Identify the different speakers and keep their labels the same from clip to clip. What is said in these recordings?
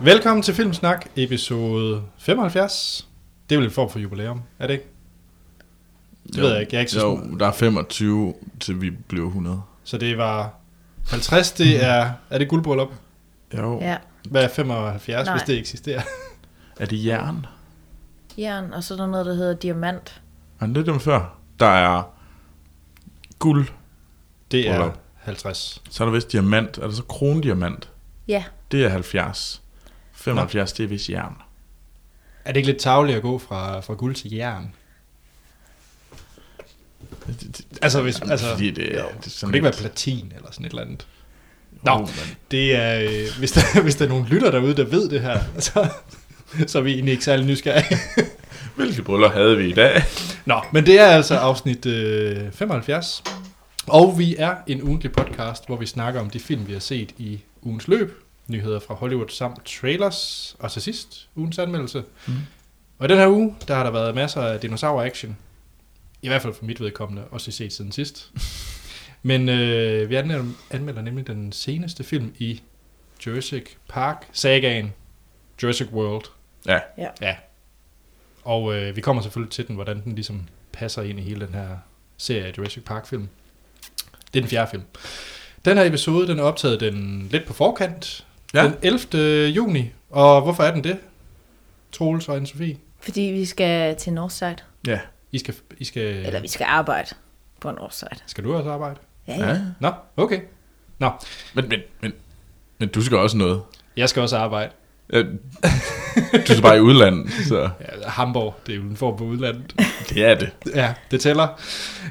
Speaker 1: Velkommen til Filmsnak, episode 75. Det er vel en form for jubilæum, er det ikke? Det ved jeg ikke, jeg er ikke så
Speaker 2: Jo,
Speaker 1: smart.
Speaker 2: der er 25, til vi bliver 100.
Speaker 1: Så det var 50,
Speaker 2: Mhm.
Speaker 1: det er... Er det guldbryllup?
Speaker 2: Jo.
Speaker 3: Ja,
Speaker 1: Hvad er 75, Nej. hvis
Speaker 3: Nej.
Speaker 1: det eksisterer?
Speaker 2: Er det jern?
Speaker 3: jern, og så er der noget, der hedder diamant.
Speaker 2: Er det dem før? Der er guld,
Speaker 1: Det er
Speaker 2: Bryllup.
Speaker 1: 50.
Speaker 2: så er der vist diamant. Er der så krondiamant?
Speaker 3: Ja,
Speaker 2: Det er 70. 75, det er vist jern.
Speaker 1: Er det ikke lidt tageligt at gå fra, fra guld til jern?
Speaker 2: Det, det,
Speaker 1: Altså, hvis,
Speaker 2: Jamen,
Speaker 1: altså
Speaker 2: fordi det er-
Speaker 1: jo,
Speaker 2: det er sådan
Speaker 1: kunne det ikke være
Speaker 2: lidt-
Speaker 1: platin eller sådan et eller andet?
Speaker 2: det-
Speaker 1: Nå,
Speaker 2: oh, mand.
Speaker 1: det er, øh, hvis, der, hvis der er nogen lytter derude, der ved det her, så, så er vi egentlig ikke særlig nysgerrige.
Speaker 2: Hvilke bryllup havde vi i dag?
Speaker 1: Nå, men det er altså afsnit øh, 75, og vi er en ugentlig podcast, hvor vi snakker om de film, vi har set i ugens løb, nyheder fra Hollywood samt trailers, og til sidst ugens anmeldelse. Mm.
Speaker 2: Mm.
Speaker 1: Og i den her uge, der har der været masser af dinosaur-action, i hvert fald for mit vedkommende, også set siden sidst. men øh, vi anmelder, anmelder nemlig den seneste film i Jurassic Park, sagaen Jurassic World.
Speaker 2: Ja.
Speaker 3: Ja.
Speaker 1: ja. Og øh, vi kommer selvfølgelig til den, hvordan den ligesom passer ind i hele den her serie af Jurassic Park-film. Det er den fjerde film. Den her episode, den er optaget den lidt på forkant, ja.
Speaker 2: Ja.
Speaker 1: den 11. juni. Og hvorfor er den det, Troels og Anne-Sophie?
Speaker 3: fordi vi skal til Northside.
Speaker 2: Ja.
Speaker 1: I skal, I skal,
Speaker 3: Øh. Eller vi skal arbejde på Northside.
Speaker 1: skal du også arbejde?
Speaker 3: Ja, ja.
Speaker 2: ja.
Speaker 1: Nå, okay.
Speaker 2: Men, men, men, men du skal også noget.
Speaker 1: Jeg skal også arbejde.
Speaker 2: Ja, Du skal bare i udlandet, så
Speaker 1: Ja, Hamburg, det er jo en form for udlandet.
Speaker 2: det er det.
Speaker 1: Ja, det tæller.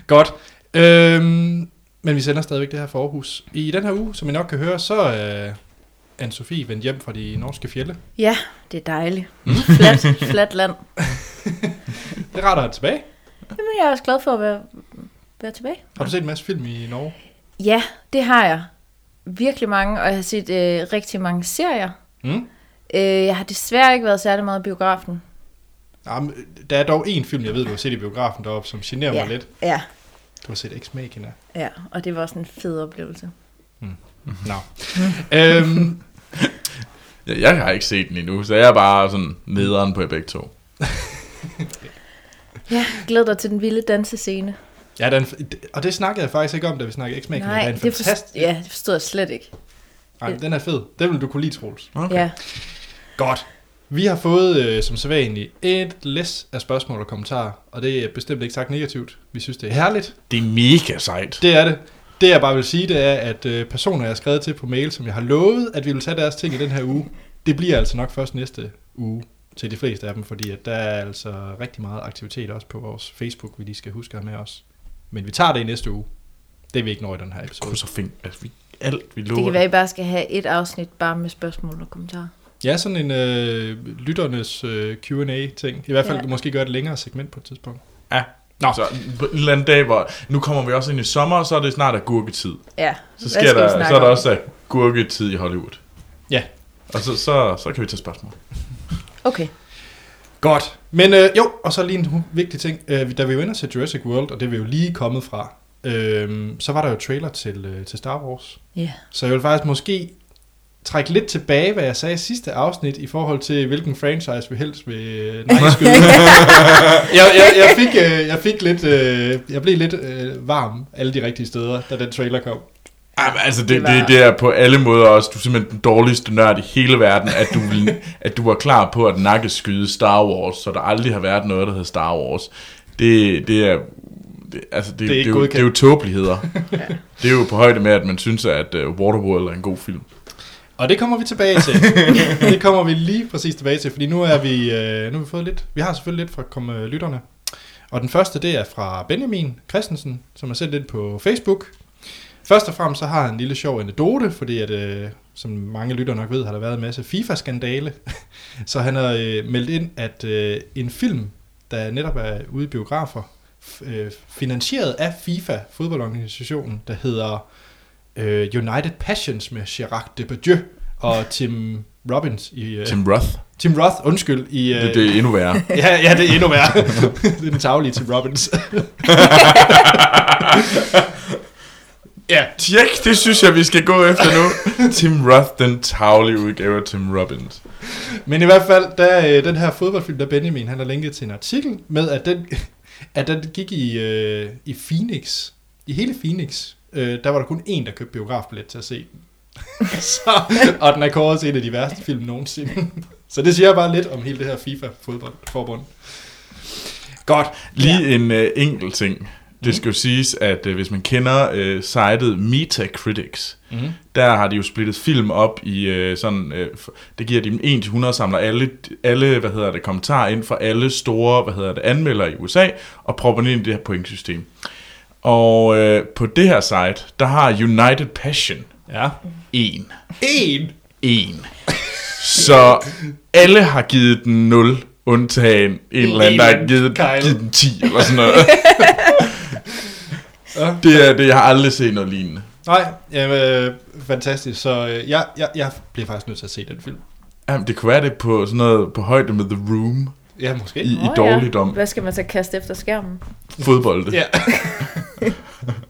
Speaker 1: Godt. Øhm, men vi sender stadigvæk det her for Aarhus. I den her uge, som I nok kan høre, så er øh, Anne-Sophie vendt hjem fra de norske fjelle.
Speaker 3: ja det er dejligt. Flat, flat land.
Speaker 1: Det er rart at have tilbage.
Speaker 3: Jamen, jeg er også glad for at være, være tilbage.
Speaker 1: Har du set en masse film i Norge?
Speaker 3: Ja, det har jeg. Virkelig mange, og jeg har set øh, rigtig mange serier.
Speaker 1: Mm?
Speaker 3: Øh, jeg har desværre ikke været særlig meget i biografen.
Speaker 1: Jamen, Ah, øh, der er dog en film, jeg ved, du har set i biografen deroppe, som generer
Speaker 3: ja.
Speaker 1: mig lidt.
Speaker 3: ja,
Speaker 1: Du har set Ex Machina.
Speaker 3: ja, og det var også en fed oplevelse.
Speaker 1: Nå. øhm,
Speaker 2: Ja, Jeg har ikke set den endnu, så jeg er bare sådan nederen på jer begge to.
Speaker 3: Ja, glæder dig til den vilde dansescene.
Speaker 1: ja, den, og det snakkede jeg faktisk ikke om, da vi snakkede Ex Machina. det er en
Speaker 3: det, forst-
Speaker 1: fantastisk...
Speaker 3: ja, det forstod jeg slet ikke.
Speaker 1: Ej, den er fed. Den vil du kunne lide, Troels.
Speaker 2: Okay.
Speaker 3: Ja.
Speaker 1: Godt. Vi har fået, øh, som sædvanligt, et læs af spørgsmål og kommentarer, og det er bestemt ikke sagt negativt. Vi synes, det er herligt.
Speaker 2: Det er mega sejt.
Speaker 1: Det er det. Det jeg bare vil sige, det er, at øh, personer, jeg har skrevet til på mail, som jeg har lovet, at vi vil tage deres ting i den her uge, det bliver altså nok først næste uge til de fleste af dem, fordi at der er altså rigtig meget aktivitet også på vores Facebook, vi lige skal huske at have med os. Men vi tager det i næste uge. Det vi ikke når i den her episode.
Speaker 2: Kryds og fing. Altså, vi, alt vi lover.
Speaker 3: Det kan være, at I bare skal have et afsnit bare med spørgsmål og kommentarer.
Speaker 1: Ja, sådan en øh, lytternes øh, Q&A-ting. I hvert fald
Speaker 3: Ja.
Speaker 1: ja. måske gøre et længere segment på et tidspunkt.
Speaker 2: Ja. Nå. Så på en eller anden dag, hvor nu kommer vi også ind i sommer, og så er det snart agurketid.
Speaker 3: Ja,
Speaker 2: Så, sker
Speaker 3: vi
Speaker 2: der,
Speaker 3: snakke
Speaker 2: så er der
Speaker 3: om?
Speaker 2: også agurketid i Hollywood.
Speaker 1: Ja.
Speaker 2: Og så, så, så kan vi tage spørgsmål.
Speaker 3: Okay,
Speaker 1: Godt. Men øh, jo, og så lige en hu- vigtig ting. Øh, da vi jo ender til Jurassic World, og det er vi jo lige kommet fra, øh, så var der jo trailer til, øh, til Star Wars.
Speaker 3: ja.
Speaker 1: Så jeg vil faktisk måske trække lidt tilbage, hvad jeg sagde i sidste afsnit, i forhold til, hvilken franchise vi helst vil øh, nej skyde. jeg, jeg, jeg, fik, øh, jeg fik lidt, øh, jeg blev lidt øh, varm alle de rigtige steder, da den trailer kom.
Speaker 2: Jamen, altså, det,
Speaker 3: det
Speaker 2: det,
Speaker 3: var-
Speaker 2: det, det er på alle måder også. Du er simpelthen den dårligste nørd i hele verden, at du, ville- at du var klar på at nakkeskyde Star Wars, så der aldrig har været noget, der hedder Star Wars. Det, det er... Det, altså, det, det,
Speaker 1: ikke
Speaker 2: er det, er jo,
Speaker 1: godkendt.
Speaker 2: det er jo tåbeligheder. Det er jo på højde med, at man synes, at uh, Waterworld er en god film.
Speaker 1: Og det kommer vi tilbage til. det kommer vi lige præcis tilbage til, fordi nu er vi øh, nu har vi fået lidt. Vi har selvfølgelig lidt fra kom, øh, lytterne. Og den første, det er fra Benjamin Christensen, som har sendt lidt på Facebook. Først og fremmest så har han en lille sjov anekdote, fordi at, øh, som mange lytter nok ved, har der været en masse FIFA-skandale. så han har øh, meldt ind, at øh, en film, der netop er ude i biografer, f- øh, finansieret af FIFA, fodboldorganisationen, der hedder øh, United Passions med Chirac Depardieu og Tim Robbins i... Øh, Tim.
Speaker 2: Tim Roth,
Speaker 1: Tim Roth, undskyld, i... Øh,
Speaker 2: det, det er endnu værre.
Speaker 1: Ja, ja, det er endnu værre. det er den taglige Tim Robbins. Ja,
Speaker 2: Tjek, det synes jeg, vi skal gå efter nu. Tim Roth, den tavlige udgave af Tim Robbins.
Speaker 1: men i hvert fald, der, øh, den her fodboldfilm, der Benjamin, han har linket til en artikel med, at den, at den gik i, øh, i Phoenix. I hele Phoenix, øh, der var der kun én, der købte biografbillet til at se den. Så, og den er kåret til en af de værste film nogensinde. Så det siger bare lidt om hele det her FIFA-fodboldforbund. Godt.
Speaker 2: Lige en øh, enkelt ting. Det skal jo siges, at øh, hvis man kender øh, sitet Metacritics,
Speaker 1: Mm-hmm.
Speaker 2: der har de jo splittet film op i øh, sådan, øh, f- det giver dem 1 til 100 og samler alle, alle, hvad hedder det, kommentarer ind fra alle store, hvad hedder det, anmeldere i USA, og propper den ind i det her pointsystem. Og øh, på det her site, der har United Passion
Speaker 1: Ja.
Speaker 2: 1.
Speaker 1: En.
Speaker 2: 1. Så alle har givet den 0, undtagen en eller anden, der har givet,
Speaker 1: Kyle.
Speaker 2: givet den 10 eller sådan noget.
Speaker 1: Ja.
Speaker 2: Det er det, jeg har aldrig set noget lignende.
Speaker 1: Nej, jamen, øh, fantastisk. Så øh, jeg, jeg, jeg bliver faktisk nødt til at se den film.
Speaker 2: Jamen, det kunne være det er på sådan noget på højde med The Room
Speaker 1: Ja, måske.
Speaker 2: i, i
Speaker 3: Åh,
Speaker 2: dårligdom.
Speaker 3: Hvad skal man så kaste efter skærmen?
Speaker 2: fodbold.
Speaker 1: Ja.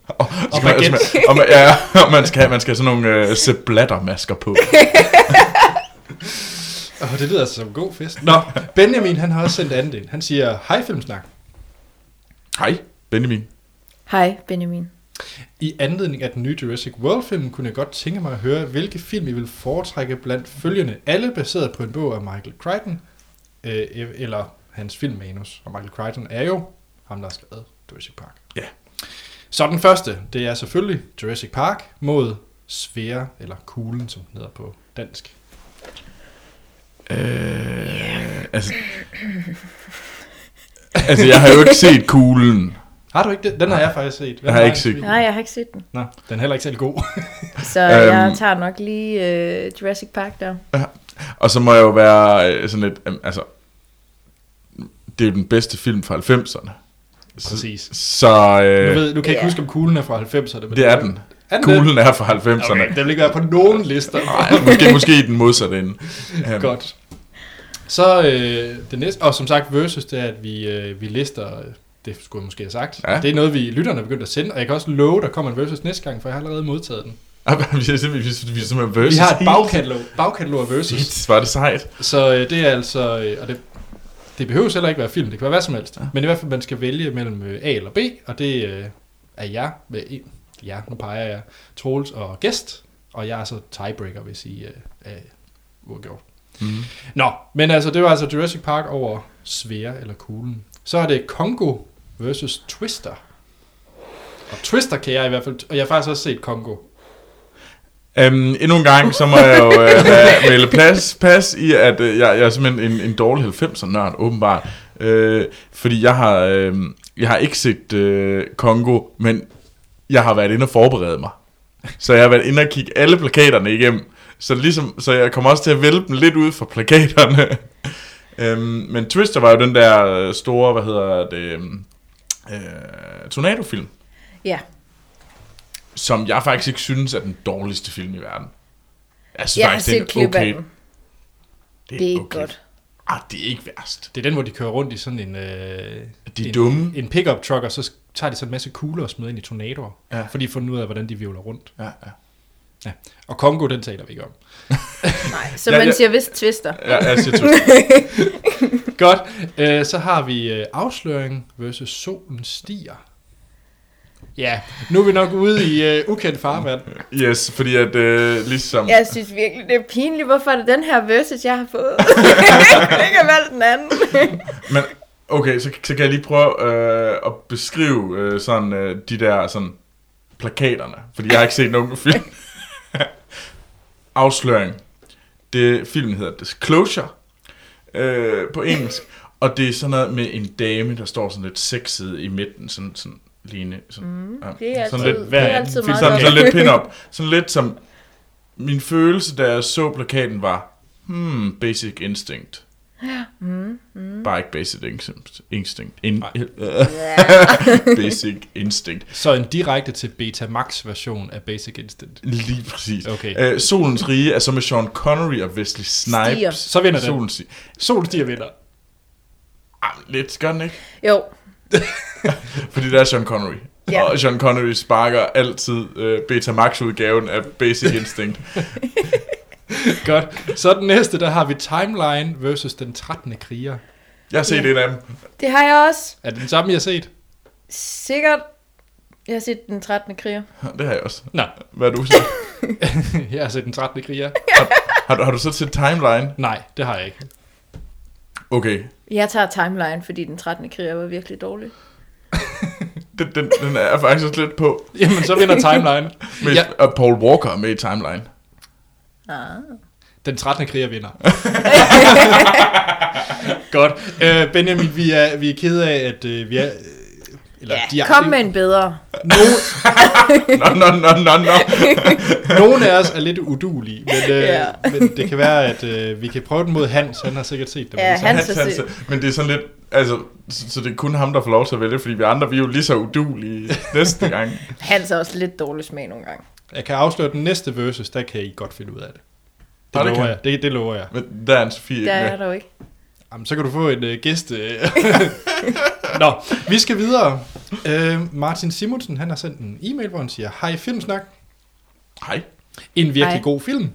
Speaker 2: og,
Speaker 1: Og
Speaker 2: man,
Speaker 1: baguette.
Speaker 2: man, og man, ja, og man skal, man skal have sådan nogle øh, Sepp Blatter-masker på.
Speaker 1: Åh, det lyder altså som en god fest. Nå, Benjamin han har også sendt anden del. Han siger, hej Filmsnak.
Speaker 2: Hej, Benjamin.
Speaker 3: Hej, Benjamin.
Speaker 1: I anledning af den nye Jurassic World-film kunne jeg godt tænke mig at høre, hvilke film I vil foretrække blandt følgende. Alle baseret på en bog af Michael Crichton, øh, eller hans filmmanus. Og Michael Crichton er jo ham, der har skrevet Jurassic Park.
Speaker 2: Ja.
Speaker 1: Så den første, det er selvfølgelig Jurassic Park mod Sfære, eller Kuglen, som den hedder på dansk.
Speaker 2: Øh, altså, altså, jeg har jo ikke set kuglen.
Speaker 1: Har du ikke det? Den har jeg faktisk set. Den
Speaker 2: Jeg har ikke set
Speaker 1: set.
Speaker 3: Nej, jeg har ikke set den.
Speaker 1: Nå, den er heller ikke særlig god.
Speaker 3: Så
Speaker 2: Øhm.
Speaker 3: jeg tager nok lige øh, Jurassic Park der.
Speaker 2: Og så må jeg jo være øh, sådan lidt, øhm, altså, det er jo den bedste film fra 90'erne. Så,
Speaker 1: Præcis.
Speaker 2: så
Speaker 1: Du,
Speaker 2: øh,
Speaker 1: ved, du kan ikke
Speaker 3: Ja.
Speaker 1: huske, om kuglen er fra 90'erne. men
Speaker 2: det er den.
Speaker 1: Er den det?
Speaker 2: Kuglen er fra 90'erne.
Speaker 1: Okay, den vil ikke være på nogen lister.
Speaker 2: Ej, måske, måske i den modsatte ende. Øhm,
Speaker 1: Godt. Så øh, det næste, og som sagt versus, det er, at vi, øh, vi lister, øh, det skulle jeg måske have sagt,
Speaker 2: Ja.
Speaker 1: ja. det er noget, vi lytterne er begyndt at sende, og jeg kan også love, der kommer en versus næste gang, for jeg har allerede modtaget den.
Speaker 2: Ah, vi er simpelthen, vi er, vi er simpelthen versus.
Speaker 1: Vi har et bagkatalog, bagkatalog af versus,
Speaker 2: Shit, var det sejt.
Speaker 1: så øh, det er altså, øh, og det, det behøver heller ikke være film, det kan være hvad som helst,
Speaker 2: Ja.
Speaker 1: ja. men i hvert fald, man skal vælge mellem øh, A eller B, og det øh, er jeg, med en, ja, nu peger jeg, Troels og gæst, og jeg er så tiebreaker, hvis I øh, er uafgjort.
Speaker 2: Mm.
Speaker 1: Nå, men altså, det var altså Jurassic Park over Svære eller Kuglen. Så er det Kongo versus Twister. Og Twister kan jeg i hvert fald, og jeg har faktisk også set Kongo.
Speaker 2: Um, endnu en gang, så må jeg jo uh, have, melde plads, pas i, at uh, jeg, jeg er simpelthen en, en dårlig 90'er-nørd, åbenbart. Uh, fordi jeg har, uh, jeg har ikke set uh, Kongo, men jeg har været inde og forberede mig. Så jeg har været inde og kigge alle plakaterne igennem. Så, ligesom, så jeg kommer også til at vælge dem lidt ud fra plakaterne. um, men Twister var jo den der øh, store, hvad hedder det, um, uh, tornadofilm.
Speaker 3: Ja,
Speaker 2: som jeg faktisk ikke synes er den dårligste film i verden. Jeg synes
Speaker 3: jeg har
Speaker 2: faktisk, det er
Speaker 3: set klip
Speaker 2: okay.
Speaker 3: af den. Det er ikke
Speaker 2: okay.
Speaker 3: godt.
Speaker 2: Ah, det er ikke værst.
Speaker 1: Det er den, hvor de kører rundt i sådan en, øh,
Speaker 2: De er
Speaker 1: en,
Speaker 2: dumme.
Speaker 1: en pickup truck, og så tager de sådan en masse kugler og smider ind i tornadoer,
Speaker 2: Ja.
Speaker 1: ja. for de har fundet ud af, hvordan de vivler rundt.
Speaker 2: Ja, ja.
Speaker 1: Og Kongo, den taler vi ikke om.
Speaker 3: Nej, så
Speaker 2: Ja,
Speaker 3: man
Speaker 2: ja.
Speaker 3: siger vist twister.
Speaker 2: Ja, jeg siger to.
Speaker 1: Godt, øh, så har vi øh, afsløring versus solen stiger. Ja, nu er vi nok ude i øh, ukendt farvand.
Speaker 2: Yes, fordi at øh, ligesom...
Speaker 3: Jeg synes virkelig, det er pinligt. Hvorfor er det den her versus, jeg har fået? jeg kan valgt den anden.
Speaker 2: Men okay, så, så kan jeg lige prøve øh, at beskrive øh, sådan øh, de der sådan plakaterne, fordi jeg har ikke set nogen film. Afsløring. Det filmen hedder Disclosure øh, på engelsk, og det er sådan noget med en dame der står sådan lidt sexet i midten, sådan sådan lignende, sådan, mm,
Speaker 3: Det er altid,
Speaker 2: sådan lidt
Speaker 3: det
Speaker 1: hvad-
Speaker 3: er altid
Speaker 2: fik
Speaker 3: meget
Speaker 2: sådan,
Speaker 3: godt.
Speaker 2: sådan lidt pin-up. Sådan lidt som min følelse, da jeg så plakaten, var, hmm, Basic Instinct. Ja. Mm, mm. Bare ikke Basic Instinct. instinct. In, basic Instinct.
Speaker 1: Så en direkte til Betamax-version af Basic Instinct.
Speaker 2: Lige præcis.
Speaker 1: Okay.
Speaker 2: Øh, Solens Rige er så med Sean Connery og Wesley Snipes.
Speaker 3: Stiger.
Speaker 1: Så vinder den.
Speaker 2: Solen sig.
Speaker 1: Solen stiger vinder.
Speaker 2: Ah, lidt, gør den ikke?
Speaker 3: Jo,
Speaker 2: Fordi der er Sean Connery.
Speaker 3: Ja.
Speaker 2: Ja. Og Sean Connery sparker altid øh, Betamax-udgaven af Basic Instinct.
Speaker 1: Godt. Så den næste, der har vi Timeline versus Den 13. kriger.
Speaker 2: Jeg har set
Speaker 3: Ja.
Speaker 2: en af dem.
Speaker 3: Det har jeg også.
Speaker 1: Er det den samme, I har set?
Speaker 3: Sikkert. Jeg har set den 13. kriger.
Speaker 2: Det har jeg også.
Speaker 1: Nej,
Speaker 2: Hvad har du set?
Speaker 1: jeg har set Den 13. kriger.
Speaker 2: Har du, har du så set Timeline?
Speaker 1: Nej, det har jeg ikke.
Speaker 2: Okay.
Speaker 3: Jeg tager timeline, fordi den 13. kriger var virkelig dårlig.
Speaker 2: Den, den, den er jeg faktisk også lidt på.
Speaker 1: Jamen, så vinder Timeline.
Speaker 2: Men
Speaker 1: Ja.
Speaker 2: ja. Paul Walker er med i Timeline.
Speaker 3: Ah.
Speaker 1: Den 13. kriger vinder. Godt. Øh, Benjamin, vi er, vi er kede af, at øh, vi er... øh, Eller,
Speaker 3: Ja, kom med en bedre.
Speaker 1: Nogen,
Speaker 2: Nå, nå, nå, nå, nå.
Speaker 1: Nogle af os er lidt udulige, men, øh,
Speaker 3: Ja.
Speaker 1: men det kan være, at øh, vi kan prøve den mod Hans. Han har sikkert set dem.
Speaker 3: Ja,
Speaker 1: alle sammen.
Speaker 3: Han så
Speaker 2: så- Men det er sådan lidt... Altså, så, så det er kun ham, der får lov til at vælge, fordi vi andre, vi er jo lige så udulige næste gang.
Speaker 3: Hans er også lidt dårlig smag nogle gange.
Speaker 1: Jeg kan afsløre den næste versus, der kan I godt finde ud af det. Det
Speaker 2: Nå, det
Speaker 1: lover
Speaker 2: kan.
Speaker 1: jeg. Det, det lover jeg.
Speaker 2: Men der er en Sofie
Speaker 3: Der
Speaker 2: ikke
Speaker 3: er jeg
Speaker 2: med.
Speaker 3: dog ikke.
Speaker 1: Jamen, så kan du få en øh, gæst. Øh. Nå, vi skal videre. Øh, Martin Simonsen, han har sendt en e-mail, hvor han siger, Hej Filmsnak,
Speaker 2: Hej.
Speaker 1: en virkelig
Speaker 3: Hej.
Speaker 1: god film.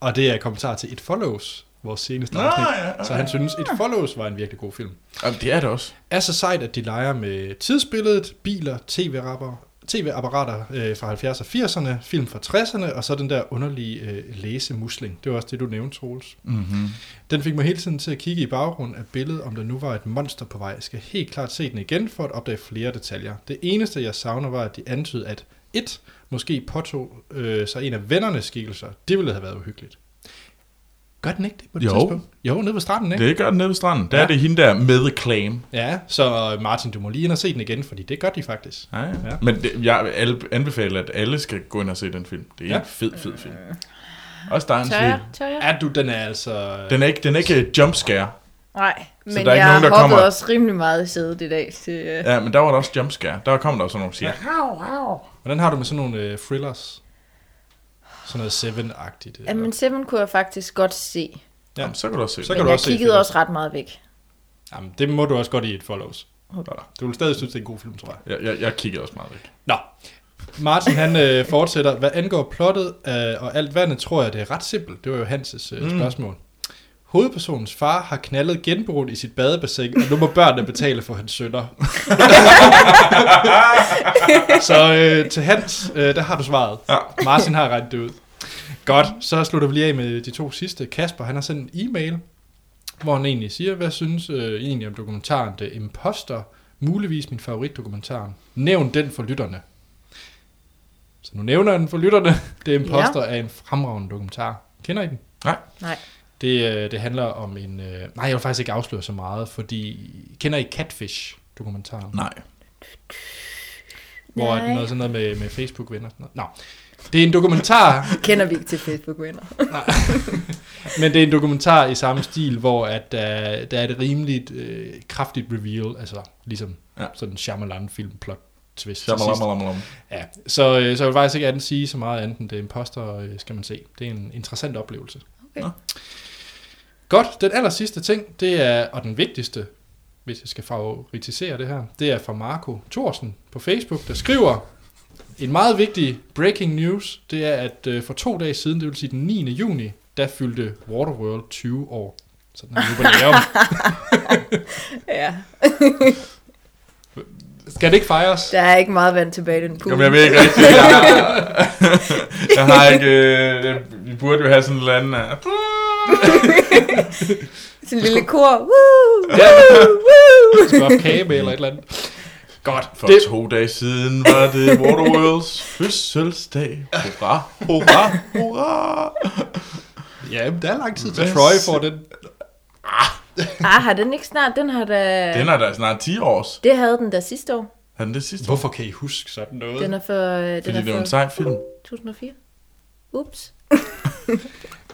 Speaker 1: Og det er en kommentar til It Follows, vores seneste
Speaker 2: Nå,
Speaker 1: afsnit.
Speaker 2: ja, ja.
Speaker 1: Så han synes, It Follows var en virkelig god film.
Speaker 2: Jamen, det er det også.
Speaker 1: er så sejt, at de leger med tidsbilledet, biler, tv-rapper, tv-apparater øh, fra 70'erne og 80'erne, film fra 60'erne, og så den der underlige øh, læsemusling. Det var også det, du nævnte, Troels.
Speaker 2: Mm-hmm.
Speaker 1: Den fik mig hele tiden til at kigge i baggrund af billedet, om der nu var et monster på vej. Jeg skal helt klart se den igen for at opdage flere detaljer. Det eneste, jeg savner, var, at de antydede, at et måske påtog øh, sig en af vennernes skikkelser. Det ville have været uhyggeligt. Gør den ikke det på det
Speaker 2: Jo.
Speaker 1: tidspunkt? Jo, nede på starten, ikke?
Speaker 2: Det gør den nede ved stranden. Der ja.
Speaker 1: Ja.
Speaker 2: er det hende der med claim.
Speaker 1: Ja, så Martin, du må lige ind og se den igen, fordi det gør de faktisk.
Speaker 2: Ja, ja.
Speaker 1: Ja.
Speaker 2: Men det, jeg vil alle- anbefale, at alle skal gå ind og se den film. Det er
Speaker 1: Ja.
Speaker 2: ja. en fed, fed film. Også der er en
Speaker 3: Øh. Tør jeg?
Speaker 2: tvivl.
Speaker 3: Tør jeg?
Speaker 1: Er du, den er altså... Den...
Speaker 2: Den er ikke, den er ikke jumpscare.
Speaker 3: Nej, men
Speaker 2: der er
Speaker 3: jeg
Speaker 2: ikke nogen, der
Speaker 3: hoppede
Speaker 2: kommer-
Speaker 3: også rimelig meget i sædet i dag. Så, øh,
Speaker 2: Ja, men der var der også jumpscare. Der kom der også nogle, der siger,
Speaker 1: Hvordan har du med sådan nogle øh, thrillers? Sådan noget Seven-agtigt. eller-
Speaker 3: Jamen, Seven kunne jeg faktisk godt se.
Speaker 1: Ja.
Speaker 2: ja. så kan du også se
Speaker 1: Så
Speaker 2: så
Speaker 1: kan
Speaker 2: kan...
Speaker 3: Men
Speaker 1: du
Speaker 3: jeg
Speaker 1: også se
Speaker 3: kiggede
Speaker 1: Seven.
Speaker 3: også ret meget væk.
Speaker 1: Jamen, det må du også godt i et follows. Du vil stadig synes, det er en god film, tror jeg.
Speaker 2: jeg, jeg, jeg kiggede også meget væk.
Speaker 1: Nå. Martin, han øh, fortsætter. Hvad angår plottet øh, og alt vandet, tror jeg, det er ret simpelt. Det var jo Hanses øh,
Speaker 2: Mm.
Speaker 1: spørgsmål. Hovedpersonens far har knaldet genbrugen i sit badebassin, og nu må børnene betale for hans sønner. så øh, til Hans, øh, der har du svaret.
Speaker 2: Ja.
Speaker 1: Martin har regnet det ud. Godt, så slutter vi lige af med de to sidste. Kasper, han har sendt en e-mail, hvor han egentlig siger, hvad synes øh, I egentlig om dokumentaren The Imposter? Muligvis min favoritdokumentar. Nævn den for lytterne. Så nu nævner jeg den for lytterne. The Imposter ja. er en fremragende dokumentar. Kender I den?
Speaker 2: Nej.
Speaker 3: Nej.
Speaker 1: Det, øh, det handler om en... Øh, nej, jeg vil faktisk ikke afsløre så meget, fordi... Kender I Catfish-dokumentaren?
Speaker 2: Nej.
Speaker 1: Hvor er
Speaker 3: Nej.
Speaker 1: det noget, sådan noget med, med Facebook-venner? og sådan noget. Nå, det er en dokumentar,
Speaker 3: Kender vi ikke til Facebook-venner.
Speaker 1: Men det er en dokumentar i samme stil, hvor at, uh, der er et rimeligt øh, kraftigt reveal, altså ligesom ja.
Speaker 2: Ja.
Speaker 1: sådan en Shyamalan-film plot twist. til sidst.
Speaker 2: Shamalamalamalam.
Speaker 1: Ja. Så, øh, så jeg vil faktisk ikke andet sige så meget andet, end det er imposter, øh, skal man se. Det er en interessant oplevelse.
Speaker 3: Okay.
Speaker 2: Nå.
Speaker 1: Godt, den aller sidste ting, det er, og den vigtigste, hvis jeg skal favoritisere det her, det er fra Marco Thorsen på Facebook, der skriver, en meget vigtig breaking news, det er, at øh, for to dage siden, det vil sige den 9. juni, der fyldte Waterworld 20 år. Sådan er jubilæum.
Speaker 3: Ja.
Speaker 1: Skal det ikke fejres?
Speaker 3: Der er ikke meget vand tilbage i den pool.
Speaker 2: Jamen, jeg ved ikke rigtigt. Jeg, jeg har ikke... Øh, vi burde jo have sådan en eller anden... øh,
Speaker 3: Sådan en lille kor. Woo!
Speaker 1: Ja.
Speaker 3: Woo! Woo!
Speaker 1: Skal op kage med eller et eller andet? Godt.
Speaker 2: For
Speaker 1: det,
Speaker 2: det... to dage siden var det Waterworlds fødselsdag. Hurra, hurra, hurra.
Speaker 1: ja, men der er lang tid til
Speaker 2: Hvad
Speaker 1: Troy
Speaker 2: s-
Speaker 1: får den
Speaker 3: Ah, har den ikke snart? Den har da...
Speaker 2: Den er da snart 10 års.
Speaker 3: Det havde den der sidste år.
Speaker 2: Har den det sidste? Hvorfor?
Speaker 1: Hvorfor kan I huske sådan noget?
Speaker 3: Den er for... øh, Den
Speaker 2: Fordi
Speaker 3: er
Speaker 2: det er jo en
Speaker 3: for
Speaker 2: sej film.
Speaker 3: 2004. Ups.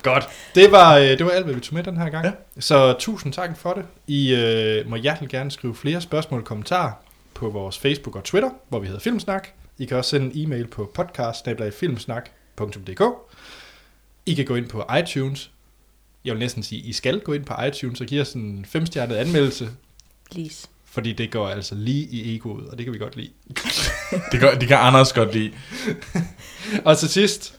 Speaker 1: Godt. Det var, øh, det var alt, hvad vi tog med den her gang. Ja.
Speaker 2: Ja.
Speaker 1: Så tusind tak for det. I øh, må hjertelig gerne skrive flere spørgsmål og kommentarer på vores Facebook og Twitter, hvor vi hedder Filmsnak. I kan også sende en e-mail på podcast.filmsnak.dk I kan gå ind på iTunes. Jeg vil næsten sige, I skal gå ind på iTunes og give os en femstjernet anmeldelse.
Speaker 3: Please.
Speaker 1: Fordi det går altså lige i egoet, og det kan vi godt lide.
Speaker 2: Det, gør, det kan Anders godt lide.
Speaker 1: Og til sidst,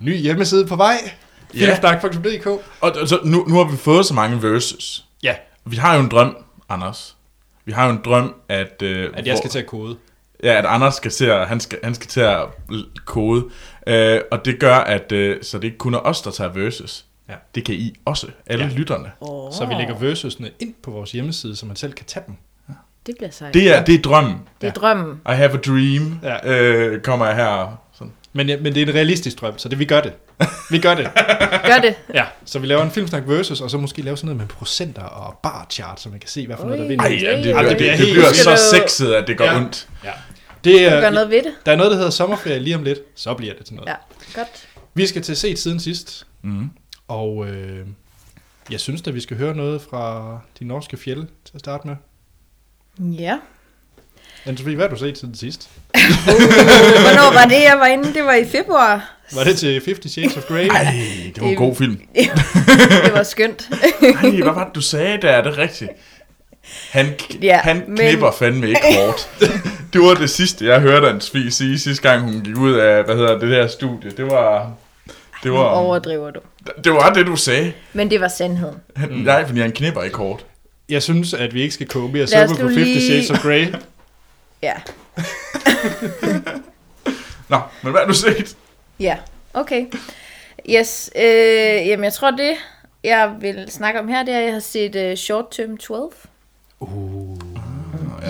Speaker 1: ny hjemmeside på vej.
Speaker 2: Ja.
Speaker 1: Filmsnak.dk
Speaker 2: Og og så nu, nu har vi fået så mange verses.
Speaker 1: Ja,
Speaker 2: Vi har jo en drøm, Anders. Vi har jo en drøm, at... Øh,
Speaker 1: at jeg skal
Speaker 2: hvor-
Speaker 1: til at kode.
Speaker 2: Ja, at Anders skal til at, han skal, han skal til at l- kode. Øh, og det gør, at øh, så det ikke kun er os, der tager verses.
Speaker 1: Ja.
Speaker 2: Det kan I også, alle
Speaker 1: Ja.
Speaker 2: ja. lytterne.
Speaker 3: Oh,
Speaker 1: Så vi lægger versusene ind på vores hjemmeside, så man selv kan tage dem.
Speaker 3: Det bliver sejt. Det,
Speaker 2: Det er, det er drømmen.
Speaker 3: det er drømmen.
Speaker 2: I have a dream,
Speaker 1: Ja.
Speaker 2: øh, kommer jeg her. Sådan.
Speaker 1: Men, ja, men det er en realistisk drøm, så det vi gør det. Vi gør det.
Speaker 3: Gør det.
Speaker 1: Ja, så vi laver en filmsnak versus, og så måske lave sådan noget med procenter og bar chart, så man kan se, hvad for noget der
Speaker 3: Ui.
Speaker 1: vinder.
Speaker 2: Ej, ja, det,
Speaker 3: Ej,
Speaker 2: det, det,
Speaker 1: det er
Speaker 2: det
Speaker 1: helt-
Speaker 2: bliver
Speaker 3: Skal
Speaker 2: så
Speaker 3: du-
Speaker 2: sexet, at det gør
Speaker 1: Ja.
Speaker 2: ja. ondt.
Speaker 1: Det
Speaker 3: Du gør
Speaker 1: er,
Speaker 3: noget ved det.
Speaker 1: der er noget, der hedder sommerferie lige om lidt. Så bliver det til noget.
Speaker 3: Ja, godt.
Speaker 1: Vi skal til set siden sidst,
Speaker 2: Mm.
Speaker 1: og øh, jeg synes da, vi skal høre noget fra de norske fjelle til at starte med.
Speaker 3: Ja.
Speaker 1: Anne-Sophie, hvad har du set siden sidst?
Speaker 3: Hvornår var det, jeg var inde? Det var i februar.
Speaker 1: Var det til 50 Shades of Grey?
Speaker 2: Ej, det var en
Speaker 3: Det-
Speaker 2: god film.
Speaker 3: Det var skønt.
Speaker 2: Ej, hvad var det, du sagde der? Er det rigtigt? Han,
Speaker 3: Ja,
Speaker 2: ja, han
Speaker 3: men-
Speaker 2: knipper fandme ikke hårdt. Det var det sidste, jeg hørte hans svig sige sidste gang, hun gik ud af, hvad hedder det der studie. Det var... Det
Speaker 3: Nu
Speaker 2: var,
Speaker 3: overdriver du.
Speaker 2: det var det, du sagde.
Speaker 3: Men det var sandheden.
Speaker 2: Han, mm. Nej, fordi han knipper ikke hårdt.
Speaker 1: Jeg synes, at vi ikke skal koge mere
Speaker 3: Lad os
Speaker 1: suppe på
Speaker 3: nu
Speaker 1: 50
Speaker 3: lige-
Speaker 1: Shades of Grey.
Speaker 3: Ja.
Speaker 2: Nå, men hvad har du set?
Speaker 3: Ja, okay. Yes, øh, jamen jeg tror det, jeg vil snakke om her, det er, at jeg har set øh, Short Term 12.
Speaker 1: Uh,
Speaker 2: Nå,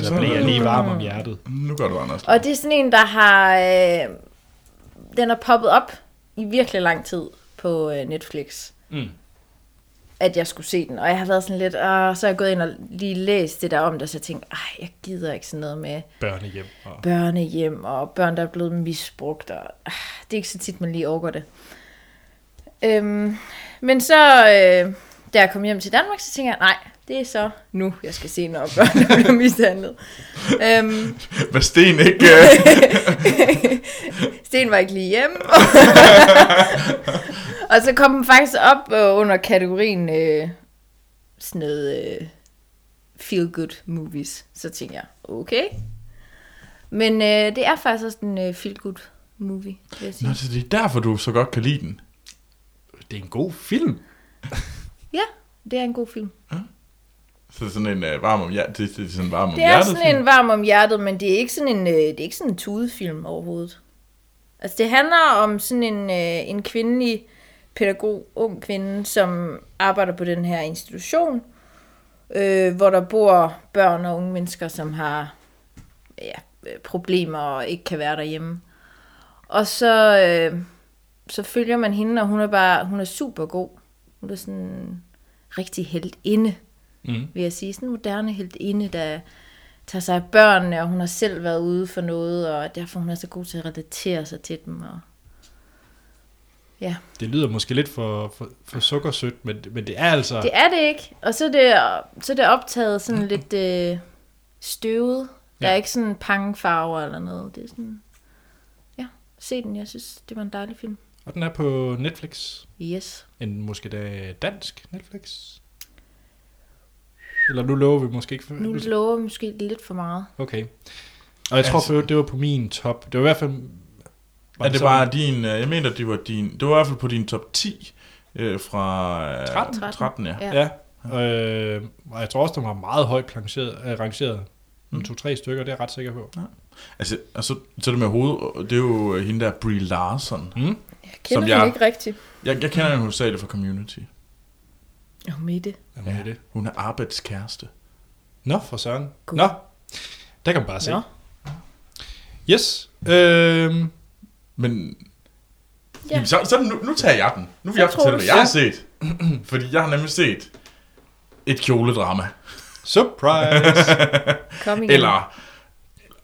Speaker 1: så bliver jeg lige varm om hjertet.
Speaker 2: Nu gør du, Anders.
Speaker 3: Og det er sådan en, der har, øh, den er poppet op i virkelig lang tid på øh, Netflix.
Speaker 1: Mm.
Speaker 3: At jeg skulle se den, og jeg har været sådan lidt, og så er jeg gået ind og lige læst det der om det, og så tænkte jeg, "Ej, jeg gider ikke sådan noget med
Speaker 1: Børnehjem. Og...
Speaker 3: børnehjem og børn, der er blevet misbrugt. Og, ah, det er ikke så tit, man lige overgår det. Øhm, men så, øh, da jeg kom hjem til Danmark, så tænker jeg, nej, det er så nu, jeg skal se, når børn der bliver mishandlet. øhm,
Speaker 2: Hvad Sten ikke... øh,
Speaker 3: Sten var ikke lige hjemme. og så kom den faktisk op øh, under kategorien øh, sådan noget øh, feel good movies. Så tænkte jeg, okay. Men øh, det er faktisk også en øh, feel good movie, vil jeg
Speaker 2: Nå,
Speaker 3: sige.
Speaker 2: så det er derfor, du så godt kan lide den.
Speaker 1: Det er en god film.
Speaker 3: Ja, det er en god film.
Speaker 2: Så det er sådan en øh, varm om hjertet. Det, det er sådan en varm om
Speaker 3: Det er
Speaker 2: hjertet.
Speaker 3: sådan en varm om hjertet, men det er ikke sådan en, øh, det er ikke sådan en tudefilm overhovedet. Altså det handler om sådan en, øh, en kvindelig pædagog, ung kvinde, som arbejder på den her institution, øh, hvor der bor børn og unge mennesker, som har ja, øh, problemer og ikke kan være derhjemme. Og så, øh, så følger man hende, og hun er bare hun er super god. Hun er sådan rigtig heldinde,
Speaker 1: Mm.
Speaker 3: vil jeg sige. Sådan en moderne heldinde, der tager sig af børnene, og hun har selv været ude for noget, og derfor hun er så god til at relatere sig til dem. Og... Ja,
Speaker 1: Det lyder måske lidt for, for, for sukkersødt, men, men det er altså...
Speaker 3: det er det ikke. Og så er det, så er det optaget sådan lidt øh, støvet. Der er
Speaker 1: Ja.
Speaker 3: ikke sådan pangefarver eller noget. Det er sådan... Ja, se den. Jeg synes, det var en dejlig film.
Speaker 1: Og den er på Netflix.
Speaker 3: Yes.
Speaker 1: En måske da dansk Netflix. Eller nu lover vi måske ikke. For...
Speaker 3: Nu lover jeg måske lidt for meget.
Speaker 1: Okay. Og jeg tror
Speaker 2: Altså-
Speaker 1: for øvrigt, det var på min top. Det var i hvert fald...
Speaker 2: Er det
Speaker 1: sådan-
Speaker 2: bare din, øh, jeg mener, det var din, det var i hvert fald på din top 10 øh, fra øh,
Speaker 1: 13.
Speaker 2: 13 ja.
Speaker 3: Ja.
Speaker 1: Ja. Øh, og jeg tror også, den var meget højt rangeret. Øh, rangeret. Mm. To-tre stykker, det er jeg ret sikker på.
Speaker 2: Altså, og så, så det med hovedet, det er jo øh, hende der Brie Larson.
Speaker 1: Mm.
Speaker 3: Jeg
Speaker 2: Som hende jeg-
Speaker 3: ikke rigtigt.
Speaker 2: Jeg, jeg kender hende hovedsageligt fra Community.
Speaker 3: Jo, med det.
Speaker 1: Jamen, ja. det. er det.
Speaker 2: Hun er arbejdskæreste.
Speaker 1: Nå, for søren.
Speaker 3: God.
Speaker 1: Nå, der kan man bare se.
Speaker 3: Nå.
Speaker 1: Yes. Øh,
Speaker 2: Men
Speaker 3: Ja.
Speaker 2: ja. jamen, så, så nu, nu tager jeg den. Nu vil
Speaker 3: Så
Speaker 2: jeg
Speaker 3: tror
Speaker 2: fortælle,
Speaker 3: du
Speaker 2: hvad jeg har set. Fordi jeg har nemlig set et kjoledrama.
Speaker 1: surprise.
Speaker 3: Kom igen.
Speaker 2: Eller,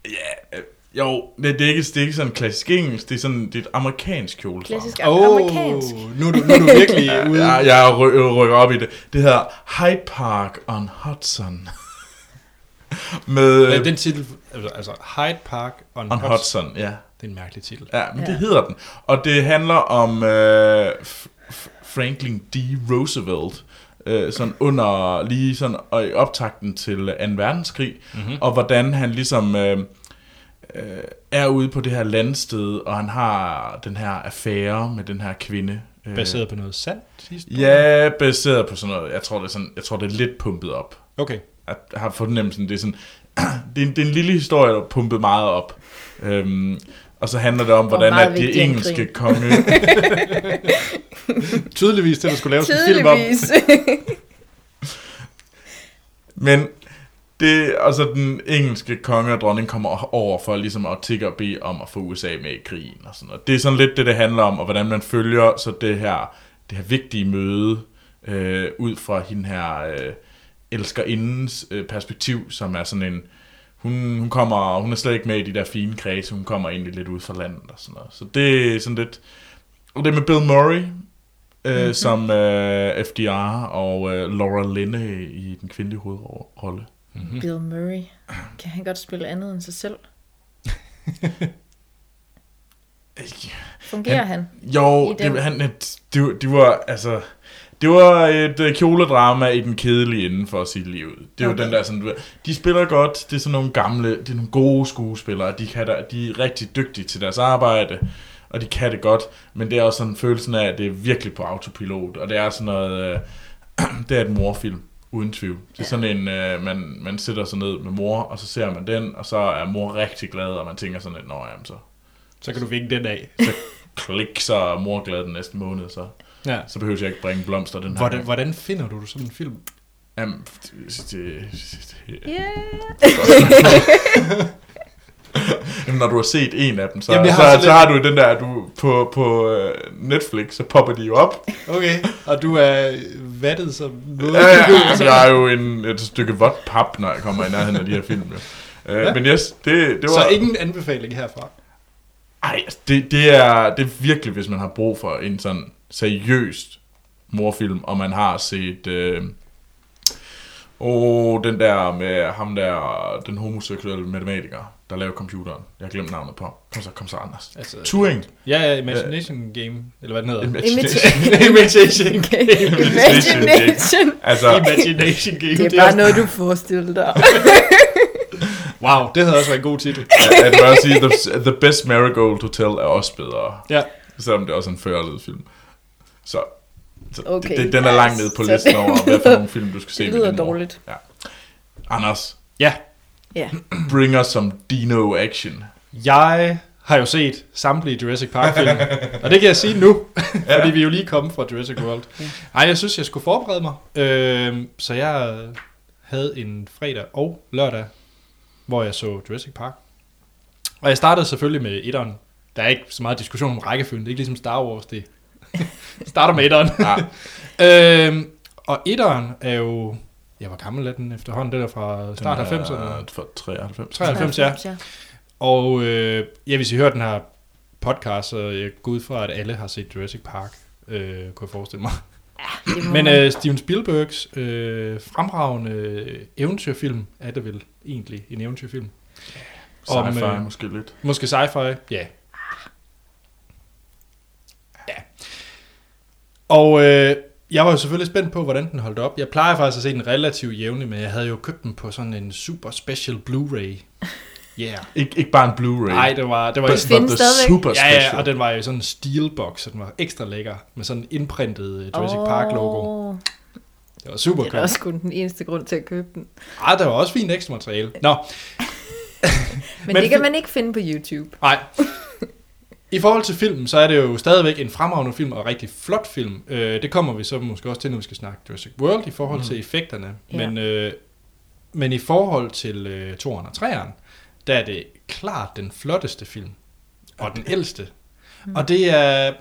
Speaker 2: ja, øh, jo, det, det, er ikke, det er ikke sådan klassisk engelsk, det er sådan det er et amerikansk kjoledrama.
Speaker 3: Klassisk
Speaker 1: Åh,
Speaker 3: amerikansk.
Speaker 1: nu, er du, nu er du virkelig ude.
Speaker 2: Ja, jeg ry- rykker op i det. Det hedder Hyde Park on Hudson. Med
Speaker 1: Øh, Den titel, altså- altså Hyde Park on,
Speaker 2: on
Speaker 1: Hudson.
Speaker 2: Hudson, ja.
Speaker 1: Det er en mærkelig titel.
Speaker 2: Ja, men
Speaker 3: Ja.
Speaker 2: det hedder den. Og det handler om øh, F- F- Franklin D. Roosevelt, øh, sådan under lige sådan og i optakten til 2. verdenskrig, mm-hmm. og hvordan han ligesom øh, øh, er ude på det her landsted, og han har den her affære med den her kvinde. øh,
Speaker 1: Baseret på noget sandt historie?
Speaker 2: Ja, baseret på sådan noget. Jeg tror, det er, sådan, jeg tror, det er lidt pumpet op.
Speaker 1: Okay.
Speaker 2: Jeg har fornemmelsen, det er sådan... det, er en, det er en lille historie, der er pumpet meget op. Øhm, og så handler det om,
Speaker 3: Hvor
Speaker 2: hvordan
Speaker 3: meget
Speaker 2: at det
Speaker 3: vigtig en
Speaker 2: engelske
Speaker 3: krig.
Speaker 2: konge...
Speaker 1: Tydeligvis det, der skulle laves en film om.
Speaker 3: Tydeligvis.
Speaker 2: Men det, altså den engelske konge og dronning kommer over for ligesom at tikke og bede om at få USA med i krigen og sådan noget. Det er sådan lidt det, det handler om, og hvordan man følger så det her, det her vigtige møde øh, ud fra hende her øh, elskerindens øh, perspektiv, som er sådan en, hun, hun, kommer, hun er slet ikke med i de der fine kredse, hun kommer egentlig lidt ud fra landet og sådan noget. Så det er sådan lidt, og det er med Bill Murray, øh, mm-hmm. som øh, FDR og øh, Laura Linney i den kvindelige hovedrolle. Hmm.
Speaker 3: Bill Murray. Kan han godt spille andet end sig selv? Fungerer han?
Speaker 2: Jo,
Speaker 3: I den.
Speaker 2: det, han, det, det, det var altså... Det var et øh, kjoledrama i den kedelige ende for at sige det lige ud. Det er okay.
Speaker 3: Okay.
Speaker 2: jo den der sådan, du ved, de spiller godt, det er sådan nogle gamle, det er nogle gode skuespillere, de, kan der, de er rigtig dygtige til deres arbejde, og de kan det godt, men det er også sådan følelsen af, at det er virkelig på autopilot, og det er sådan noget, øh, det er et morfilm, uden tvivl. Det er sådan en, øh, man, man sætter sig ned med mor, og så ser man den, og så er mor rigtig glad, og man tænker sådan lidt, nå jamen så
Speaker 1: Så kan du vinke den af.
Speaker 2: klik, så er mor glad den næste måned, så,
Speaker 1: Ja.
Speaker 2: så behøver jeg ikke bringe blomster den her
Speaker 1: Hvordan,
Speaker 2: gang.
Speaker 1: hvordan finder du sådan en film?
Speaker 2: Jamen, det, det, det,
Speaker 3: Yeah.
Speaker 2: jamen, når du har set en af dem, så,
Speaker 1: Jamen,
Speaker 2: Jamen,
Speaker 1: jeg
Speaker 2: har
Speaker 1: har
Speaker 2: så, så,
Speaker 1: sådan lidt-
Speaker 2: har du den der, du på, på øh, Netflix, så popper de jo op.
Speaker 1: Okay, og du er vattet som noget.
Speaker 2: Ja, ja, altså, jeg er jo en, et stykke vådt pap, når jeg kommer i nærheden af de her film. Jo. Øh,
Speaker 1: Ja.
Speaker 2: Men yes, det, det var...
Speaker 1: Så ingen anbefaling herfra.
Speaker 2: Ej, altså, det, det, er, det er virkelig, hvis man har brug for en sådan seriøst morfilm, og man har set... Øh, åh, den der med ham der, den homoseksuelle matematiker, der laver computeren. Jeg har glemt navnet på ham. Kom så, kom så, Anders.
Speaker 1: Altså,
Speaker 2: Turing.
Speaker 1: ja, ja, Imagination Game, eller hvad den hedder.
Speaker 2: Imitation.
Speaker 3: Okay.
Speaker 2: Imagination.
Speaker 3: Imagination.
Speaker 2: altså,
Speaker 1: Imagination Game.
Speaker 3: Det er bare noget, du forestiller dig.
Speaker 1: Wow, det havde også været en god titel.
Speaker 2: jeg vil også sige, the, the Best Marigold Hotel er også bedre.
Speaker 1: Ja.
Speaker 2: Selvom det er også en førerled film. Så, så
Speaker 3: Okay.
Speaker 2: okay. det, den er langt nede på
Speaker 3: Så
Speaker 2: listen
Speaker 3: det
Speaker 2: over, hvad for
Speaker 3: lyder-
Speaker 2: nogle film, du skal se.
Speaker 3: Det
Speaker 2: med
Speaker 3: lyder
Speaker 2: den mor.
Speaker 3: dårligt.
Speaker 2: Anders,
Speaker 1: Ja,
Speaker 3: Ja.
Speaker 2: bring us some Dino action.
Speaker 1: jeg har jo set samtlige Jurassic Park film, og det kan jeg sige nu, fordi vi er jo lige kommet fra Jurassic World. Ej, jeg synes, jeg skulle forberede mig, øhm, så jeg øh, havde en fredag og lørdag, hvor jeg så Jurassic Park. Og jeg startede selvfølgelig med etteren. Der er ikke så meget diskussion om rækkefølgen, det er ikke ligesom Star Wars, det starter med etteren.
Speaker 2: Ja,
Speaker 1: Øhm, og etteren er jo... Jeg var gammel af den efterhånden, den er fra start af 90'erne.
Speaker 2: For 93.
Speaker 1: 93, ja. Og øh, ja, hvis I hører den her podcast, så jeg går ud fra, at alle har set Jurassic Park, øh, kunne jeg forestille mig.
Speaker 3: Det må
Speaker 1: Men
Speaker 3: man.
Speaker 1: øh, Steven Spielbergs øh, fremragende eventyrfilm er det vel egentlig en eventyrfilm. Om,
Speaker 2: Sci-fi
Speaker 1: øh,
Speaker 2: måske lidt.
Speaker 1: Måske sci-fi, ja. Ja. Og øh, jeg var jo selvfølgelig spændt på, hvordan den holdt op. Jeg plejer faktisk at se den relativt jævnligt, men jeg havde jo købt den på sådan en super special Blu-ray. Yeah.
Speaker 2: Ik- ikke bare en Blu-ray.
Speaker 1: Nej, det var, det var
Speaker 2: but,
Speaker 1: i-
Speaker 2: but
Speaker 3: findes
Speaker 2: the
Speaker 3: stadigvæk.
Speaker 2: super
Speaker 1: Ja,
Speaker 2: special.
Speaker 1: ja, og den var jo sådan en steelbox, så den var ekstra lækker, med sådan en indprintet øh, Jurassic
Speaker 3: Åh,
Speaker 1: oh. Park-logo. Det var super
Speaker 3: Det er da
Speaker 1: cool.
Speaker 3: også kun den eneste grund til at købe den.
Speaker 1: Ej, der var også fint ekstra materiale. Nå,
Speaker 3: Men,
Speaker 1: Men
Speaker 3: det kan
Speaker 1: fi-
Speaker 3: man ikke finde på YouTube.
Speaker 1: Nej. I forhold til filmen, så er det jo stadigvæk en fremragende film og rigtig flot film. Øh, det kommer vi så måske også til, når vi skal snakke Jurassic World i forhold til effekterne.
Speaker 3: Ja.
Speaker 1: Men, øh, men i forhold til øh, 2'eren og 3'eren, der er det klart den flotteste film. Og den ældste. Og det er,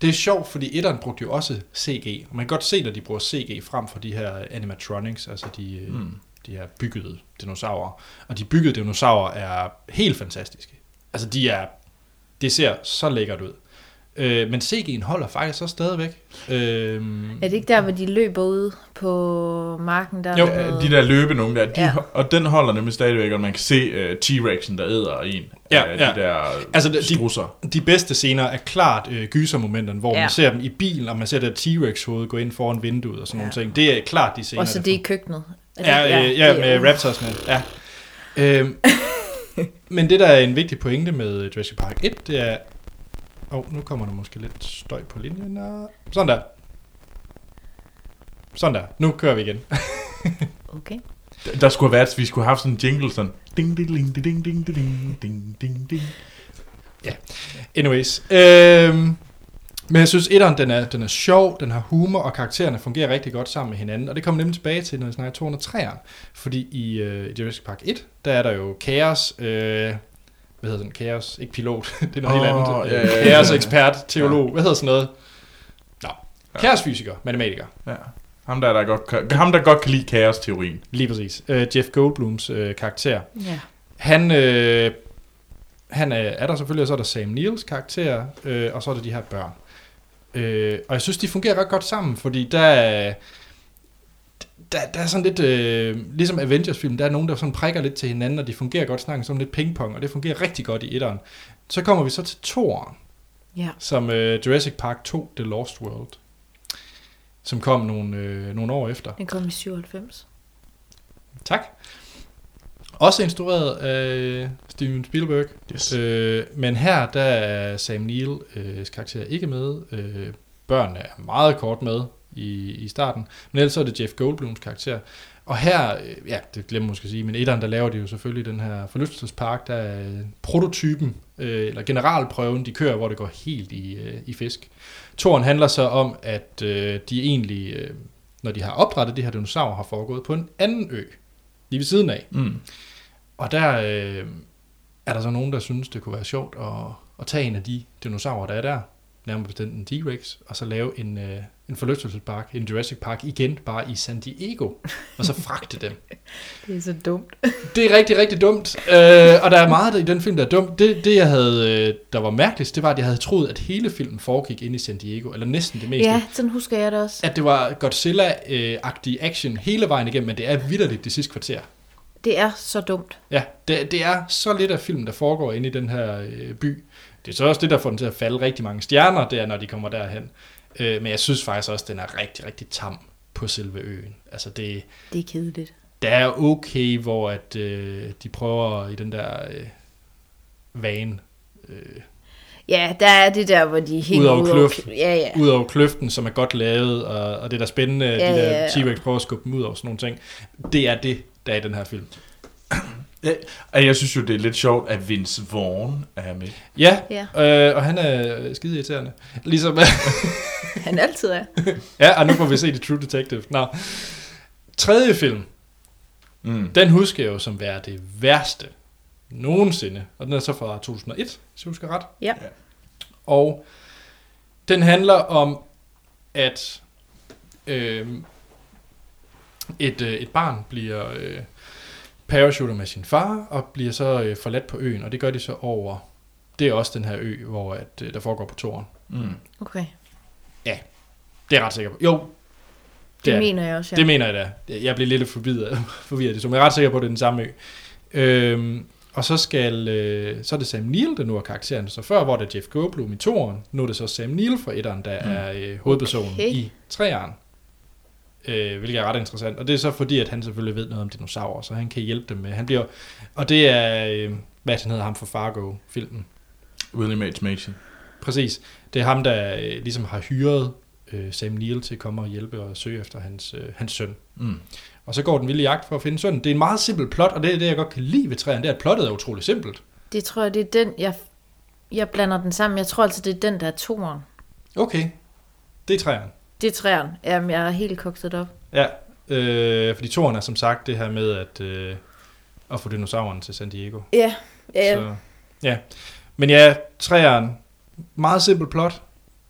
Speaker 1: det er sjovt, fordi etteren brugte jo også CG. Og man kan godt se, når de bruger CG frem for de her animatronics, altså de, øh,
Speaker 2: Mm.
Speaker 1: de her byggede dinosaurer. Og de byggede dinosaurer er helt fantastiske. Altså de er, det ser så lækkert ud. Øh, men CG'en holder faktisk så stadigvæk. Øh,
Speaker 3: Er det ikke der, hvor de løber ude på marken? Der er
Speaker 1: Jo,
Speaker 3: noget-
Speaker 2: Øh, de der løbenunge der, de,
Speaker 3: Ja.
Speaker 2: ja. og den holder nemlig stadigvæk, og man kan se uh, T-Rexen, der æder en
Speaker 1: Ja,
Speaker 2: af
Speaker 1: ja.
Speaker 2: de der
Speaker 1: Altså,
Speaker 2: altså,
Speaker 1: det- de-
Speaker 2: strusser.
Speaker 1: de bedste scener er klart øh, gysermomenterne, hvor ja.
Speaker 3: Ja.
Speaker 1: man ser dem i bilen, og man ser der T-Rex-hoved gå ind foran vinduet og sådan ja. nogle ting. Det er klart de scener.
Speaker 3: Og så
Speaker 1: der
Speaker 3: det i køkkenet. Er det-
Speaker 1: Ja, øh, ja,
Speaker 3: det er-
Speaker 1: med Raptorsne. Ja. Øhm, men det, der er en vigtig pointe med øh, Jurassic Park 1, det er... Åh, oh, nu kommer der måske lidt støj på linjen. og- Sådan der. Sådan der. Nu kører vi igen.
Speaker 3: Okay.
Speaker 2: Der- Der skulle have været, vi skulle have haft sådan en jingle, sådan ding, ding, ding, ding, ding, ding, ding, ding, ding.
Speaker 1: Anyways. Øhm, men jeg synes, etteren, den er, den er sjov, den har humor, og karaktererne fungerer rigtig godt sammen med hinanden. Og det kommer nemlig tilbage til, når vi snakker 203'eren. Fordi i øh, Jurassic Park 1, der er der jo kaos... Øh, hvad hedder den? Kaos, ikke pilot, det er noget helt
Speaker 2: Åh,
Speaker 1: andet.
Speaker 2: ja,
Speaker 1: Øh,
Speaker 2: ja, ja.
Speaker 1: Kaos ekspert, teolog, hvad hedder sådan noget? Nå, kaosfysiker, matematiker,
Speaker 2: Ja. Ham der, der godt kan, ham der godt kan lide kaosteorien.
Speaker 1: lige præcis. Øh, Jeff Goldblums øh, karakter.
Speaker 3: Ja.
Speaker 1: Han, øh, han er, er der selvfølgelig, og så er der Sam Neils karakter, øh, og så er der de her børn. Øh, og jeg synes, de fungerer ret godt sammen, fordi der er, der, der er sådan lidt, øh, ligesom Avengers-film, der er nogen, der sådan prikker lidt til hinanden, og de fungerer godt snakken som lidt pingpong, og det fungerer rigtig godt i etteren. Så kommer vi så til toeren,
Speaker 3: Ja.
Speaker 1: som øh, Jurassic Park 2, The Lost World, som kom nogle, øh, nogle år efter.
Speaker 3: Den kom i 97.
Speaker 1: Tak. Også instrueret af Steven Spielberg.
Speaker 2: Yes.
Speaker 1: Øh, men her, der er Sam Neill øh, karakter ikke med. Øh, børnene er meget kort med i, i starten. Men ellers så er det Jeff Goldblums karakter. Og her, øh, ja, det glemmer jeg måske at sige, men etteren, der laver de jo selvfølgelig den her forlystelsespark, der er øh, prototypen, øh, eller generalprøven, de kører, hvor det går helt i, øh, i fisk. Toren handler så om, at øh, de egentlig, øh, når de har opdrettet de her dinosaurer, har foregået på en anden ø, lige ved siden af.
Speaker 2: Mm.
Speaker 1: Og der øh, er der så nogen, der synes, det kunne være sjovt at, at tage en af de dinosaurer, der er der, nærmere bestemt en T-Rex, og så lave en, øh, en forlystelsespark, en Jurassic Park igen, bare i San Diego, og så fragte dem.
Speaker 3: Det er så dumt.
Speaker 1: Det er rigtig, rigtig dumt, øh, og der er meget i den film, der er dumt. Det, det jeg havde, øh, der var mærkeligst, det var, at jeg havde troet, at hele filmen foregik inde i San Diego, eller næsten det meste.
Speaker 3: Ja, sådan husker jeg det også.
Speaker 1: At det var Godzilla-agtig action hele vejen igennem, men det er vidderligt det sidste kvarter.
Speaker 3: Det er så dumt.
Speaker 1: Ja, det, det er så lidt af filmen, der foregår inde i den her øh, by. Det er så også det, der får den til at falde rigtig mange stjerner, det er, når de kommer derhen. Øh, men jeg synes faktisk også, den er rigtig, rigtig tam på selve øen. Altså, det,
Speaker 3: Det er kedeligt.
Speaker 1: det er okay, hvor at, øh, de prøver i den der øh, van øh,
Speaker 3: Ja, der er det der, hvor de hænger
Speaker 1: Ud over
Speaker 3: kl-
Speaker 1: kløften.
Speaker 3: Ja, ja.
Speaker 1: ud over kløften, som er godt lavet, og, og det der spændende, ja,
Speaker 3: ja,
Speaker 1: de der
Speaker 3: ja.
Speaker 1: T-Rex prøver at skubbe dem ud over sådan nogle ting. Det er det, der er i den her film.
Speaker 2: Ja, og jeg synes jo, det er lidt sjovt, at Vince Vaughn er med.
Speaker 1: Ja,
Speaker 3: Ja,
Speaker 1: øh, og han er skide irriterende. Ligesom,
Speaker 3: han altid er.
Speaker 1: Ja, og nu får vi se The True Detective. Nå. Tredje film,
Speaker 2: Mm.
Speaker 1: den husker jeg jo som være det værste nogensinde. Og den er så fra 2001, hvis jeg husker ret.
Speaker 3: Ja.
Speaker 2: Ja.
Speaker 1: Og den handler om, at øh, et, øh, et barn bliver øh, parachuter med sin far, og bliver så øh, forladt på øen. Og det gør de så over, det er også den her ø, hvor at, øh, der foregår på toren.
Speaker 2: Mm.
Speaker 3: Okay.
Speaker 1: Det er jeg ret sikker på. Jo,
Speaker 3: Det, det mener jeg også, ja.
Speaker 1: Det mener jeg da. Jeg blev lidt forvirret, forvirret så jeg er ret sikker på, at det er den samme ø. Øhm, og så skal øh, så er det Sam Neill, der nu er karakteren. Så før var det Jeff Goldblum i toeren, nu er det så Sam Neill fra etteren, der
Speaker 2: Mm.
Speaker 1: er øh, hovedpersonen okay.
Speaker 3: Okay.
Speaker 1: i treeren. Øh, hvilket er ret interessant. Og det er så fordi, at han selvfølgelig ved noget om dinosaurer, så han kan hjælpe dem med. Han bliver, og det er, øh, hvad han hedder ham fra Fargo-filmen.
Speaker 2: William H. Macy.
Speaker 1: Præcis. Det er ham, der øh, ligesom har hyret øh, Sam Neill til at komme og hjælpe og søge efter hans, øh, hans søn.
Speaker 2: Mm.
Speaker 1: Og så går den vilde jagt for at finde sønnen. Det er en meget simpel plot, og det er det, jeg godt kan lide ved træerne. Det er, at plottet er utrolig simpelt.
Speaker 3: Det tror jeg, det er den, jeg, jeg blander den sammen. Jeg tror altså, det er den, der er toeren.
Speaker 1: Okay. Det er træerne.
Speaker 3: Det er træeren. Jamen, jeg er helt kokset op.
Speaker 1: Ja. Øh, fordi toren er som sagt det her med at, øh, at få dinosauren til San Diego.
Speaker 3: Ja,
Speaker 1: Så, ja. Men ja, træeren. Meget simpel plot.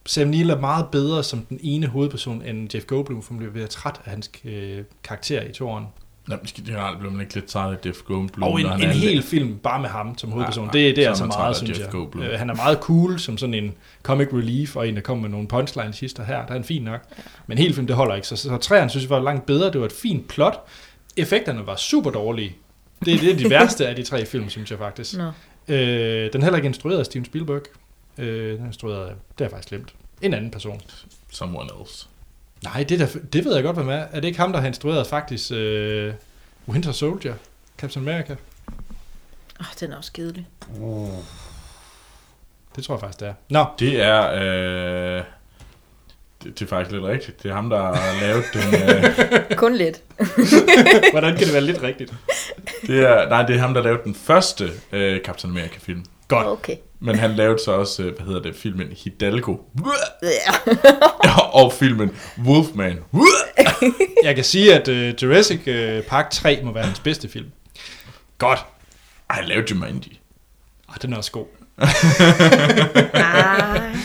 Speaker 1: Sam Neill er meget bedre som den ene hovedperson end Jeff Goldblum, for han bliver ved at træt af hans øh, karakter i toren.
Speaker 2: Nå, men skal- generelt bliver man ikke lidt træt af Jeff Goldblum.
Speaker 1: Og en,
Speaker 2: når han
Speaker 1: en
Speaker 2: er-
Speaker 1: hel film bare med ham som hovedperson.
Speaker 2: nej,
Speaker 1: det, det
Speaker 2: så
Speaker 1: er
Speaker 2: er
Speaker 1: altså
Speaker 2: man træt
Speaker 1: meget,
Speaker 2: af
Speaker 1: synes
Speaker 2: Jeff
Speaker 1: jeg.
Speaker 2: Goldblum.
Speaker 1: Øh, Han er meget cool som sådan en comic relief, og en, der kommer med nogle punchlines hister her. Der er han fin nok. Men hele film, det holder ikke. Så, så, så træerne synes jeg var langt bedre. Det var et fint plot. Effekterne var super dårlige. Det, det er de værste af de tre film, synes jeg faktisk.
Speaker 3: Nå.
Speaker 1: Øh, den er heller ikke instrueret af Steven Spielberg. Øh, den er instrueret af, det er faktisk glemt, en anden person.
Speaker 2: Someone else.
Speaker 1: Nej, det, der, det ved jeg godt, hvem er. Er det ikke ham, der har instrueret faktisk øh, Winter Soldier, Captain America?
Speaker 3: Åh, den er også kedelig.
Speaker 1: Det tror jeg faktisk, det er. Nå,
Speaker 2: Det er... Øh, det, det er faktisk lidt rigtigt. Det er ham, der har lavet den... Øh,
Speaker 3: Kun lidt.
Speaker 1: hvordan kan det være lidt rigtigt?
Speaker 2: det er, nej, det er ham, der lavede den første øh, Captain America-film.
Speaker 1: Godt.
Speaker 3: Okay.
Speaker 2: Men han lavede så også, øh, hvad hedder det, filmen Hidalgo.
Speaker 3: Ja.
Speaker 2: og filmen Wolfman.
Speaker 1: Jeg kan sige, at øh, Jurassic øh, Park 3 må være hans bedste film. Godt.
Speaker 2: Ej, han lavede Jumanji.
Speaker 1: Ah, den er også god.
Speaker 3: Ah,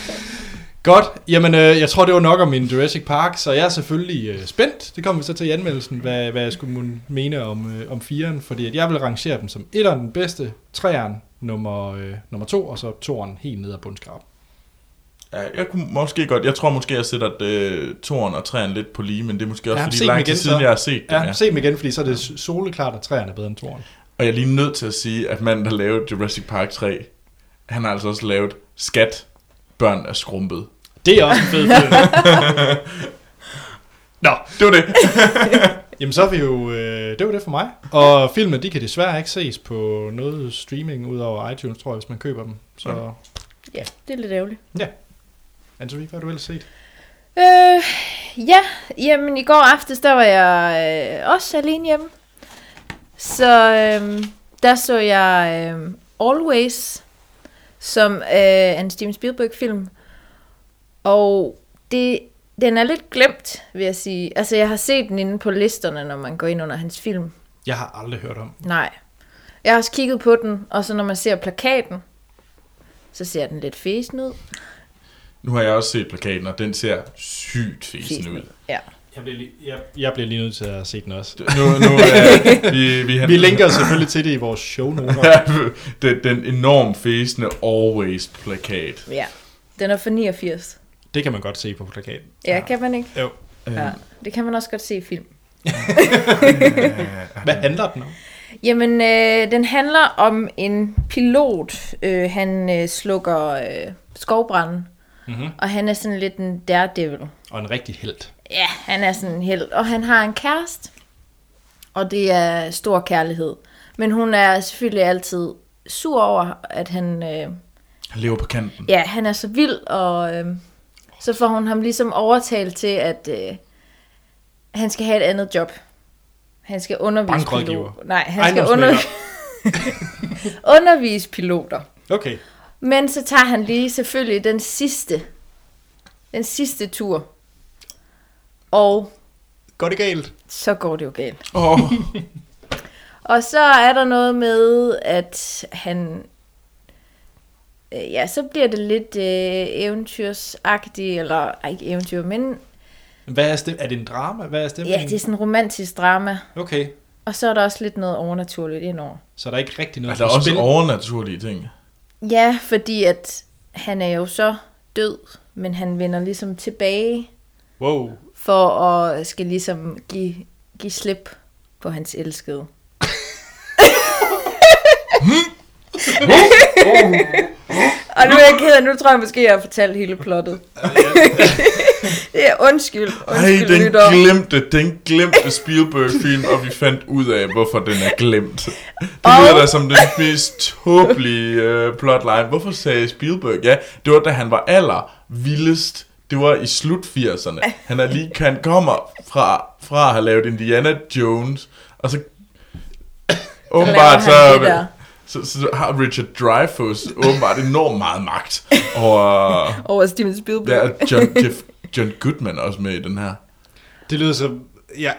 Speaker 1: Godt. Jamen, øh, jeg tror, det var nok om min Jurassic Park, så jeg er selvfølgelig øh, spændt. Det kommer vi så til i anmeldelsen, hvad, hvad jeg skulle mon- mene om, øh, om firen, fordi at jeg vil rangere dem som etteren den bedste, treeren nummer, øh, nummer to, og så toeren helt ned ad bundskrab.
Speaker 2: Ja, jeg kunne måske godt, jeg tror måske, jeg sætter øh, toren og træerne lidt på lige, men det er måske også,
Speaker 1: Ja, se
Speaker 2: fordi
Speaker 1: dem
Speaker 2: lang tid
Speaker 1: igen, så.
Speaker 2: siden, jeg har set dem.
Speaker 1: Ja, ja, se dem igen, fordi så er det soleklart, at treeren er bedre end toeren.
Speaker 2: Og jeg er lige nødt til at sige, at manden, der lavede Jurassic Park 3, han har altså også lavet Skat, Børn er skrumpet.
Speaker 1: Det er også en fed film. Nå,
Speaker 2: Det var det.
Speaker 1: Jamen så er vi jo, øh, det var det for mig. Og filmen, de kan desværre ikke ses på noget streaming udover iTunes, tror jeg, hvis man køber dem. Så
Speaker 2: Ja.
Speaker 3: ja, det er lidt ærgerligt.
Speaker 1: Antoine, hvad har du ellers set?
Speaker 3: Øh, ja, jamen i går aftes, der var jeg øh, også alene hjemme. Så øh, der så jeg øh, Always, som øh, er en Steven Spielberg-film. Og det, den er lidt glemt, vil jeg sige. Altså, jeg har set den inde på listerne, når man går ind under hans film.
Speaker 1: Jeg har aldrig hørt om.
Speaker 3: Nej. Jeg har også kigget på den, og så når man ser plakaten, så ser den lidt fesen ud.
Speaker 2: Nu har jeg også set plakaten, og den ser sygt fisen ud.
Speaker 3: Ja.
Speaker 1: Jeg bliver, lige, jeg, jeg bliver lige nødt til at se den også.
Speaker 2: Nu, nu øh, vi, vi,
Speaker 1: Vi linker selvfølgelig til det i vores shownoter.
Speaker 2: Ja, den, den enormt fæsende Always-plakat.
Speaker 3: ja. Den er fra 89.
Speaker 1: Det kan man godt se på plakaten.
Speaker 3: Ja, ja. kan man ikke?
Speaker 1: Jo. Øh.
Speaker 3: Ja. Det kan man også godt se i film.
Speaker 1: Hvad handler den om?
Speaker 3: Jamen, øh, den handler om en pilot. Øh, han øh, slukker øh, skovbranden,
Speaker 1: Mhm.
Speaker 3: mm-hmm. og han er sådan lidt en daredevil.
Speaker 1: Og en rigtig held.
Speaker 3: Ja, han er sådan en held, og han har en kæreste, og det er stor kærlighed. Men hun er selvfølgelig altid sur over, at han... Øh,
Speaker 2: Han lever på kanten.
Speaker 3: ja, han er så vild, og øh, så får hun ham ligesom overtalt til, at øh, han skal have et andet job. Han skal undervise
Speaker 1: Bankrådgiver.
Speaker 3: piloter. Nej, han skal under...
Speaker 1: Ejendomsmægler.
Speaker 3: undervise piloter.
Speaker 1: Okay.
Speaker 3: Men så tager han lige selvfølgelig den sidste, den sidste tur. Og
Speaker 1: Går det galt?
Speaker 3: så går det jo galt.
Speaker 2: Åh, oh,
Speaker 3: Og så er der noget med, at han... øh, Ja, så bliver det lidt øh, eventyrsagtigt, eller ej, ikke eventyr, men
Speaker 1: Hvad er, stem- er det en drama? Hvad er stemningen?
Speaker 3: Ja, det er sådan en romantisk drama.
Speaker 1: Okay.
Speaker 3: Og så er der også lidt noget overnaturligt indover.
Speaker 1: Så der er ikke rigtig
Speaker 2: er
Speaker 1: noget
Speaker 2: der
Speaker 1: på
Speaker 2: Altså, også
Speaker 1: spil?
Speaker 2: overnaturlige ting?
Speaker 3: Ja, fordi at han er jo så død, men han vender ligesom tilbage
Speaker 1: Wow.
Speaker 3: for at skal ligesom give, give slip på hans elskede. Og nu er jeg ked af, nu tror jeg måske, jeg har fortalt hele plottet. det er undskyld,
Speaker 2: Ej,
Speaker 3: undskyld,
Speaker 2: den
Speaker 3: lytter.
Speaker 2: glemte, den glemte Spielberg-film, og vi fandt ud af, hvorfor den er glemt. Det
Speaker 3: Og-
Speaker 2: lyder da som den mest tåbelige øh, plotline. Hvorfor sagde Spielberg? Ja, det var da han var aller vildest. Det var i slut 80'erne. Han, er lige, han kommer fra, fra at have lavet Indiana Jones, og så åbenbart
Speaker 3: Så laver han det der.
Speaker 2: så, så, så, har Richard Dreyfuss åbenbart enormt meget magt over
Speaker 3: Over Steven Spielberg.
Speaker 2: der er John, Jeff, John Goodman også med i den her.
Speaker 1: Det lyder som... Ja.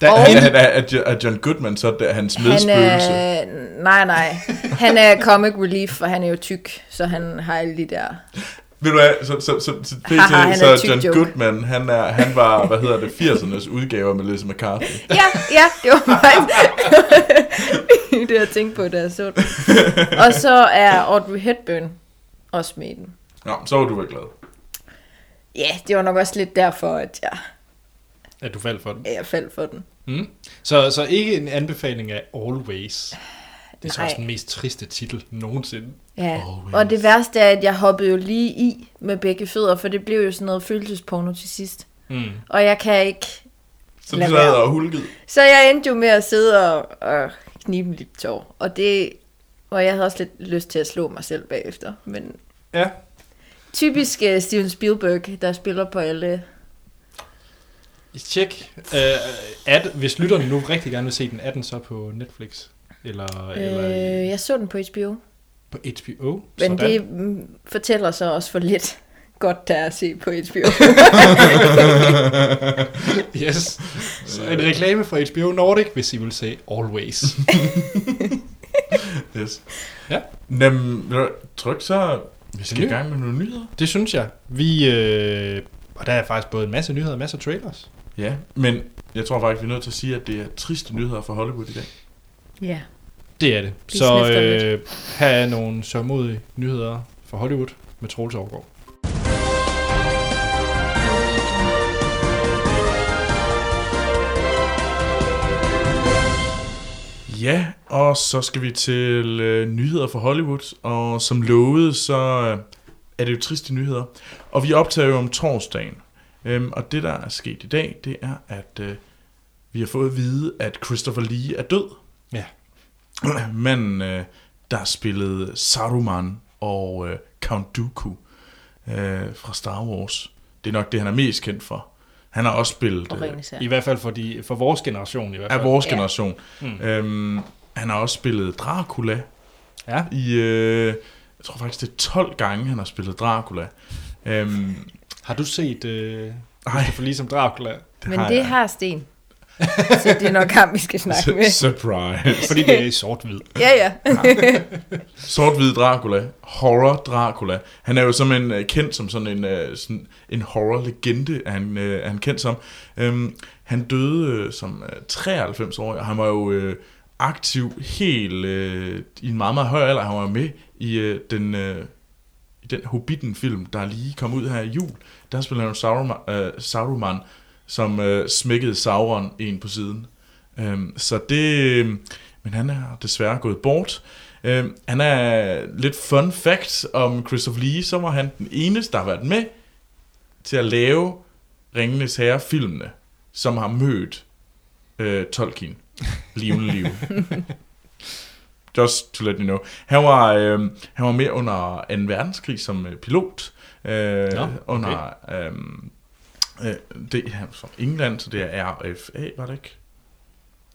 Speaker 1: Der er
Speaker 3: Og-
Speaker 2: Er,
Speaker 1: intet-
Speaker 2: er, er, Jo- er John Goodman så der, hans
Speaker 3: Han
Speaker 2: medspøgelse?
Speaker 3: er, nej, nej. Han er comic relief, for han er jo tyk, så han har alle de der
Speaker 2: Ved du hvad, så, så, så, så,
Speaker 3: Haha, Ah, han
Speaker 2: PT,
Speaker 3: er
Speaker 2: så
Speaker 3: tyk
Speaker 2: John
Speaker 3: joke.
Speaker 2: Goodman, han, er, han var, hvad hedder det, 80'ernes udgave af Melissa McCarthy.
Speaker 3: Ja, ja, det var faktisk det, jeg tænkte på, da jeg så den. Og så er Audrey Hepburn også med i den.
Speaker 2: Nå, så var du vel glad.
Speaker 3: Ja, det var nok også lidt derfor, at jeg,
Speaker 1: At du faldt for den.
Speaker 3: at jeg faldt for den.
Speaker 1: Mm. Så, så ikke en anbefaling af Always. Det er så
Speaker 3: Nej.
Speaker 1: også den mest triste titel nogensinde.
Speaker 3: Ja,
Speaker 2: Always.
Speaker 3: og det værste er, at jeg hoppede jo lige i med begge fødder, for det blev jo sådan noget følelsesporno til sidst.
Speaker 1: Mm.
Speaker 3: Og jeg kan ikke...
Speaker 2: Så
Speaker 3: Lad
Speaker 2: du sad
Speaker 3: være.
Speaker 2: og hulkede.
Speaker 3: Så jeg endte jo med at sidde og, og knibe en lille tår. Og det... Og jeg havde også lidt lyst til at slå mig selv bagefter. Men
Speaker 1: Ja.
Speaker 3: typisk uh, Steven Spielberg, der spiller på alle...
Speaker 1: Tjek. Øh, at, hvis lytterne nu rigtig gerne vil se den, er den så på Netflix? Eller, øh, eller
Speaker 3: Øh,
Speaker 1: i-
Speaker 3: jeg så den på HBO.
Speaker 1: på HBO?
Speaker 3: Men
Speaker 1: Sådan.
Speaker 3: det mm, fortæller så også for lidt godt, der er at se på HBO.
Speaker 1: Yes. Så en reklame for HBO Nordic, hvis I vil se Always.
Speaker 2: Yes.
Speaker 1: Ja.
Speaker 2: Nem, tryk så, vi skal i
Speaker 1: Tillykke.
Speaker 2: gang med nogle nyheder.
Speaker 1: det synes jeg. Vi, øh, og der er faktisk både en masse nyheder og masser af trailers.
Speaker 2: Ja, men jeg tror faktisk, vi er nødt til at sige, at det er triste nyheder fra Hollywood i dag.
Speaker 3: ja.
Speaker 1: Det er det.
Speaker 3: Vi
Speaker 1: så
Speaker 3: snifter
Speaker 1: øh, her er nogle sørmodige nyheder fra Hollywood med Troels Overgaard.
Speaker 2: Ja, og så skal vi til øh, nyheder fra Hollywood, og som lovet, så øh, er det jo triste nyheder. Og vi optager jo om torsdagen, øhm, og det der er sket i dag, det er, at øh, vi har fået at vide, at Christopher Lee er død.
Speaker 1: Ja.
Speaker 2: Manden, øh, der spillede Saruman og øh, Count Dooku øh, fra Star Wars. Det er nok det, han er mest kendt for. Han har også spillet...
Speaker 3: Og
Speaker 2: øh,
Speaker 3: Ringens
Speaker 1: I hvert fald for, de, for vores generation i hvert fald.
Speaker 2: af vores
Speaker 3: Ja.
Speaker 2: generation.
Speaker 1: Mm.
Speaker 2: Øhm, han har også spillet Dracula
Speaker 1: Ja.
Speaker 2: i, øh, jeg tror faktisk det er 12 gange, han har spillet Dracula. Øhm,
Speaker 1: Har du set øh,
Speaker 2: ej,
Speaker 1: for ligesom Dracula?
Speaker 2: det
Speaker 3: Men
Speaker 2: har
Speaker 3: det
Speaker 2: jeg.
Speaker 3: har Sten. Så det er nok ham, vi skal snakke med.
Speaker 2: Su- Surprise.
Speaker 1: Fordi det er i sort-hvid.
Speaker 3: Ja, ja.
Speaker 2: Sort-hvid Dracula. Horror Dracula. Han er jo som en øh, kendt som sådan en, øh, sådan en horror-legende, er han, øh, er han kendt som. Øhm, han døde øh, som øh, 93 år, og han var jo øh, aktiv helt øh, i en meget, meget høj alder. Han var med i øh, den... Øh, i den Hobbiten-film, der lige kom ud her i jul, der spiller han jo Saruman, øh, Saruman som øh, smækkede Sauron en på siden. Øhm, så det... Men han er desværre gået bort. Øhm, han er lidt fun fact om Christopher Lee, så var han den eneste, der har været med til at lave Ringenes Herre-filmene, som har mødt øh, Tolkien. Levende liv. Just to let you know. Han var, øh, han var med under 2. verdenskrig som øh, pilot. Øh,
Speaker 1: okay.
Speaker 2: Under øhm, øh, det er fra England, så det er RFA, var det ikke?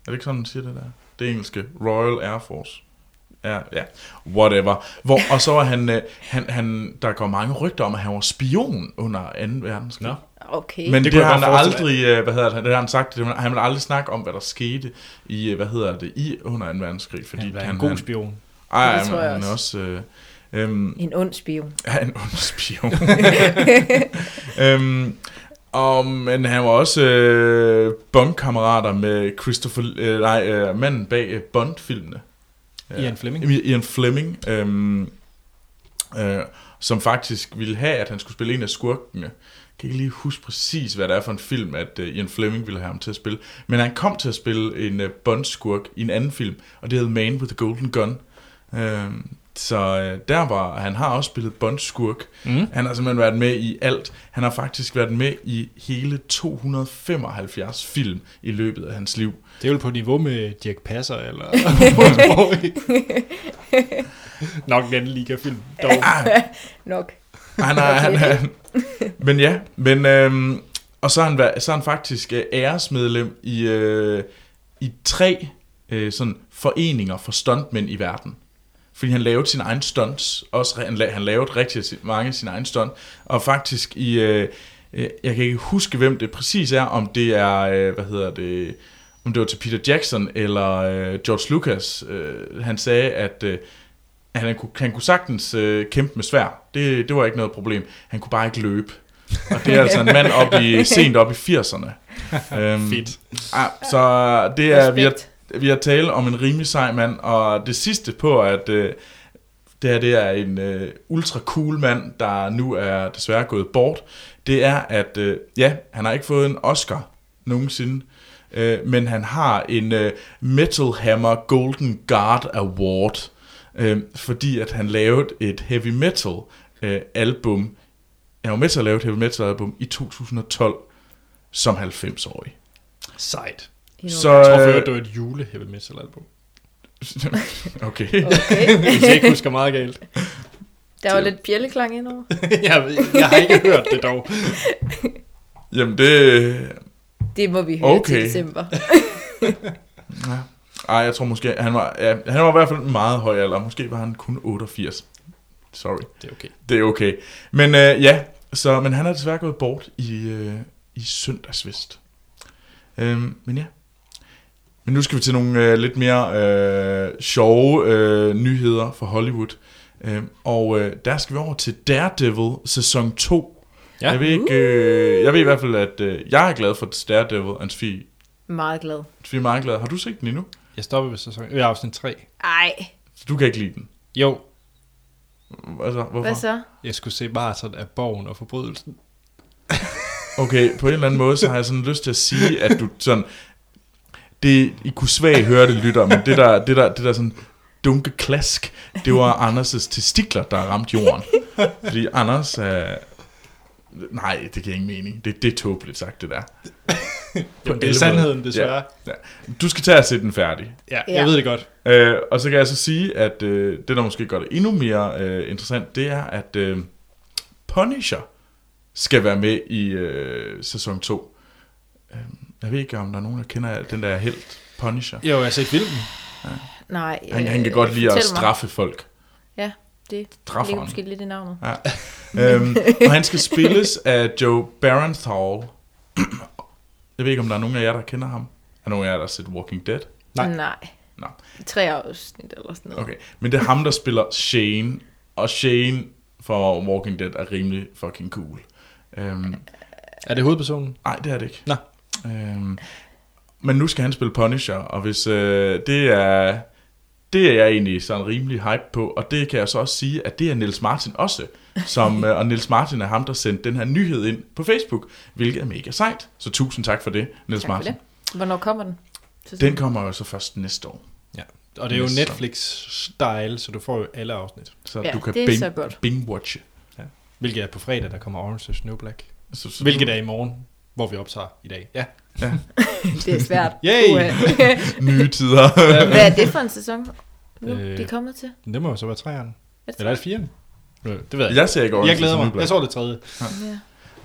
Speaker 2: Er det ikke sådan, man siger det der? Det engelske. Royal Air Force. Ja, ja. Whatever. Hvor, og så var han, øh, han, han, der går mange rygter om, at han var spion under 2. verdenskrig.
Speaker 1: Nå.
Speaker 3: Okay.
Speaker 2: Men
Speaker 1: Det
Speaker 2: det, det
Speaker 1: kunne
Speaker 2: har
Speaker 1: jeg
Speaker 2: han
Speaker 1: godt forestille
Speaker 2: aldrig, øh, hvad hedder det, det har han sagt, det, han vil aldrig snakke om, hvad der skete i, øh, hvad hedder det, i under 2. verdenskrig, fordi
Speaker 1: Han er en god spion.
Speaker 2: ej,
Speaker 3: Det tror jeg
Speaker 2: han er også, øh, øhm,
Speaker 3: En ond spion.
Speaker 2: er en ond spion. øhm, og, men han var også øh, bondkammerater med Christopher, øh, nej, øh, manden bag øh, Bond-filmene. Ja.
Speaker 1: Ian Fleming.
Speaker 2: Ian Fleming, øhm, øh, som faktisk ville have, at han skulle spille en af skurkene. Jeg kan ikke lige huske præcis, hvad det er for en film, at øh, Ian Fleming ville have ham til at spille. Men han kom til at spille en øh, Bond-skurk i en anden film, og det hed Man with the Golden Gun. Øhm, så øh, der var, han har også spillet Bond-skurk.
Speaker 1: Mm.
Speaker 2: Han har simpelthen været med i alt. Han har faktisk været med i hele 275 film i løbet af hans liv.
Speaker 1: Det er jo på niveau med Dirk Passer, eller... Nok en anden liga-film, dog.
Speaker 3: Nok.
Speaker 2: Han har, han, han, men ja, men øhm, og så har han, været, så er han faktisk øh, æresmedlem i, øh, i tre øh, sådan foreninger for stuntmænd i verden. Fordi han lavede sine egne stunts, også re- han, la- han lavede rigtig si- mange af sine egne stunts, og faktisk i, øh, øh, jeg kan ikke huske, hvem det præcis er, om det er, øh, hvad hedder det, om det var til Peter Jackson eller øh, George Lucas, øh, han sagde, at øh, han kunne, han kunne sagtens øh, kæmpe med svær. Det, det var ikke noget problem. Han kunne bare ikke løbe. Og det er altså en mand op i, sent op i 80'erne. Øhm,
Speaker 1: Fedt.
Speaker 2: Ah, så det er, vi har,
Speaker 3: Respekt.
Speaker 2: vi har tale om en rimelig sej mand, og det sidste på, at øh, det her det er en øh, ultra cool mand, der nu er desværre gået bort, det er, at øh, ja, han har ikke fået en Oscar nogensinde, øh, men han har en øh, Metal Hammer Golden Guard Award, øh, fordi at han lavede et heavy metal øh, album, jeg var med til at lave et heavy metal album i 2012, som 90-årig.
Speaker 1: Sejt.
Speaker 2: Så,
Speaker 1: Jeg tror for
Speaker 2: øh,
Speaker 1: øvrigt, det var et jule heavy metal album.
Speaker 2: Okay.
Speaker 3: Okay.
Speaker 1: Hvis jeg ikke husker meget galt.
Speaker 3: Der var lidt bjælleklang indover.
Speaker 1: jeg, ved- jeg har ikke hørt det dog.
Speaker 2: Jamen det...
Speaker 3: Det må vi høre okay. til
Speaker 2: Okay.
Speaker 3: december.
Speaker 2: Ej, jeg tror måske... Han var, ja, han var i hvert fald en meget høj alder. Måske var han kun 88. Sorry.
Speaker 1: Det er okay.
Speaker 2: Det er okay. Men øh, ja, så, men han er desværre gået bort i, øh, i søndagsvist. Øhm, men ja. Men nu skal vi til nogle øh, lidt mere øh, sjove øh, nyheder fra Hollywood. Øhm, og øh, der skal vi over til Daredevil sæson 2.
Speaker 1: Ja.
Speaker 2: Ja. Jeg, ved ikke, øh, jeg ved i hvert fald, at øh, jeg er glad for Daredevil, og Sofie
Speaker 3: Meget glad.
Speaker 2: Sofie er meget glad. Har du set den endnu?
Speaker 1: Jeg stopper ved sæson... Jeg er afsnit 3.
Speaker 3: Ej,
Speaker 2: Så du kan ikke lide den.
Speaker 1: Jo,
Speaker 2: Altså, hvorfor?
Speaker 3: hvad så?
Speaker 1: jeg skulle se Marathon af Borgen og Forbrydelsen.
Speaker 2: Okay, på en eller anden måde, så har jeg sådan lyst til at sige, at du sådan... Det, I kunne svagt høre det, lytter, men det der, det der, det der sådan dunke klask, det var Anders' testikler, der ramte jorden. Fordi Anders er... Nej, det giver ingen mening. Det, det er tåbeligt sagt, det der.
Speaker 1: Jamen, det er
Speaker 2: alle
Speaker 1: sandheden,
Speaker 2: måder.
Speaker 1: desværre.
Speaker 2: Ja. Du skal tage og se den færdig.
Speaker 1: Ja, ja,
Speaker 3: Ja.
Speaker 1: jeg ved det godt.
Speaker 2: Øh, og så kan jeg så sige, at øh, det, der måske gør det endnu mere øh, interessant, det er, at øh, Punisher skal være med i øh, sæson 2. Øh, jeg ved ikke, om der er nogen, der kender den der helt Punisher.
Speaker 1: Jo, jeg har set filmen.
Speaker 3: Nej.
Speaker 2: Han, han kan
Speaker 3: øh,
Speaker 2: godt lide at
Speaker 3: fortæl mig.
Speaker 2: straffe folk.
Speaker 3: Ja, det
Speaker 2: Straffer
Speaker 3: ligger
Speaker 2: han.
Speaker 3: måske lidt i navnet.
Speaker 2: Ja. øhm, og han skal spilles af Joe Barenthal. Jeg ved ikke, om der er nogen af jer, der kender ham. Er der nogen af jer, der har set Walking Dead?
Speaker 1: Nej.
Speaker 3: Nej.
Speaker 2: Nå.
Speaker 3: Tre afsnit eller sådan noget.
Speaker 2: Okay, men det er ham, der spiller Shane, og Shane for Walking Dead er rimelig fucking cool. Øhm,
Speaker 1: Er det hovedpersonen?
Speaker 2: nej, det er det ikke.
Speaker 1: Nå.
Speaker 2: Øhm, men nu skal han spille Punisher, og hvis øh, det er... Det er jeg egentlig sådan rimelig hype på, og det kan jeg så også sige, at det er Niels Martin også. Som, øh, og Niels Martin er ham, der sendte den her nyhed ind på Facebook, hvilket er mega sejt. Så tusind tak for det, Niels
Speaker 3: Tak for
Speaker 2: Martin.
Speaker 3: det. Hvornår kommer den? Så-
Speaker 2: Den kommer jo så først næste år,
Speaker 1: Ja. Og det er jo
Speaker 2: Yes.
Speaker 1: Netflix-style, så du får jo alle afsnit.
Speaker 2: så
Speaker 3: Ja,
Speaker 2: du kan
Speaker 3: det er
Speaker 2: bing,
Speaker 3: så godt.
Speaker 2: bing-watche.
Speaker 1: Hvilket er på fredag, der kommer Orange is the New Black.
Speaker 2: Så- så-
Speaker 1: Hvilket er i morgen, hvor vi optager i dag. Ja.
Speaker 3: Det er svært.
Speaker 1: Yay!
Speaker 3: Uha.
Speaker 2: nye tider.
Speaker 3: Hvad er det for en sæson? Nu,
Speaker 1: Øh.
Speaker 3: det er kommet til.
Speaker 1: Øhm, Men det må jo så være træerne.
Speaker 3: Hvad tror
Speaker 1: Eller er det firen? Nu, Det ved jeg ikke.
Speaker 2: jeg ser ikke
Speaker 1: Jeg
Speaker 2: Orange
Speaker 1: glæder
Speaker 2: is the New
Speaker 1: mig. Jeg
Speaker 2: Black.
Speaker 1: så det tredje.
Speaker 3: du? Ja.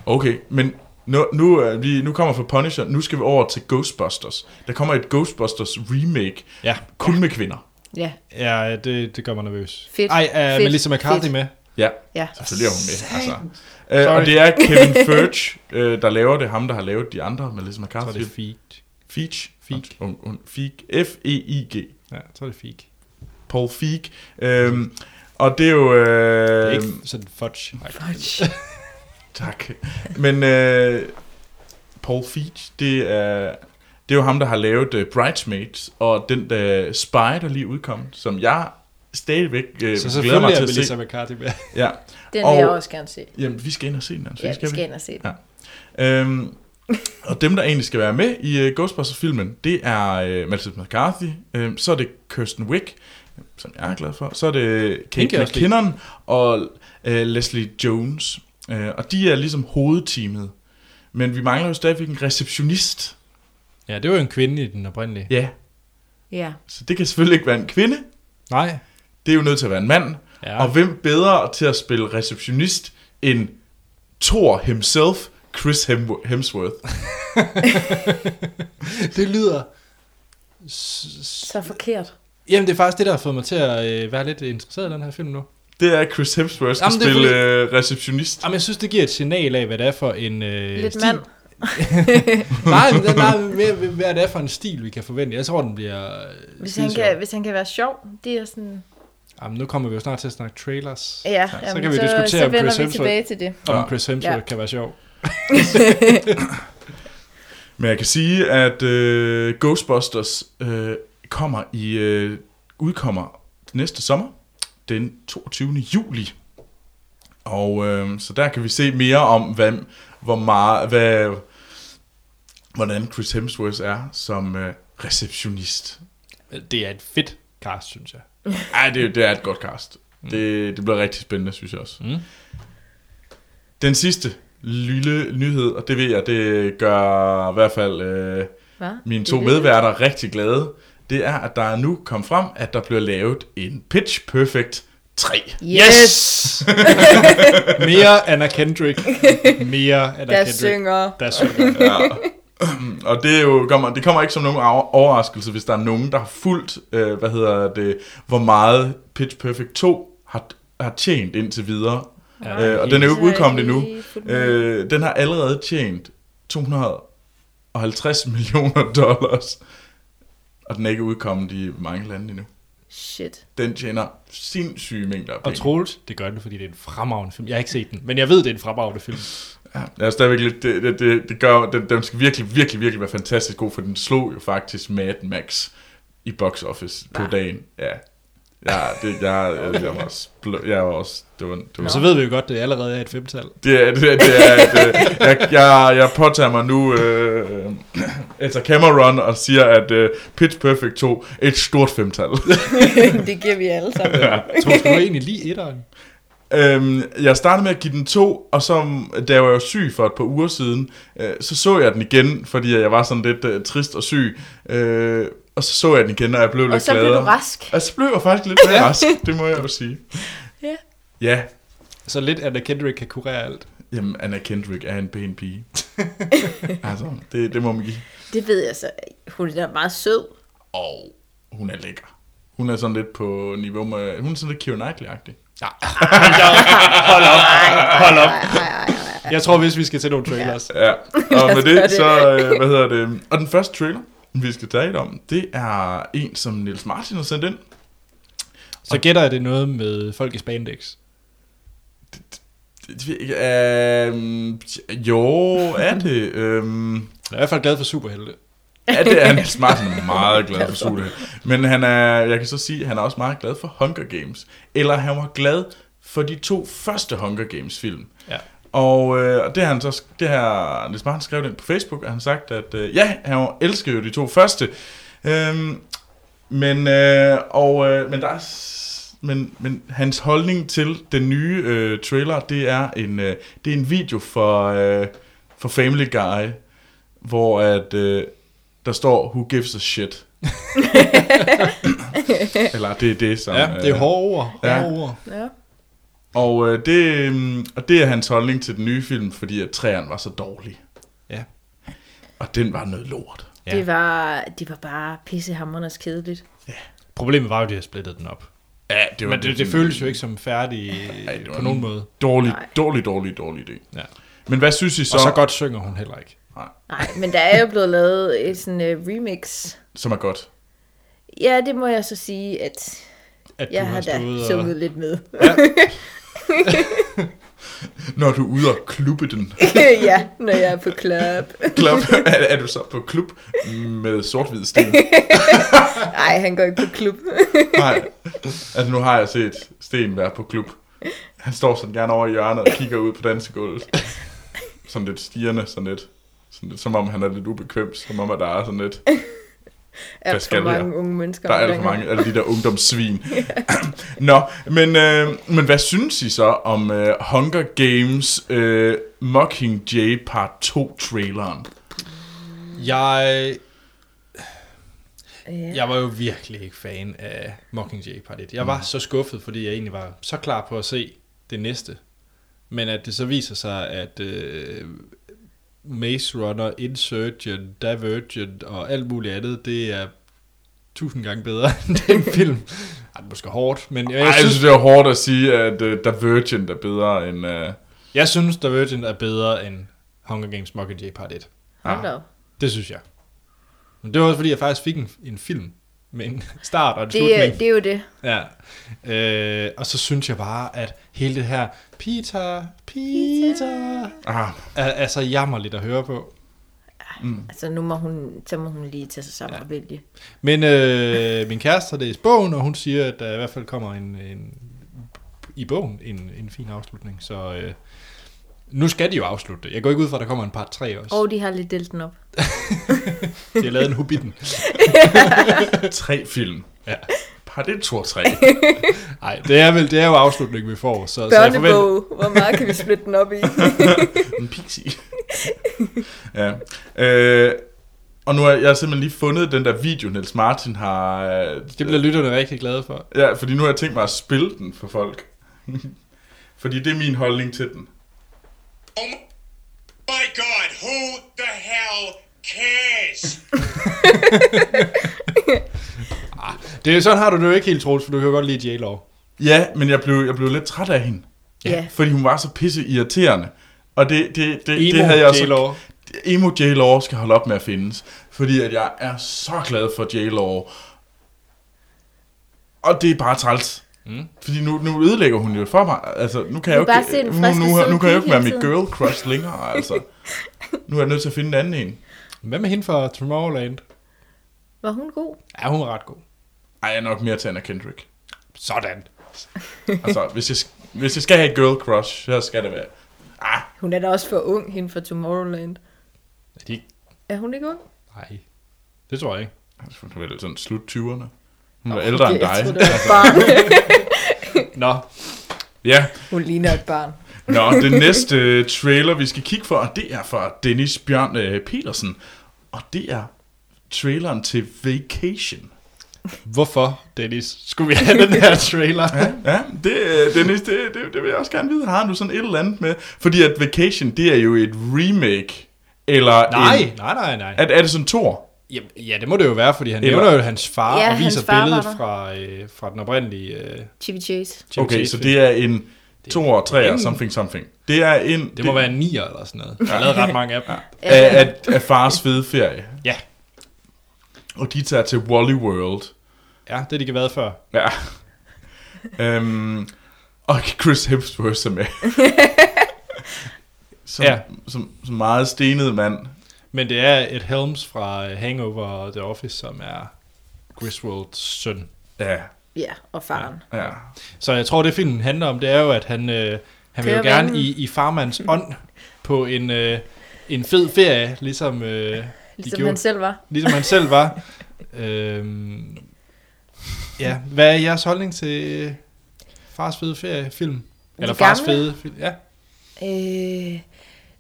Speaker 2: Okay, men nu, nu, er vi, nu kommer fra Punisher, nu skal vi over til Ghostbusters. Der kommer et Ghostbusters remake,
Speaker 1: Ja.
Speaker 2: kun med kvinder.
Speaker 3: ja,
Speaker 1: Ja, det, det gør mig nervøs.
Speaker 3: Fedt.
Speaker 1: Ej, er
Speaker 3: Fedt.
Speaker 1: Melissa McCarthy
Speaker 3: Fedt.
Speaker 1: med?
Speaker 2: Ja,
Speaker 3: ja.
Speaker 2: selvfølgelig er hun med. Altså. Øh,
Speaker 1: Sorry.
Speaker 2: og det er Kevin Furch, øh, der laver det, ham der har lavet de andre, Melissa
Speaker 1: Jeg tror,
Speaker 2: McCarthy.
Speaker 1: det er Feig.
Speaker 2: Feig.
Speaker 1: Feig.
Speaker 2: Und- und- Feig. F-E-I-G.
Speaker 1: Ja, jeg tror, det er Feig.
Speaker 2: E Paul Feig. Øhm, og det er jo... Øh,
Speaker 1: Det er ikke sådan fudge.
Speaker 3: Fudge.
Speaker 2: Tak. Men øh, Paul Feig, det er, det er jo ham, der har lavet uh, Bridesmaids, og den der Spy, der lige udkom, som jeg stadigvæk øh,
Speaker 1: Så
Speaker 2: glæder mig
Speaker 1: selvfølgelig
Speaker 2: til
Speaker 1: er ligesom-
Speaker 2: at
Speaker 1: Melissa
Speaker 2: se.
Speaker 1: McCarthy med.
Speaker 2: Ja.
Speaker 3: Den vil
Speaker 2: Og-
Speaker 3: jeg også gerne se.
Speaker 2: Jamen, vi skal ind og se den, altså.
Speaker 3: Ja, vi skal
Speaker 2: vi?
Speaker 3: ind og se den.
Speaker 2: Øhm, og dem, der egentlig skal være med i uh, Ghostbusters-filmen, det er uh, Melissa McCarthy, øhm, så er det Kirsten Wick, øhm, som jeg er glad for, så er det
Speaker 1: kan
Speaker 2: Kate
Speaker 1: jeg også lide.
Speaker 2: McKinnon og uh, Leslie Jones. Øh, og de er ligesom hovedteamet. Men vi mangler jo stadigvæk en receptionist.
Speaker 1: Ja, det var jo en kvinde i den oprindelige.
Speaker 2: Ja,
Speaker 3: Ja.
Speaker 2: så det kan selvfølgelig ikke være en kvinde.
Speaker 1: Nej.
Speaker 2: Det er jo nødt til at være en mand.
Speaker 1: Ja.
Speaker 2: Og hvem bedre til at spille receptionist end Thor himself, Chris Hem- Hemsworth.
Speaker 1: Det lyder... s- s-
Speaker 3: Så forkert.
Speaker 1: Jamen, det er faktisk det, der har fået mig til at øh, være lidt interesseret i den her film nu.
Speaker 2: Det er Chris Hemsworth, der
Speaker 1: Jamen, det er
Speaker 2: spiller øh, receptionist.
Speaker 1: Jamen, jeg synes, det giver et signal af, hvad det er for en øh,
Speaker 3: Lidt
Speaker 1: stil.
Speaker 3: mand.
Speaker 1: Nej, men det er meget mere, hvad det er for en stil, vi kan forvente. Jeg tror, den bliver... øh,
Speaker 3: Hvis
Speaker 1: skide
Speaker 3: han,
Speaker 1: sjov.
Speaker 3: kan, hvis han kan være sjov, det er sådan...
Speaker 1: Jamen, nu kommer vi jo snart til at snakke trailers.
Speaker 3: Ja,
Speaker 1: så
Speaker 3: jamen,
Speaker 1: kan vi diskutere,
Speaker 3: så
Speaker 1: om
Speaker 3: vender
Speaker 1: Chris
Speaker 3: vi
Speaker 1: Hemsworth-
Speaker 3: tilbage til det.
Speaker 1: Om
Speaker 2: Ja.
Speaker 1: Chris Hemsworth
Speaker 3: Ja.
Speaker 1: kan være sjov.
Speaker 2: Men jeg kan sige, at øh, Ghostbusters øh, kommer i øh, udkommer næste sommer, den 22. juli. Og øh, så der kan vi se mere om, hvad, hvor meget, hvad, hvordan Chris Hemsworth er som øh, receptionist.
Speaker 1: Det er et fedt cast, synes jeg.
Speaker 2: Ej, det, det er et godt cast. Det, det bliver rigtig spændende, synes jeg også.
Speaker 1: Mm.
Speaker 2: Den sidste lille nyhed, og det ved jeg, det gør i hvert fald øh,
Speaker 3: Hva?
Speaker 2: mine to medværter rigtig glade, det er, at der er nu kommet frem, at der bliver lavet en Pitch Perfect 3.
Speaker 3: Yes!
Speaker 1: Mere Anna Kendrick. Mere Anna
Speaker 3: Der
Speaker 1: Kendrick.
Speaker 3: synger.
Speaker 1: Der synger.
Speaker 2: Ja. Og det, er jo, kommer, det kommer ikke som nogen au- overraskelse, hvis der er nogen, der har fulgt, øh, hvad hedder det, hvor meget Pitch Perfect 2 har, har tjent indtil videre.
Speaker 1: Ja.
Speaker 2: Øh, og den er jo ikke udkommet endnu.
Speaker 3: Lige fuldt med.
Speaker 2: Øh, den har allerede tjent 250 millioner dollars. Og den er ikke udkommet i mange lande endnu.
Speaker 3: Shit.
Speaker 2: Den tjener sindssyge mængder af
Speaker 1: Og
Speaker 2: penge.
Speaker 1: Troels, det gør den, fordi det er en fremragende film. Jeg har ikke set den, men jeg ved, det er en fremragende film.
Speaker 2: Ja, jeg er stadigvæk lidt, det, det, det, det gør, den, den skal virkelig, virkelig, virkelig være fantastisk god, for den slog jo faktisk Mad Max i box office på
Speaker 3: Nej.
Speaker 2: dagen. Ja, ja det, jeg, jeg, jeg, var også, blø- jeg var også, det var, det var
Speaker 1: Men så ved vi jo godt, det allerede er et femtal.
Speaker 2: Det er, det er, det er at, øh, jeg, jeg, jeg påtager mig nu øh, altså Cameron og siger, at øh, Pitch Perfect 2 er et stort femtal.
Speaker 3: det giver vi alle sammen.
Speaker 1: Troels, skal du egentlig lige etteren?
Speaker 2: øhm, jeg startede med at give den to, og så, da jeg var syg for et par uger siden, øh, så så jeg den igen, fordi jeg var sådan lidt øh, trist og syg. Øh, og så så jeg den igen, og jeg blev
Speaker 3: Og
Speaker 2: lidt
Speaker 3: så blev du
Speaker 2: gladere.
Speaker 3: rask.
Speaker 2: Og så blev jeg faktisk lidt mere rask, det må jeg jo sige.
Speaker 3: Ja.
Speaker 2: Ja,
Speaker 1: Så lidt Anna Kendrick kan kurere alt.
Speaker 2: jamen Anna Kendrick er en pæn pige. altså, det, det må man give.
Speaker 3: Det ved jeg så. Hun er da meget sød.
Speaker 2: Og hun er lækker. Hun er sådan lidt på niveau med... Hun er sådan lidt Keira Knightley-agtig.
Speaker 1: Hold op. Hold op.
Speaker 3: Ej, ej, ej, ej.
Speaker 1: Jeg tror, hvis vi skal til nogle trailers.
Speaker 2: Ja, og med
Speaker 3: Lad
Speaker 2: det,
Speaker 3: os
Speaker 2: så...
Speaker 3: gøre
Speaker 2: øh, Hvad hedder det? Og den første trailer, vi skal tale om, det er en, som Niels Martin har sendt ind.
Speaker 1: Så gætter jeg det er noget med folk i spandex.
Speaker 2: Det- det ved jeg ikke, Øh, jo, er det... Øh,
Speaker 1: Jeg er i hvert fald glad for superhelte.
Speaker 2: ja, det er Niels Martin meget glad for Sule. Men han er, jeg kan så sige, at han er også meget glad for Hunger Games. Eller han var glad for de to første Hunger Games-film.
Speaker 1: Ja.
Speaker 2: Og øh, og det har han så, det her, Niels Martin skrev den på Facebook, og han sagt, at øh, ja, han jo elsker jo de to første. Øhm, men, øh, og, øh, men, der er, s- men, men hans holdning til den nye øh, trailer, det er en, øh, det er en video for, øh, for Family Guy, hvor at, øh, der står, who gives a shit. Eller det er det, som...
Speaker 1: Ja, det er
Speaker 2: øh,
Speaker 1: hårde ord. Hårde
Speaker 2: Ja.
Speaker 1: ord.
Speaker 3: Ja.
Speaker 2: og, øh, det, øhm, og det er hans holdning til den nye film, fordi at træerne var så dårlig.
Speaker 1: Ja.
Speaker 2: Og den var noget lort.
Speaker 1: Ja.
Speaker 3: Det, var, det var bare pissehammernes kedeligt.
Speaker 1: Problemet var jo, at de havde splittet den op.
Speaker 2: Ja,
Speaker 1: Det Men det, det føles jo ikke som færdig
Speaker 2: Ej, det var
Speaker 1: på
Speaker 2: en
Speaker 1: nogen måde.
Speaker 2: Dårlig,
Speaker 3: Nej.
Speaker 2: dårlig, dårlig, dårlig idé.
Speaker 1: Ja.
Speaker 2: Men hvad synes I
Speaker 1: Og
Speaker 2: så,
Speaker 1: så godt synger hun heller ikke.
Speaker 3: Nej, men der er jo blevet lavet et sådan uh, remix.
Speaker 2: som er godt?
Speaker 3: Ja, det må jeg så sige, at
Speaker 1: At
Speaker 3: jeg
Speaker 1: du
Speaker 3: har
Speaker 1: har
Speaker 3: da
Speaker 1: stået
Speaker 3: sunget
Speaker 1: og...
Speaker 3: lidt med.
Speaker 2: Når du er ude og klubbe den.
Speaker 3: ja, når jeg er på club.
Speaker 2: Klub, er, er du så på klub med sort-hvid sten?
Speaker 3: Nej, han går ikke på klub.
Speaker 2: Nej. Altså nu har jeg set Sten være på klub. Han står sådan gerne over i hjørnet og kigger ud på dansegulvet. Sådan lidt stirrende, sådan lidt. Sådan lidt som om han er lidt ubekvem, som om at der er sådan lidt
Speaker 3: Er
Speaker 2: skal
Speaker 3: for
Speaker 2: jeg?
Speaker 3: mange unge mennesker.
Speaker 2: Der er alt for
Speaker 3: omkring
Speaker 2: mange af de der ungdomssvin. Nå, men, øh, men hvad synes I så om øh, Hunger Games øh, Mockingjay Part 2-traileren?
Speaker 1: Jeg,
Speaker 3: ham. Ja.
Speaker 1: jeg var jo virkelig ikke fan af Mockingjay Part 1. Jeg var
Speaker 3: Mm.
Speaker 1: så skuffet, fordi jeg egentlig var så klar på at se det næste. Men at det så viser sig, at øh, Maze Runner, Insurgent, Divergent og alt muligt andet, det er tusind gange bedre end den film. Ej, det er måske hårdt, men jeg,
Speaker 2: Ej,
Speaker 1: jeg,
Speaker 2: jeg synes,
Speaker 1: synes,
Speaker 2: det er hårdt at sige, at øh, Divergent er bedre end... Øh,
Speaker 1: jeg synes, Divergent er bedre end Hunger Games Mockingjay Part 1.
Speaker 3: Hold da op.
Speaker 1: Det synes jeg. Men det var også fordi, jeg faktisk fik en, en film med en start og en
Speaker 3: Det,
Speaker 1: slutning.
Speaker 3: er- det er jo det.
Speaker 1: Ja. Øh, og så synes jeg bare, at hele det her Peter, Peter,
Speaker 2: Ah,
Speaker 1: er, er så jammerligt at høre på.
Speaker 3: Altså, nu må hun, så må hun lige tage sig sammen ja. og vælge.
Speaker 1: Men øh, min kæreste har læst bogen, og hun siger, at der i hvert fald kommer en, en i bogen en, en fin afslutning. Så øh, nu skal de jo afslutte det. Jeg går ikke ud fra, at der kommer en part 3 også.
Speaker 3: Og de har lidt delt den op.
Speaker 1: De har lavet en Hobbiten.
Speaker 2: tre film.
Speaker 1: Ja.
Speaker 2: Par det to og tre.
Speaker 1: Nej, det er vel det er jo afslutningen, vi får. Så, så jeg forventer,
Speaker 3: Børnebog, hvor meget kan vi splitte den op i?
Speaker 2: En pixie. ja. Øh, og nu har jeg simpelthen lige fundet den der video, Niels Martin har... øh,
Speaker 1: det bliver lytterne rigtig glade for.
Speaker 2: Ja, fordi nu har jeg tænkt mig at spille den for folk. fordi det er min holdning til den.
Speaker 4: Oh m- my god, who the hell cares?
Speaker 1: Det er sådan har du det jo ikke helt, Troels, for du kan jo godt lide J-Law.
Speaker 2: Ja, men jeg blev, jeg blev lidt træt af hende.
Speaker 3: ja.
Speaker 2: Fordi hun var så pisse irriterende. Og det, det, det,
Speaker 1: Emo
Speaker 2: det havde jeg også...
Speaker 1: J-Law.
Speaker 2: Emo J-Law skal holde op med at findes. Fordi at jeg er så glad for J-Law. Og det er bare træls. Mm. Fordi nu, nu ødelægger hun jo for mig. Altså, nu kan jeg jo
Speaker 3: bare se
Speaker 2: ikke,
Speaker 3: den
Speaker 2: nu,
Speaker 3: friske,
Speaker 2: nu, nu,
Speaker 3: søde
Speaker 2: nu kan jeg jo ikke
Speaker 3: pige
Speaker 2: være
Speaker 3: hele
Speaker 2: mit girl crush længere, altså. Nu er jeg nødt til at finde en anden en.
Speaker 1: Hvad med hende fra Tomorrowland?
Speaker 3: Var hun god?
Speaker 1: Ja, hun var ret god.
Speaker 2: Ej, jeg er nok mere til Anna Kendrick.
Speaker 1: Sådan.
Speaker 2: Altså, hvis jeg, hvis jeg skal have et girl crush, så skal det være... Ah,
Speaker 3: Hun er da også for ung, hende fra Tomorrowland.
Speaker 1: Er de ikke?
Speaker 3: Er hun ikke ung?
Speaker 1: Nej. Det tror jeg ikke.
Speaker 2: hun er vel sådan slut 20'erne. Hun er ældre end
Speaker 3: Jeg tror,
Speaker 2: dig. Altså.
Speaker 3: det var et barn.
Speaker 1: Nå,
Speaker 2: Ja,
Speaker 3: Hun ligner et barn.
Speaker 2: Nå, den næste øh, trailer, vi skal kigge for, det er fra Dennis Bjørn øh, Petersen. Og det er traileren til Vacation.
Speaker 1: hvorfor, Dennis, skulle vi have den her trailer?
Speaker 2: Ja, det, øh, Dennis, det, det, det vil jeg også gerne vide. Har du sådan et eller andet med? Fordi at Vacation, det er jo et remake. Eller
Speaker 1: nej,
Speaker 2: En,
Speaker 1: nej, nej, nej.
Speaker 2: er, er det sådan Thor?
Speaker 1: Jamen, ja, det må det jo være, fordi han
Speaker 2: Eller-
Speaker 1: nævner jo hans far
Speaker 3: Ja,
Speaker 1: og viser
Speaker 3: hans far var
Speaker 1: billedet
Speaker 3: der.
Speaker 1: fra, øh, fra den oprindelige øh,
Speaker 3: Chevy Chase.
Speaker 1: Chevy
Speaker 2: Okay, så
Speaker 1: Chase-film.
Speaker 2: det er en Thor,
Speaker 1: ingen-
Speaker 2: 3 something something. Det er en...
Speaker 1: det må være en nier eller sådan noget. Jeg har lavet ret mange af dem.
Speaker 2: Af, af, af fars fede ferie.
Speaker 1: Ja,
Speaker 2: Og de tager til Wally World.
Speaker 1: ja det har de ikke været før.
Speaker 2: Ja. øhm, og Chris Hemsworth er med. som,
Speaker 1: Ja.
Speaker 2: ja. som, som meget stenet mand.
Speaker 1: Men det er et Helms fra øh, Hangover og The Office, som er Griswolds søn.
Speaker 2: Ja,
Speaker 3: Ja, og faren.
Speaker 2: ja.
Speaker 1: Så jeg tror, det filmen handler om, det er jo, at han, øh, han vil jo
Speaker 3: Kører
Speaker 1: gerne
Speaker 3: vandet.
Speaker 1: i, i farmands ånd på en, øh, en fed ferie, ligesom, øh,
Speaker 3: Ligesom
Speaker 1: gjorde-
Speaker 3: han selv var.
Speaker 1: ligesom han selv var. øhm, ja, hvad er jeres holdning til øh, Fars Fede Ferie-film? Eller
Speaker 3: De
Speaker 1: Fars
Speaker 3: gamle?
Speaker 1: Fede film? Ja.
Speaker 3: Øh,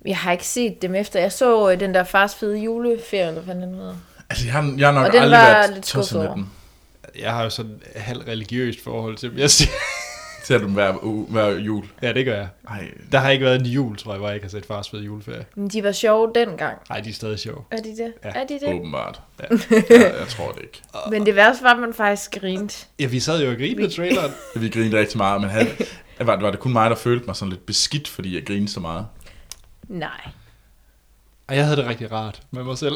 Speaker 3: jeg har ikke set dem efter. Jeg så øh, den der fars fede juleferie, eller hvad den hedder.
Speaker 2: Altså, jeg har, jeg har nok
Speaker 3: Og den
Speaker 2: aldrig
Speaker 3: var
Speaker 2: været
Speaker 3: lidt skuffet
Speaker 2: tosset med
Speaker 3: over.
Speaker 2: dem.
Speaker 1: Jeg har jo sådan et halvt religiøst forhold til dem. Jeg siger,
Speaker 2: Ser du dem hver, u- hver jul?
Speaker 1: ja, det gør jeg.
Speaker 2: Ej,
Speaker 1: Der har ikke været en jul, tror jeg, hvor jeg ikke har set Fars Fede Juleferie.
Speaker 3: Men de var sjove dengang.
Speaker 1: Nej, de er stadig sjove.
Speaker 3: Er de det?
Speaker 1: Ja.
Speaker 3: Ja. Er de det?
Speaker 2: åbenbart. Ja. Jeg, jeg tror det ikke.
Speaker 3: Men det værste var, at man faktisk grinte.
Speaker 1: Ja, vi sad jo og grinede i traileren.
Speaker 2: Vi grinede rigtig meget, men havde, var, var det kun mig, der følte mig sådan lidt beskidt, fordi jeg grinede så meget?
Speaker 3: Nej.
Speaker 1: Og jeg havde det rigtig rart med mig selv.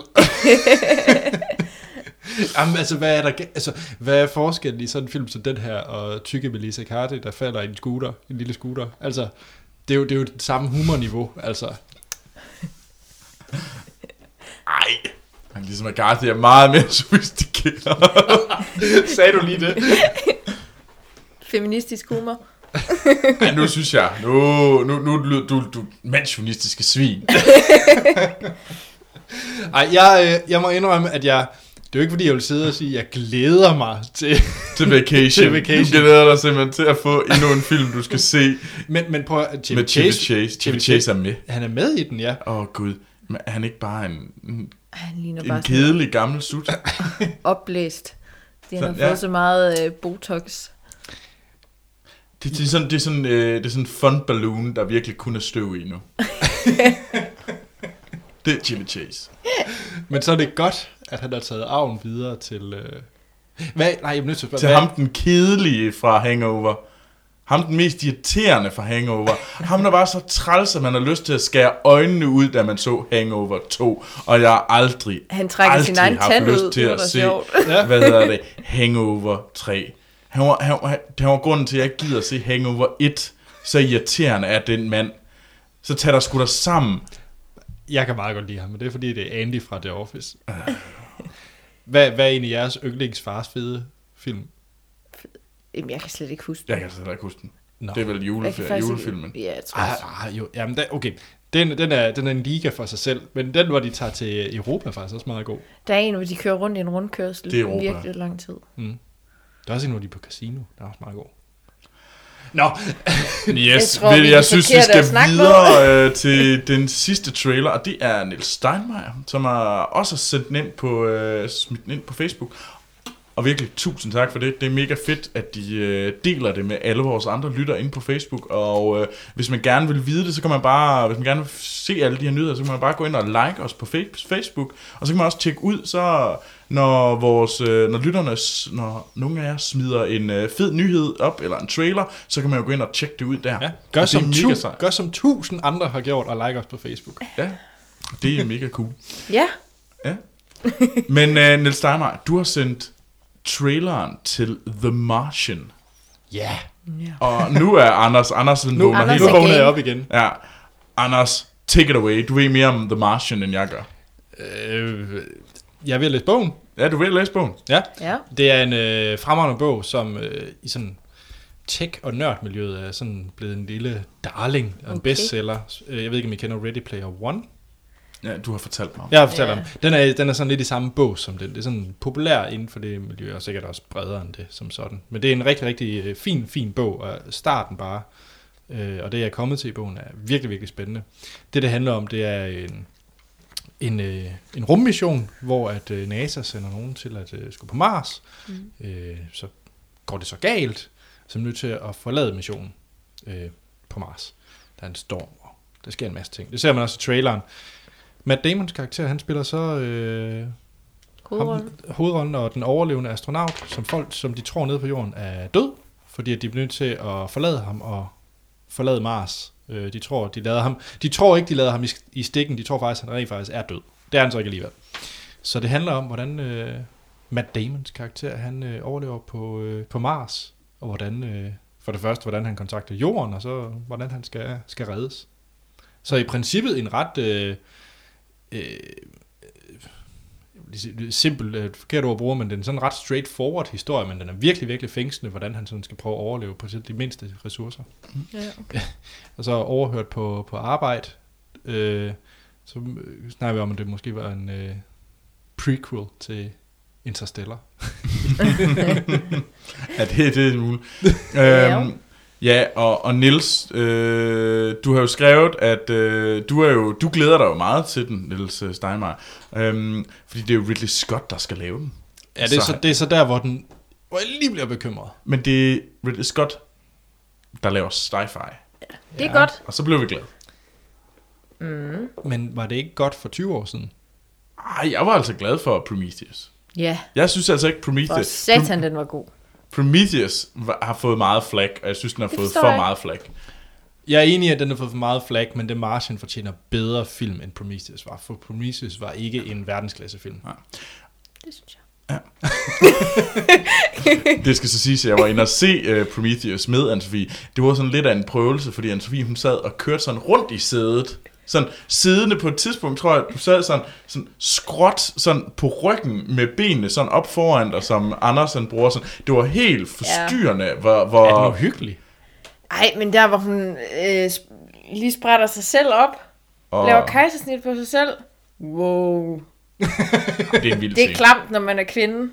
Speaker 1: Jamen, altså, hvad er der, ga- altså, hvad er forskellen i sådan en film som den her, og tykke Melissa Cardi, der falder i en scooter, en lille scooter? Altså, det er jo, det er jo det samme humorniveau, altså.
Speaker 2: Ej! Han er ligesom at Garth er meget mere sofistikeret.
Speaker 1: Sagde du lige det?
Speaker 3: Feministisk humor.
Speaker 2: Ja, nu synes jeg, nu, nu, nu lyder du, du mandsjournalistiske svin.
Speaker 1: Ej, jeg, øh, jeg må indrømme, at jeg, det er jo ikke fordi, jeg vil sidde og sige, at jeg glæder mig til,
Speaker 2: Til vacation.
Speaker 1: Til vacation.
Speaker 2: Du glæder dig simpelthen til at få endnu en film, du skal se
Speaker 1: men, men prøv at, Chevy
Speaker 2: med Chevy Chase. Chevy Chase er med.
Speaker 1: Han er med i den, ja.
Speaker 2: Åh oh, gud, men er han ikke bare en, en,
Speaker 3: Ej, han ligner bare
Speaker 2: en
Speaker 3: sådan
Speaker 2: kedelig gammel sut?
Speaker 3: oplæst. Det har
Speaker 2: Sådan,
Speaker 3: fået
Speaker 2: ja.
Speaker 3: så meget øh, botox.
Speaker 2: Det, det, er sådan, det, er sådan, øh, det er sådan en fun balloon, der virkelig kun er støv i nu. det er Chevy Chase.
Speaker 1: Men så er det godt, at han har taget arven videre til... Øh... Hvad? Nej, jeg er nødt til at spørge.
Speaker 2: Til
Speaker 1: hvad-
Speaker 2: ham den kedelige fra Hangover. Ham den mest irriterende fra Hangover. Ham, der var så træls, at man har lyst til at skære øjnene ud, da man så Hangover 2. Og jeg har aldrig,
Speaker 3: Han trækker
Speaker 2: aldrig
Speaker 3: sin egen
Speaker 2: haft
Speaker 3: tand
Speaker 2: lyst
Speaker 3: ud.
Speaker 2: til
Speaker 3: Det var
Speaker 2: at
Speaker 3: da
Speaker 2: se,
Speaker 3: sjovt.
Speaker 1: Ja.
Speaker 2: hvad hedder det, Hangover 3. Han var, han, han, han var grunden til, at jeg ikke gider at se Hangover 1. Så irriterende er den mand. Så tag dig sgu da sammen.
Speaker 1: Jeg kan meget godt lide ham, men det er fordi, det er Andy fra The Office. Hvad, hvad er egentlig jeres yndlings fars fede film?
Speaker 3: Jamen, jeg kan slet ikke huske
Speaker 2: Jeg kan slet ikke huske den.
Speaker 1: Nå.
Speaker 2: Det er vel
Speaker 3: Jeg kan
Speaker 2: julefer-
Speaker 3: faktisk ikke-
Speaker 2: julefilmen.
Speaker 3: Ja, jeg tror også.
Speaker 1: Ah, ah, jo, jamen, da, okay. Den, den, er, den er en liga for sig selv, men den, hvor de tager til Europa, er faktisk også meget god.
Speaker 3: Der er en, hvor de kører rundt i en rundkørsel.
Speaker 2: Det er Europa.
Speaker 3: Virkelig lang tid.
Speaker 1: Der er også en, hvor de er på casino. Der er også meget god. Nå,
Speaker 2: Yes,
Speaker 3: Jeg
Speaker 2: jeg,
Speaker 3: tror,
Speaker 2: tror,
Speaker 3: vi
Speaker 2: jeg,
Speaker 3: er
Speaker 2: jeg synes, vi
Speaker 3: forkerte
Speaker 2: skal
Speaker 3: at snakke med.
Speaker 2: videre øh, til den sidste trailer, og det er Nils Steinmeier, som har også sendt den ind på, øh, smidt den ind på Facebook. Og virkelig tusind tak for det. Det er mega fedt, at de øh, deler det med alle vores andre lyttere inde på Facebook. Og øh, hvis man gerne vil vide det, så kan man bare, hvis man gerne vil se alle de her nyheder, så kan man bare gå ind og like os på fe- Facebook. Og så kan man også tjekke ud, så når, vores, øh, når lytterne, s- når nogle af jer smider en øh, fed nyhed op, eller en trailer, så kan man jo gå ind og tjekke det ud der.
Speaker 1: ja,
Speaker 2: Og
Speaker 1: gør,
Speaker 2: det
Speaker 1: som
Speaker 2: er
Speaker 1: tu-
Speaker 2: mega sejt.
Speaker 1: gør som tusind andre har gjort, og like os på Facebook.
Speaker 2: Ja, det er mega cool.
Speaker 3: Ja,
Speaker 2: Ja. Men uh, Niels Steinmeier, du har sendt traileren til The Martian.
Speaker 1: Ja.
Speaker 2: Og nu er Anders, Andersen nu, vågner Anders
Speaker 3: Anders
Speaker 1: Nu
Speaker 2: helt op.
Speaker 1: vågner jeg
Speaker 3: game.
Speaker 1: op igen.
Speaker 2: Ja. Anders, take it away. Du ved mere om The Martian, end jeg gør.
Speaker 1: Øh, jeg vil læse bogen.
Speaker 2: Ja, du vil læse bogen.
Speaker 1: Ja.
Speaker 3: ja.
Speaker 1: Det er en øh, fremragende bog, som øh, i sådan tech- og nørdmiljøet er sådan blevet en lille darling og en
Speaker 3: Okay.
Speaker 1: okay. bestseller. Øh, Jeg ved ikke, om I kender Ready Player One?
Speaker 2: Ja, du har fortalt mig om.
Speaker 1: Jeg har fortalt
Speaker 3: Ja.
Speaker 1: yeah. om. Den er, den er sådan lidt i samme bog som den. Det er sådan populær inden for det miljø, og sikkert også bredere end det som sådan. Men det er en rigtig, rigtig øh, fin, fin bog, og starten bare, øh, og det jeg er kommet til i bogen, er virkelig, virkelig spændende. Det, det handler om, det er en, en, øh, en rummission, hvor at øh, NASA sender nogen til at øh, skulle på Mars.
Speaker 3: Mm.
Speaker 1: Mm. Øh, så går det så galt, så er man nødt til at forlade missionen øh, på Mars. Der er en storm, og der sker en masse ting. Det ser man også i traileren. Matt Damons karakter, han spiller så øh,
Speaker 3: Hovedrollen.
Speaker 1: Ham, hovedrollen og den overlevende astronaut, som folk, som de tror nede på jorden, er død, fordi at de bliver nødt til at forlade ham og forlade Mars. Øh, de tror, de lader ham. De tror ikke, de lader ham i, i stikken. De tror faktisk, at han rent faktisk er død. Det er han så ikke alligevel. Så det handler om, hvordan øh, Matt Damons karakter, han øh, overlever på, øh, på Mars, og hvordan, øh, for det første, hvordan han kontakter jorden, og så hvordan han skal, skal reddes. Så i princippet en ret øh, øh, øh, simpel, øh, forkert ord at bruge, men den er sådan en ret straightforward historie, men den er virkelig, virkelig fængslende, hvordan han sådan skal prøve at overleve på selv de mindste ressourcer.
Speaker 3: Ja.
Speaker 1: Og så overhørt på, på arbejde, øh, så øh, snakker vi om, at det måske var en øh, prequel til Interstellar.
Speaker 2: Ja, det, det er en muligt.
Speaker 3: Ja.
Speaker 2: øhm, ja, og, og Nils, øh, du har jo skrevet, at øh, du, er jo, du glæder dig jo meget til den, Nils øh, Steinmeier. Øhm, fordi det er jo Ridley Scott, der skal lave den.
Speaker 1: Ja, det er,
Speaker 2: Så-
Speaker 1: så, det er så der, hvor, den, hvor jeg lige bliver bekymret.
Speaker 2: Men det er Ridley Scott, der laver sci-fi.
Speaker 3: Det er
Speaker 1: Ja.
Speaker 3: godt.
Speaker 2: Og så blev vi glade.
Speaker 1: Men var det ikke godt for 20 år siden?
Speaker 2: Ej, jeg var altså glad for Prometheus.
Speaker 3: Ja,
Speaker 2: Jeg synes altså ikke,
Speaker 3: for
Speaker 2: Prometheus...
Speaker 3: satan, den var god.
Speaker 2: Prometheus var- har fået meget flag, og jeg synes, den har
Speaker 3: Det
Speaker 2: fået
Speaker 3: forstår
Speaker 2: for
Speaker 3: jeg.
Speaker 2: meget flag.
Speaker 1: Jeg er enig i, at den har fået for meget flag, men The Martian fortjener bedre film, end Prometheus var. For Prometheus var ikke en verdensklassefilm.
Speaker 3: Det synes jeg.
Speaker 2: Det skal så siges, at jeg var inde og se uh, Prometheus med Anne-Sophie. Det var sådan lidt af en prøvelse, fordi Anne-Sophie hun sad og kørte sådan rundt i sædet. Sådan siddende på et tidspunkt, tror jeg, du sad sådan, sådan skråt sådan på ryggen med benene sådan op foran dig, som Andersen bruger sådan. Det var helt forstyrrende, ja. hvor,
Speaker 1: Er den
Speaker 2: hvor
Speaker 1: uhyggelig?
Speaker 3: Ej, men der hvor hun øh, sp- lige sprætter sig selv op, og... laver kejsersnit på sig selv. Wow.
Speaker 2: det er en vild
Speaker 3: Det er
Speaker 2: scene.
Speaker 3: klamt, når man er kvinde.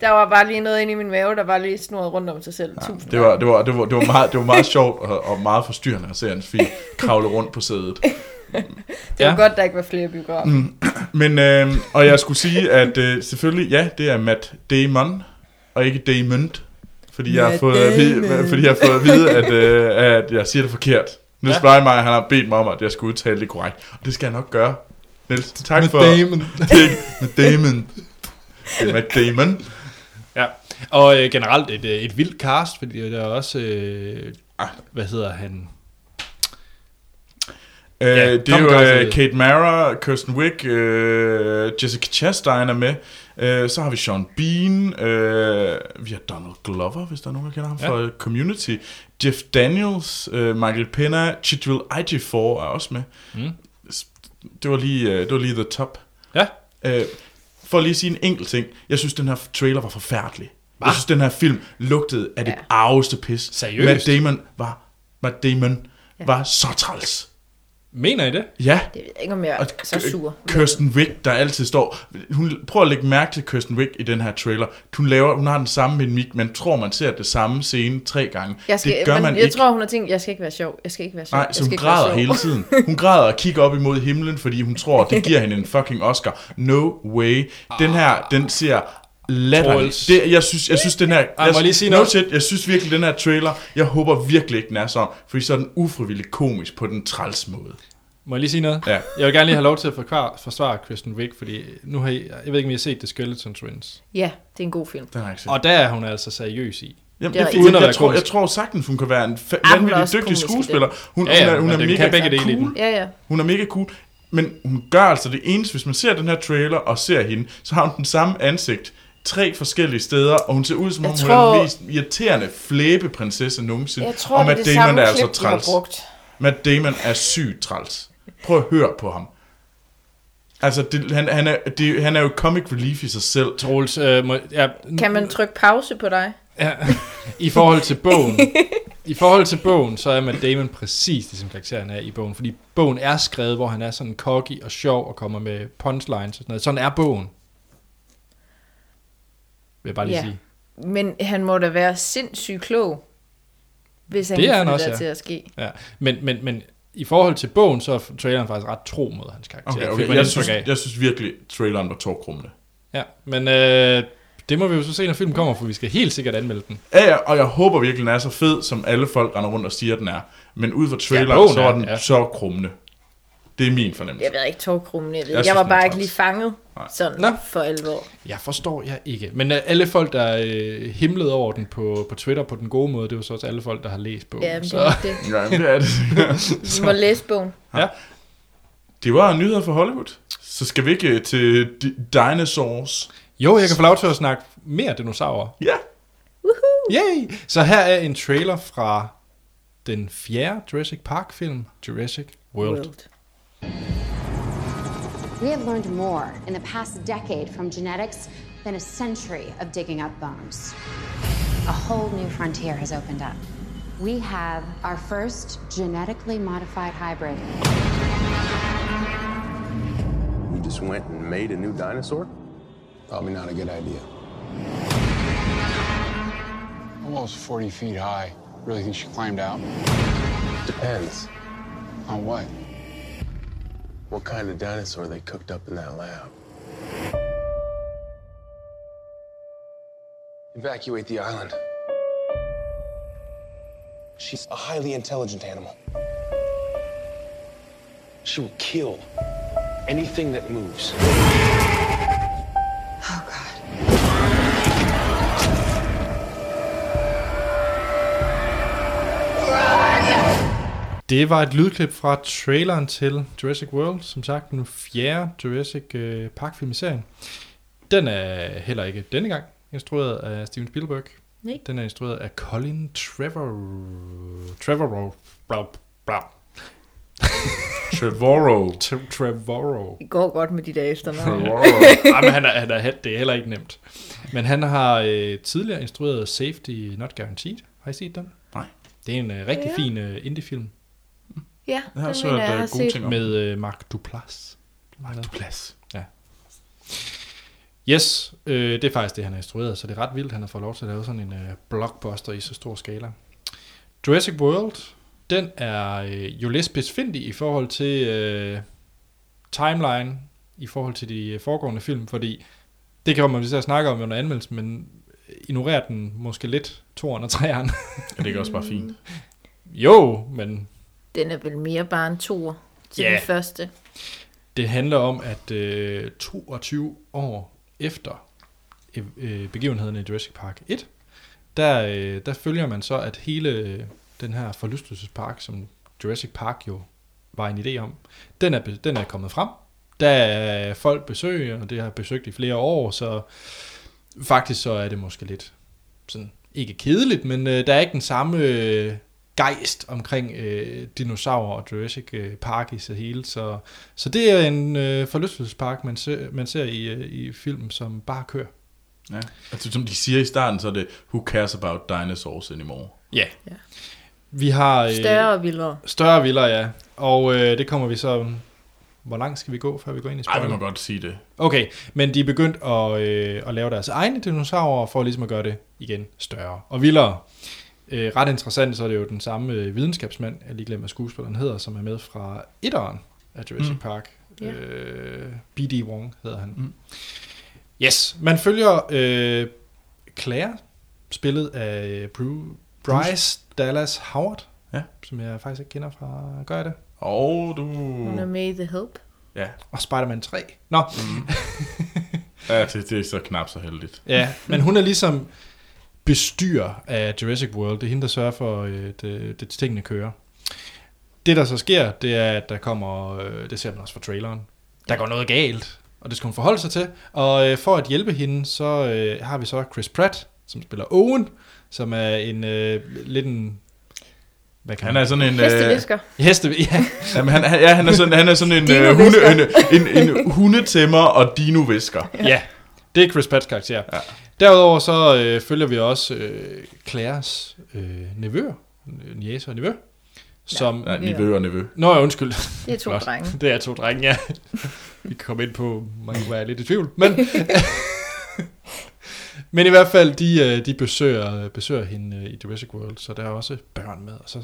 Speaker 3: Der var bare lige noget inde i min mave, der var lige snurret rundt om sig selv. Ja, Tusind
Speaker 2: Det var, det, var, det, var, det, var meget, det var meget sjovt og, og meget forstyrrende at se Anne-Sophie kravle rundt på sædet.
Speaker 3: det var
Speaker 1: Ja.
Speaker 3: godt, der ikke var flere biografer. Mm.
Speaker 2: Men, øh, og jeg skulle sige, at øh, selvfølgelig, ja, det er Matt Damon, og ikke Damon, fordi jeg, har
Speaker 3: Matt
Speaker 2: fået at vide,
Speaker 3: Damon.
Speaker 2: fordi jeg har fået at vide, at, øh, at jeg siger det forkert. Niels
Speaker 1: Ja.
Speaker 2: ja. Steinmeier, han har bedt mig om, at jeg skulle udtale det korrekt, og det skal jeg nok gøre. Niels, tak
Speaker 1: Med
Speaker 2: for...
Speaker 1: Damon.
Speaker 2: Det er ikke- Matt Damon. Det er Matt Damon.
Speaker 1: Ja. Og øh, generelt et, øh, et vildt cast, fordi der er også... Øh, hvad hedder han?
Speaker 2: Øh,
Speaker 1: Ja,
Speaker 2: det er
Speaker 1: kom,
Speaker 2: jo
Speaker 1: Carsten.
Speaker 2: øh, Kate Mara, Kirsten Wick, øh, Jessica Chastain er med. Øh, så har vi Sean Bean. Øh, vi har Donald Glover, hvis der er nogen, der kender ham
Speaker 1: Ja.
Speaker 2: ja. fra Community. Jeff Daniels, øh, Michael Pena, Chidwell Ejiofor er også med.
Speaker 1: Mm.
Speaker 2: S- Det var lige, øh, det var lige the top.
Speaker 1: Ja,
Speaker 2: Øh, for lige at sige en enkelt ting. Jeg synes, den her trailer var forfærdelig. Hva?
Speaker 1: Hva?
Speaker 2: Jeg synes, den her film lugtede af det ja. arveste pis.
Speaker 1: Seriøst?
Speaker 2: Matt Damon var, Matt Damon ja. var så træls.
Speaker 1: mener I det?
Speaker 2: Ja.
Speaker 3: Det ved jeg ikke, om jeg
Speaker 2: Og
Speaker 3: er så sur.
Speaker 2: Kirsten Wick, der altid står... Hun, prøv at lægge mærke til Kirsten Wick i den her trailer. Hun, laver, hun har den samme mimik, man tror, man ser det samme scene tre gange.
Speaker 3: Jeg skal,
Speaker 2: det gør
Speaker 3: men
Speaker 2: man
Speaker 3: jeg
Speaker 2: ikke.
Speaker 3: tror, hun har tænkt, jeg skal ikke være sjov. Jeg skal ikke være sjov.
Speaker 2: Nej,
Speaker 3: jeg
Speaker 2: så
Speaker 3: skal
Speaker 2: hun
Speaker 3: ikke være
Speaker 2: græder
Speaker 3: sjov.
Speaker 2: hele tiden. Hun græder og kigger op imod himlen, fordi hun tror, det giver hende en fucking Oscar. No way. Den her, den ser latterlig.
Speaker 1: Troels.
Speaker 2: Det, jeg synes, jeg synes den her...
Speaker 1: må
Speaker 2: jeg,
Speaker 1: jeg lige sige
Speaker 2: no
Speaker 1: noget?
Speaker 2: shit, jeg synes virkelig, den her trailer, jeg håber virkelig ikke, den er sådan, fordi så er den ufrivilligt komisk på den træls måde.
Speaker 1: Må jeg lige sige noget?
Speaker 2: Ja.
Speaker 1: Jeg vil gerne lige have lov til at forklare, forsvare Kristen Wiig, fordi nu har I, jeg ved ikke, om I har set The Skeleton Twins.
Speaker 3: Ja, det er en god film.
Speaker 2: Den har jeg ikke set.
Speaker 1: Og der er hun altså seriøs i.
Speaker 2: Jamen,
Speaker 3: Det er
Speaker 2: jeg,
Speaker 3: rigtigt.
Speaker 2: jeg,
Speaker 1: Uden at
Speaker 2: jeg,
Speaker 1: være
Speaker 2: jeg, tror,
Speaker 1: komisk.
Speaker 2: jeg tror sagtens, hun kan være en fa-
Speaker 3: hun er
Speaker 2: vanvittig
Speaker 3: også
Speaker 2: dygtig
Speaker 3: komisk i det.
Speaker 2: skuespiller. Hun,
Speaker 1: Ja, ja,
Speaker 2: hun er, hun
Speaker 1: men
Speaker 2: er
Speaker 1: den
Speaker 2: mega
Speaker 1: kan begge dele i
Speaker 2: cool.
Speaker 1: den.
Speaker 3: Ja, ja.
Speaker 2: Hun er mega cool. Men hun gør altså det eneste, hvis man ser den her trailer og ser hende, så har hun den samme ansigt tre forskellige steder, og hun ser ud som om
Speaker 3: Jeg
Speaker 2: hun er
Speaker 3: tror-
Speaker 2: den mest irriterende flæbeprinsesse nogensinde.
Speaker 3: Jeg tror,
Speaker 2: og
Speaker 3: det er
Speaker 2: Matt
Speaker 3: det
Speaker 2: Damon
Speaker 3: samme
Speaker 2: er
Speaker 3: klip,
Speaker 2: altså
Speaker 3: de har
Speaker 2: træls.
Speaker 3: brugt.
Speaker 2: Matt Damon er sygt træls. Prøv at høre på ham. Altså, det, han, han, er, det, han er jo comic relief i sig selv.
Speaker 1: Troels, øh, må, ja,
Speaker 3: Kan man trykke pause på dig?
Speaker 1: Ja. I forhold til bogen, i forhold til bogen, så er Matt Damon præcis ligesom karakteren er i bogen, fordi bogen er skrevet, hvor han er sådan cocky og sjov og kommer med punchlines og sådan noget. Sådan er bogen. Vil jeg bare lige
Speaker 3: Ja.
Speaker 1: sige.
Speaker 3: Men han må da være sindssygt klog, hvis han
Speaker 1: Det
Speaker 3: kan
Speaker 1: er han
Speaker 3: få det
Speaker 1: også,
Speaker 3: der
Speaker 1: ja.
Speaker 3: til at ske.
Speaker 1: Ja. Men, men, men i forhold til bogen, så er traileren faktisk ret tro mod hans karakter.
Speaker 2: Okay,
Speaker 1: fik
Speaker 2: okay.
Speaker 1: man
Speaker 2: Jeg,
Speaker 1: indtryk
Speaker 2: synes,
Speaker 1: af.
Speaker 2: jeg synes virkelig, traileren var tårkrummende.
Speaker 1: Ja, men øh, det må vi jo så se, når filmen kommer, for vi skal helt sikkert anmelde den.
Speaker 2: Ja, ja, og jeg håber virkelig, den er så fed, som alle folk render rundt og siger, den er. Men ud fra traileren,
Speaker 1: bogen
Speaker 2: ja, så var
Speaker 1: er,
Speaker 2: den
Speaker 1: ja.
Speaker 2: ja. så krummende. Det er min fornemmelse.
Speaker 3: Jeg ved ikke, togkrummen, jeg,
Speaker 2: Jeg
Speaker 3: ved. jeg, jeg
Speaker 2: synes,
Speaker 3: var
Speaker 2: den er
Speaker 3: bare ikke
Speaker 2: træls.
Speaker 3: lige fanget
Speaker 2: Nej.
Speaker 3: sådan
Speaker 1: Nå.
Speaker 3: for alvor.
Speaker 1: Jeg forstår jeg ikke. Men øh, alle folk, der øh, himlede over den på, på Twitter på den gode måde, det var så også alle folk, der har læst bogen.
Speaker 3: Ja, men det,
Speaker 1: så.
Speaker 3: er nok det.
Speaker 2: Ja, men det er det.
Speaker 3: Vi må læse bogen.
Speaker 2: det var nyheder fra Hollywood. Så skal vi ikke øh, til di- dinosaurs.
Speaker 1: Jo, jeg kan få lov til at snakke mere dinosaurer.
Speaker 2: Ja.
Speaker 1: Yay! Så her er en trailer fra den fjerde Jurassic Park-film, Jurassic World. World.
Speaker 3: World.
Speaker 5: We have learned more in the past decade from genetics than a century of digging up bones. A whole new frontier has opened up. We have our first genetically modified hybrid.
Speaker 6: You just went and made a new dinosaur?
Speaker 7: Probably not a good idea. The wall's 40 feet high. Really think she climbed out?
Speaker 6: Depends.
Speaker 7: On what?
Speaker 6: What kind of dinosaur they cooked up in that lab? Evacuate the island. She's a highly intelligent animal. She will kill anything that moves.
Speaker 5: Oh, God.
Speaker 1: Det var et lydklip fra traileren til Jurassic World, som sagt den fjerde Jurassic øh, Park-film i serien. Den er heller ikke denne gang instrueret af Steven Spielberg.
Speaker 3: Nej.
Speaker 1: Den er instrueret af Colin Trevor... Trevor... Bla, bla,
Speaker 2: Trevorrow.
Speaker 1: Trevorrow.
Speaker 3: Det går godt med de der efternavne.
Speaker 2: Trevorrow.
Speaker 1: Ej, men han er, han er, det er heller ikke nemt. Men han har øh, tidligere instrueret Safety Not Guaranteed. Har I set den?
Speaker 2: Nej.
Speaker 1: Det er en øh, rigtig
Speaker 3: Ja.
Speaker 1: fin øh, indiefilm
Speaker 3: Ja,
Speaker 2: Jeg har
Speaker 3: den
Speaker 2: så
Speaker 3: mener
Speaker 2: hørt
Speaker 3: jeg, jeg
Speaker 2: øh,
Speaker 3: har
Speaker 2: gode
Speaker 3: set.
Speaker 2: ting om.
Speaker 1: med øh, Mark Duplass.
Speaker 2: Mark Duplass.
Speaker 1: Yes, øh, det er faktisk det, han har instrueret, så det er ret vildt, han har fået lov til at lave sådan en øh, blockbuster i så stor skala. Jurassic World, den er øh, jo lidt spidsfindig i forhold til øh, timeline, i forhold til de øh, foregående film, fordi det kan man vist at snakke om under anmeldelsen, men ignorerer den måske lidt, toeren og træeren.
Speaker 2: Ja, det er også bare fint.
Speaker 1: jo, men
Speaker 3: Den er vel mere bare en tour til
Speaker 1: Ja.
Speaker 3: den første.
Speaker 1: Det handler om, at øh, 22 år efter øh, øh, begivenheden i Jurassic Park 1, der, øh, der følger man så, at hele øh, den her forlystelsespark, som Jurassic Park jo var en idé om, den er, be- den er kommet frem. Der er folk besøger, og det har besøgt i flere år, så faktisk så er det måske lidt sådan, ikke kedeligt, men øh, der er ikke den samme øh, gejst omkring øh, dinosaurer og Jurassic øh, Park i sig hele. Så, så det er en øh, forlystelsespark, man, se, man ser i, øh, i filmen, som bare kører.
Speaker 2: Ja. Altså, som de siger i starten, så er det, who cares about dinosaurs anymore?
Speaker 1: Ja.
Speaker 3: Ja.
Speaker 1: Vi har øh,
Speaker 3: Større og vildere.
Speaker 1: større villa, ja. Og øh, det kommer vi så... Hvor langt skal vi gå, før vi går ind i
Speaker 2: Ej, vi må
Speaker 1: spoiler?
Speaker 2: godt sige det.
Speaker 1: Okay, men de er begyndt at, øh, at lave deres egne dinosaurer, for ligesom at gøre det igen større og vildere. Øh, ret interessant, så er det jo den samme øh, videnskabsmand, jeg lige glemmer skuespilleren hedder, som er med fra etteren af Jurassic mm. Park.
Speaker 3: Ja.
Speaker 1: Øh, B.D. Wong hedder han. Mm. Yes, man følger øh, Claire, spillet af Bru- Bryce Dallas Howard,
Speaker 2: Ja.
Speaker 1: som jeg faktisk ikke kender fra... Gør jeg det?
Speaker 2: Og du...
Speaker 3: Hun
Speaker 2: Uh.
Speaker 3: er med i The Help.
Speaker 2: Ja,
Speaker 1: Og Spider-Man 3. Nå, mm.
Speaker 2: ja det, det er så knap så heldigt.
Speaker 1: Ja, men hun er ligesom bestyrer af Jurassic World. Det er hende, der sørger for, at det, det tingene kører. Det, der så sker, det er, at der kommer, øh, det ser man også fra traileren, der går noget galt, og det skal hun forholde sig til. Og øh, for at hjælpe hende, så øh, har vi så Chris Pratt, som spiller Owen, som er en øh, lidt en... Hvad kan
Speaker 2: Han er altså- sådan en... øh,
Speaker 3: Hestevisker.
Speaker 1: Heste, ja.
Speaker 2: jamen, han, han- ja, han er sådan, han er sådan en, øh, hunde, en, en, en hundetemmer og dinovisker.
Speaker 1: ja, det er Chris Patts karakter. Ja. Derudover så øh, følger vi også øh, Claires øh, nevø, næse og nevø, som...
Speaker 2: Nej, niveau og niveau.
Speaker 1: Nå, ja, undskyld.
Speaker 3: Det er to
Speaker 1: Flot.
Speaker 3: drenge.
Speaker 1: Det er to drenge, ja. Vi kan komme ind på, man kunne være lidt i tvivl, men... men i hvert fald, de, øh, de besøger, besøger hende øh, i Jurassic World, så der er også børn med, og så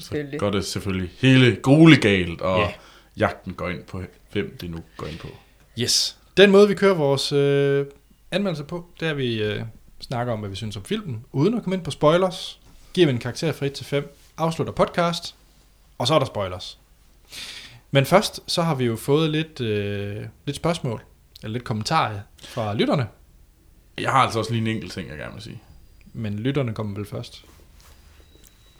Speaker 3: Selvfølgelig.
Speaker 2: Går det selvfølgelig hele grulegalt, og
Speaker 1: Ja.
Speaker 2: yeah. jagten går ind på, hvem det nu går ind på.
Speaker 1: Yes. Den måde, vi kører vores øh, anmeldelser på, det er, at vi øh, snakker om, hvad vi synes om filmen, uden at komme ind på spoilers, giver vi en karakter fra 1 til 5, afslutter podcast, og så er der spoilers. Men først, så har vi jo fået lidt, øh, lidt spørgsmål, eller lidt kommentarer fra lytterne,
Speaker 2: Jeg har altså også lige en enkelt ting, jeg gerne vil sige.
Speaker 1: men lytterne kommer vel først.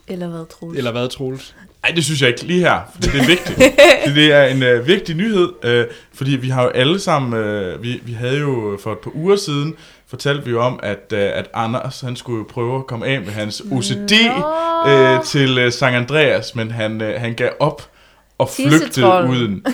Speaker 3: Eller hvad, Troels?
Speaker 1: Eller hvad, Troels?
Speaker 2: Nej, det synes jeg ikke lige her, for det er vigtigt. det, det er en øh, vigtig nyhed, øh, fordi vi har jo alle sammen, øh, vi, vi havde jo for et par uger siden, fortalte vi jo om, at, øh, at Anders, han skulle jo prøve at komme af med hans OCD øh, til øh, Sankt Andreas, men han, øh, han gav op og flygtede
Speaker 3: Tissetrolden.
Speaker 2: uden.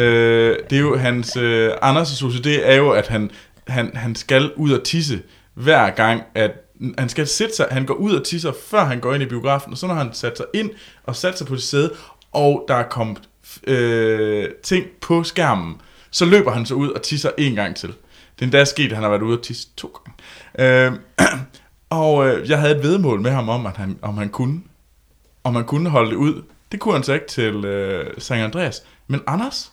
Speaker 2: øh, det er jo hans, øh, Anders' OCD er jo, at han, han, han skal ud og tisse hver gang, at han skal sætte sig, han går ud og tisser, før han går ind i biografen, og så når han sat sig ind og sat sig på sit sæde, og der er kommet øh, ting på skærmen, så løber han så ud og tisser en gang til. Det er endda sket, at han har været ude og tisse to gange. Øh, og øh, jeg havde et vedmål med ham om, at han, om han kunne om man kunne holde det ud. Det kunne han så ikke til øh, Sankt Andreas. Men Anders,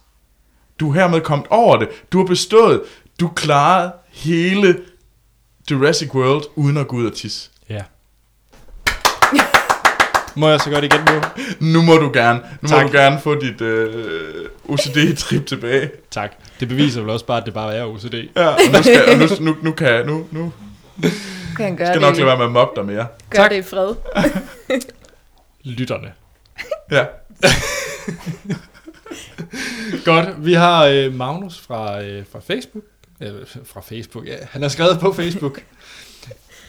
Speaker 2: du er hermed kommet over det. Du har bestået. Du klarede hele Jurassic World uden at gå ud og tisse.
Speaker 1: Ja. Må jeg så godt igen nu?
Speaker 2: Nu må du gerne, nu
Speaker 1: Tak.
Speaker 2: må du gerne få dit øh, OCD-trip tilbage.
Speaker 1: Tak. Det beviser vel også bare, at det bare er OCD.
Speaker 2: Ja, og nu, skal, og nu, nu, nu kan jeg, nu, nu
Speaker 3: kan
Speaker 2: skal
Speaker 3: han gøre
Speaker 2: jeg
Speaker 3: det,
Speaker 2: nok lade være med at mobbe dig mere.
Speaker 3: gør
Speaker 1: Tak.
Speaker 3: det i fred.
Speaker 1: Lytterne.
Speaker 2: Ja.
Speaker 1: Godt, vi har øh, Magnus fra, øh, fra Facebook. Øh, fra Facebook, ja. Han har skrevet på Facebook.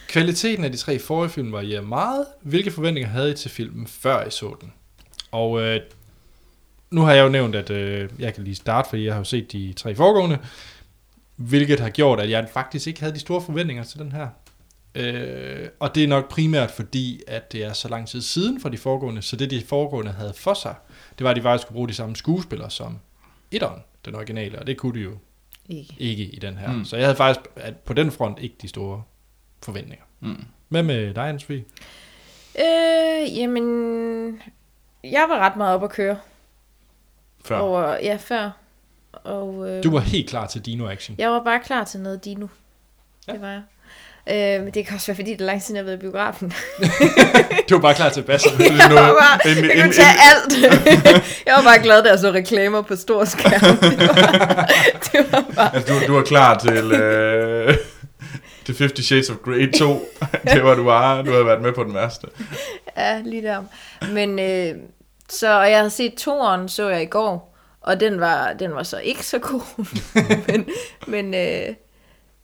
Speaker 1: Kvaliteten af de tre forrige film varierer meget. Hvilke forventninger havde I til filmen, før I så den? Og øh, nu har jeg jo nævnt, at øh, jeg kan lige starte, fordi jeg har jo set de tre foregående. Hvilket har gjort, at jeg faktisk ikke havde de store forventninger til den her. Øh, og det er nok primært fordi, at det er så lang tid siden fra de foregående, så det de foregående havde for sig, det var, at de faktisk skulle bruge de samme skuespillere som etteren, den originale, og det kunne de jo
Speaker 3: Ikke.
Speaker 1: ikke i den her. Mm. Så jeg havde faktisk at på den front ikke de store forventninger. Mm. Hvad med dig, anne -Sophie?
Speaker 3: Øh, jamen... Jeg var ret meget op at køre.
Speaker 2: Før.
Speaker 3: Over, ja, før. Og, øh,
Speaker 1: Du var helt klar til Dino Action.
Speaker 3: Jeg var bare klar til noget dino. Ja. Det var jeg. Øh, men det kan også være, fordi det er lang tid siden, jeg har været i biografen.
Speaker 1: Du var bare klar til Basser.
Speaker 2: Det er
Speaker 3: Jeg var
Speaker 2: noget-
Speaker 3: bare,
Speaker 2: en-
Speaker 3: jeg
Speaker 2: en-
Speaker 3: kunne tage alt. jeg var bare glad, da jeg så reklamer på stor skærm. Det var, det var bare...
Speaker 2: Altså, du, du er klar til... Øh, Det er 50 Shades of Grey 2. det var du bare, du havde været med på den værste.
Speaker 3: Ja, lige der. Men øh, så, og jeg havde set toeren, så jeg i går, og den var, den var så ikke så god. men men øh,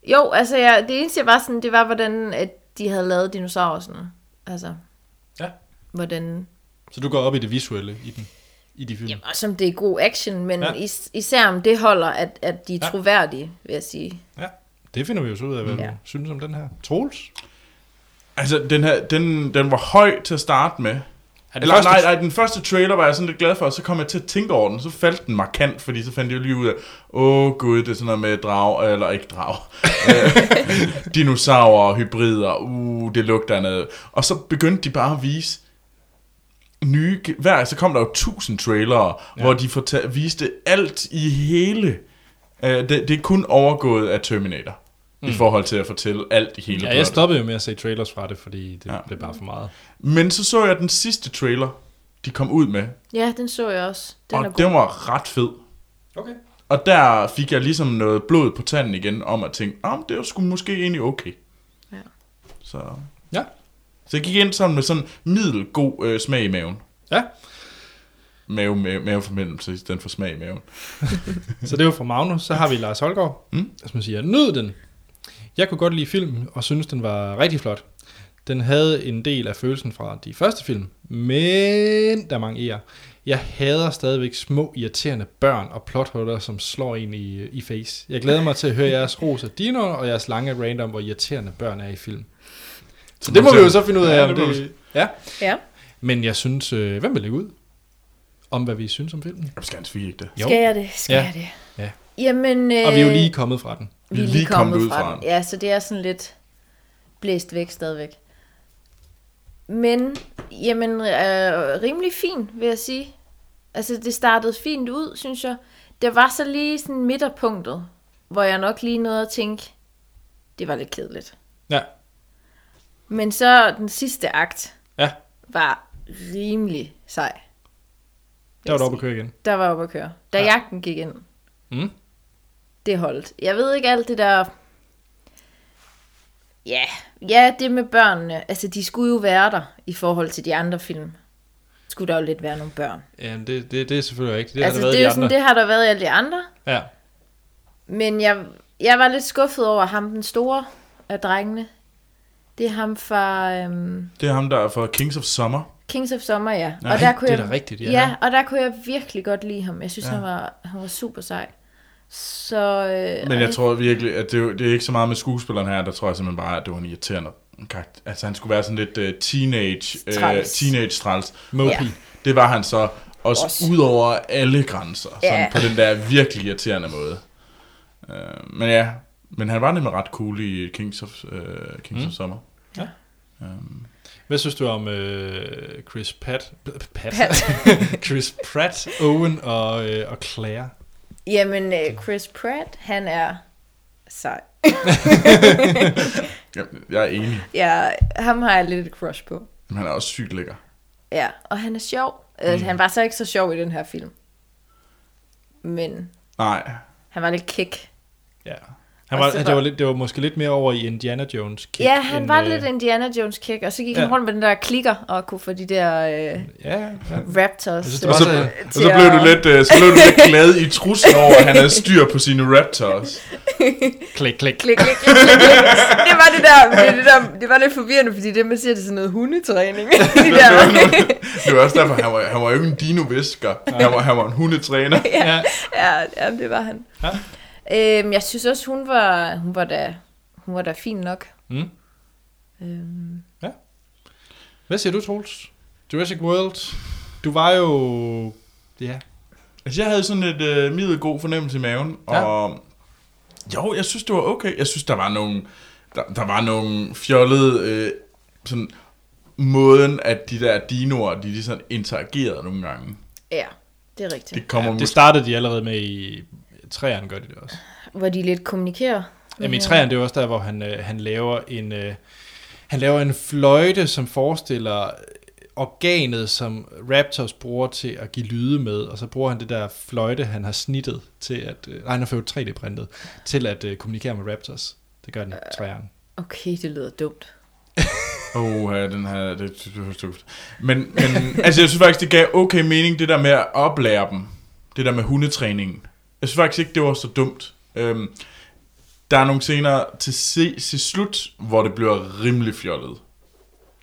Speaker 3: jo, altså jeg, det eneste, jeg var sådan, det var, hvordan at de havde lavet dinosaurerne. Altså,
Speaker 1: Ja.
Speaker 3: hvordan...
Speaker 1: Så du går op i det visuelle i, den, i de film.
Speaker 3: Jamen, også om det er god action, men
Speaker 1: Ja.
Speaker 3: ja. is, især om det holder, at, at de er
Speaker 1: Ja.
Speaker 3: troværdige, vil jeg sige.
Speaker 1: Ja. Det finder vi jo så ud af, hvad ja.
Speaker 3: Mm. Ja.
Speaker 1: du synes om den her. Troels?
Speaker 2: Altså, den, her, den, den var høj til at starte med.
Speaker 1: Er
Speaker 2: Eller, første... nej, nej, den første trailer var jeg sådan lidt glad for, og så kom jeg til at tænke over den, så faldt den markant, fordi så fandt jeg jo lige ud af, åh oh, gud, det er sådan noget med drag, eller ikke drag, øh, dinosaurer, hybrider, uh, det lugter af noget. Og så begyndte de bare at vise nye, ge- hver, så kom der jo tusind trailere, ja. hvor de forta- viste alt i hele, øh, det, det er kun overgået af Terminator, mm. i forhold til at fortælle alt i hele
Speaker 1: Ja, jeg
Speaker 2: plottet.
Speaker 1: stoppede jo med at se trailers fra det, fordi det ja.
Speaker 2: Ja.
Speaker 1: blev bare for meget.
Speaker 2: Men så så jeg den sidste trailer, de kom ud med,
Speaker 3: Ja, den så jeg også. Den
Speaker 2: og
Speaker 3: er god.
Speaker 2: den var ret fed.
Speaker 1: Okay.
Speaker 2: Og der fik jeg ligesom noget blod på tanden igen, om at tænke, om det var sgu måske egentlig okay.
Speaker 3: Ja.
Speaker 2: Så,
Speaker 1: Ja.
Speaker 2: så jeg gik ind sådan med sådan middelgod øh, smag i maven.
Speaker 1: Ja,
Speaker 2: Mave, mave, maveformemmelse i stedet for smag i maven.
Speaker 1: så det var fra Magnus. Så har vi Lars Holgaard, mm. som siger, nød den. Jeg kunne godt lide filmen, og synes, den var rigtig flot. Den havde en del af følelsen fra de første film, men der er mange E'er. Jeg hader stadigvæk små, irriterende børn og plothuller, som slår en i, i face. Jeg glæder mig til at høre jeres ros af dinoer og jeres lange random, hvor irriterende børn er i film. Så det må vi jo så finde ud af.
Speaker 2: Ja,
Speaker 1: om
Speaker 2: det må vi-
Speaker 1: ja.
Speaker 3: Ja.
Speaker 1: Men jeg synes, øh, hvem vil lægge ud? Om hvad vi synes om filmen.
Speaker 2: Jamen, skal han svige ikke det?
Speaker 1: Jo.
Speaker 3: Skal jeg det? Skal
Speaker 1: Ja.
Speaker 3: jeg det?
Speaker 1: Ja.
Speaker 3: Jamen, øh,
Speaker 1: Og vi er jo lige kommet fra den.
Speaker 2: Vi er lige kommet ud fra den.
Speaker 3: Ja, så det er sådan lidt blæst væk stadigvæk. Men, jamen, øh, rimelig fin, vil jeg sige. Altså, det startede fint ud, synes jeg. Der var så lige sådan midterpunktet, hvor jeg nok lige nåede at tænke, det var lidt kedeligt.
Speaker 1: Ja,
Speaker 3: Men så den sidste akt
Speaker 1: ja.
Speaker 3: var rimelig sej.
Speaker 1: Der var du oppe at køre igen.
Speaker 3: Der var jeg oppe at køre. Da ja. jagten gik ind.
Speaker 1: Mm.
Speaker 3: Det holdt. Jeg ved ikke alt det der... Ja, ja, det med børnene. Altså, de skulle jo være der i forhold til de andre film. Skulle der jo lidt være nogle børn.
Speaker 1: Jamen, det, det, det er selvfølgelig rigtigt. Det
Speaker 3: Det
Speaker 1: har der
Speaker 3: altså,
Speaker 1: været
Speaker 3: det er
Speaker 1: i
Speaker 3: jo sådan,
Speaker 1: andre.
Speaker 3: det har der været i alle de andre.
Speaker 1: Ja.
Speaker 3: Men jeg, jeg var lidt skuffet over ham, den store af drengene. Det er ham fra øhm,
Speaker 2: Det er ham, der er fra Kings of Summer.
Speaker 3: Kings of Summer, ja.
Speaker 2: Nej,
Speaker 1: det er da rigtigt, ja.
Speaker 3: ja. og der kunne jeg virkelig godt lide ham. Jeg synes, ja. han, var, han var super sej. Så, øh,
Speaker 2: Men jeg tror virkelig, at det, er jo- det er ikke så meget med skuespilleren her, der tror jeg simpelthen bare, at det var en irriterende karakter. Altså han skulle være sådan lidt uh, teenage, uh,
Speaker 3: Træls.
Speaker 2: teenage træls.
Speaker 1: Mopey.
Speaker 3: Ja.
Speaker 2: Det var han så også,
Speaker 3: Også.
Speaker 2: ud over alle grænser, sådan
Speaker 3: Ja.
Speaker 2: på den der virkelig irriterende måde. Uh, men ja, men han var nemlig ret cool i Kings of, uh, Kings mm. of Summer.
Speaker 1: Hvad synes du om øh, Chris Pat, Pat. Chris Pratt, Owen og, øh, og Claire?
Speaker 3: Jamen, øh, Chris Pratt, han er sej.
Speaker 2: Jeg, jeg er enig,
Speaker 3: Ja, ham har jeg lidt et crush på.
Speaker 2: men han er også sygt lækker.
Speaker 3: Ja, og han er sjov. Mm. Han var så ikke så sjov i den her film. Men
Speaker 2: Nej,
Speaker 3: han var lidt kæk.
Speaker 1: Ja. Han var,
Speaker 3: Og så
Speaker 1: det,
Speaker 3: var-
Speaker 1: var lidt, det var måske lidt mere over i Indiana Jones. Kick,
Speaker 3: Ja, han var
Speaker 1: øh,
Speaker 3: lidt Indiana Jones kæk, og så gik
Speaker 1: ja.
Speaker 3: han rundt med den der klikker og kunne få de der øh,
Speaker 1: Ja, ja.
Speaker 3: raptors.
Speaker 1: synes, det
Speaker 2: Og
Speaker 1: var
Speaker 2: så,
Speaker 1: Altså,
Speaker 2: og så blev du lidt, øh, så blev du lidt glad i truslen over, at han havde styr på sine raptors.
Speaker 1: Klik, klik.
Speaker 3: Klik, klik, klik, klik, klik. Det var det der, det, det der, det var lidt forvirrende, fordi det, man siger, det er sådan noget hundetræning. de der.
Speaker 2: Det var også derfor, han var, han var jo ikke en dino-visker. Han var, han var en hundetræner.
Speaker 1: Ja.
Speaker 3: ja, ja, det var han.
Speaker 1: Ja.
Speaker 3: Øhm, jeg synes også, hun var, hun var, da, hun var da fin nok.
Speaker 1: Mm.
Speaker 3: Øhm,
Speaker 1: Hvad siger du, Troels? Jurassic World. Du var jo... Ja.
Speaker 2: Altså, jeg havde sådan et øh, middelgod fornemmelse i maven.
Speaker 1: Ja.
Speaker 2: Og jo, jeg synes, det var okay. Jeg synes, der var nogle, der, der var nogle fjollede... Øh, sådan, måden, at de der dinoer, de, de sådan interagerede nogle gange.
Speaker 3: ja, det er rigtigt.
Speaker 2: Det kommer
Speaker 1: Det startede de allerede med i træerne, gør de det også.
Speaker 3: Hvor de lidt kommunikerer.
Speaker 1: Jamen i træerne, det er jo også der, hvor han, øh, han laver en... Øh, han laver en fløjte, som forestiller organet, som Raptors bruger til at give lyde med, og så bruger han det der fløjte, han har snittet til at... Øh, nej, han har fået 3D-printet, til at øh, kommunikere med Raptors. Det gør den i træerne.
Speaker 3: Okay, det lyder dumt.
Speaker 2: Åh, ja, den her... Det, det, det, det. Men, men altså, jeg synes faktisk, det gav okay mening, det der med at oplære dem. Det der med hundetræningen. Jeg synes faktisk ikke, det var så dumt. Øhm, der er nogle scener til, se, til slut, hvor det bliver rimelig fjollet.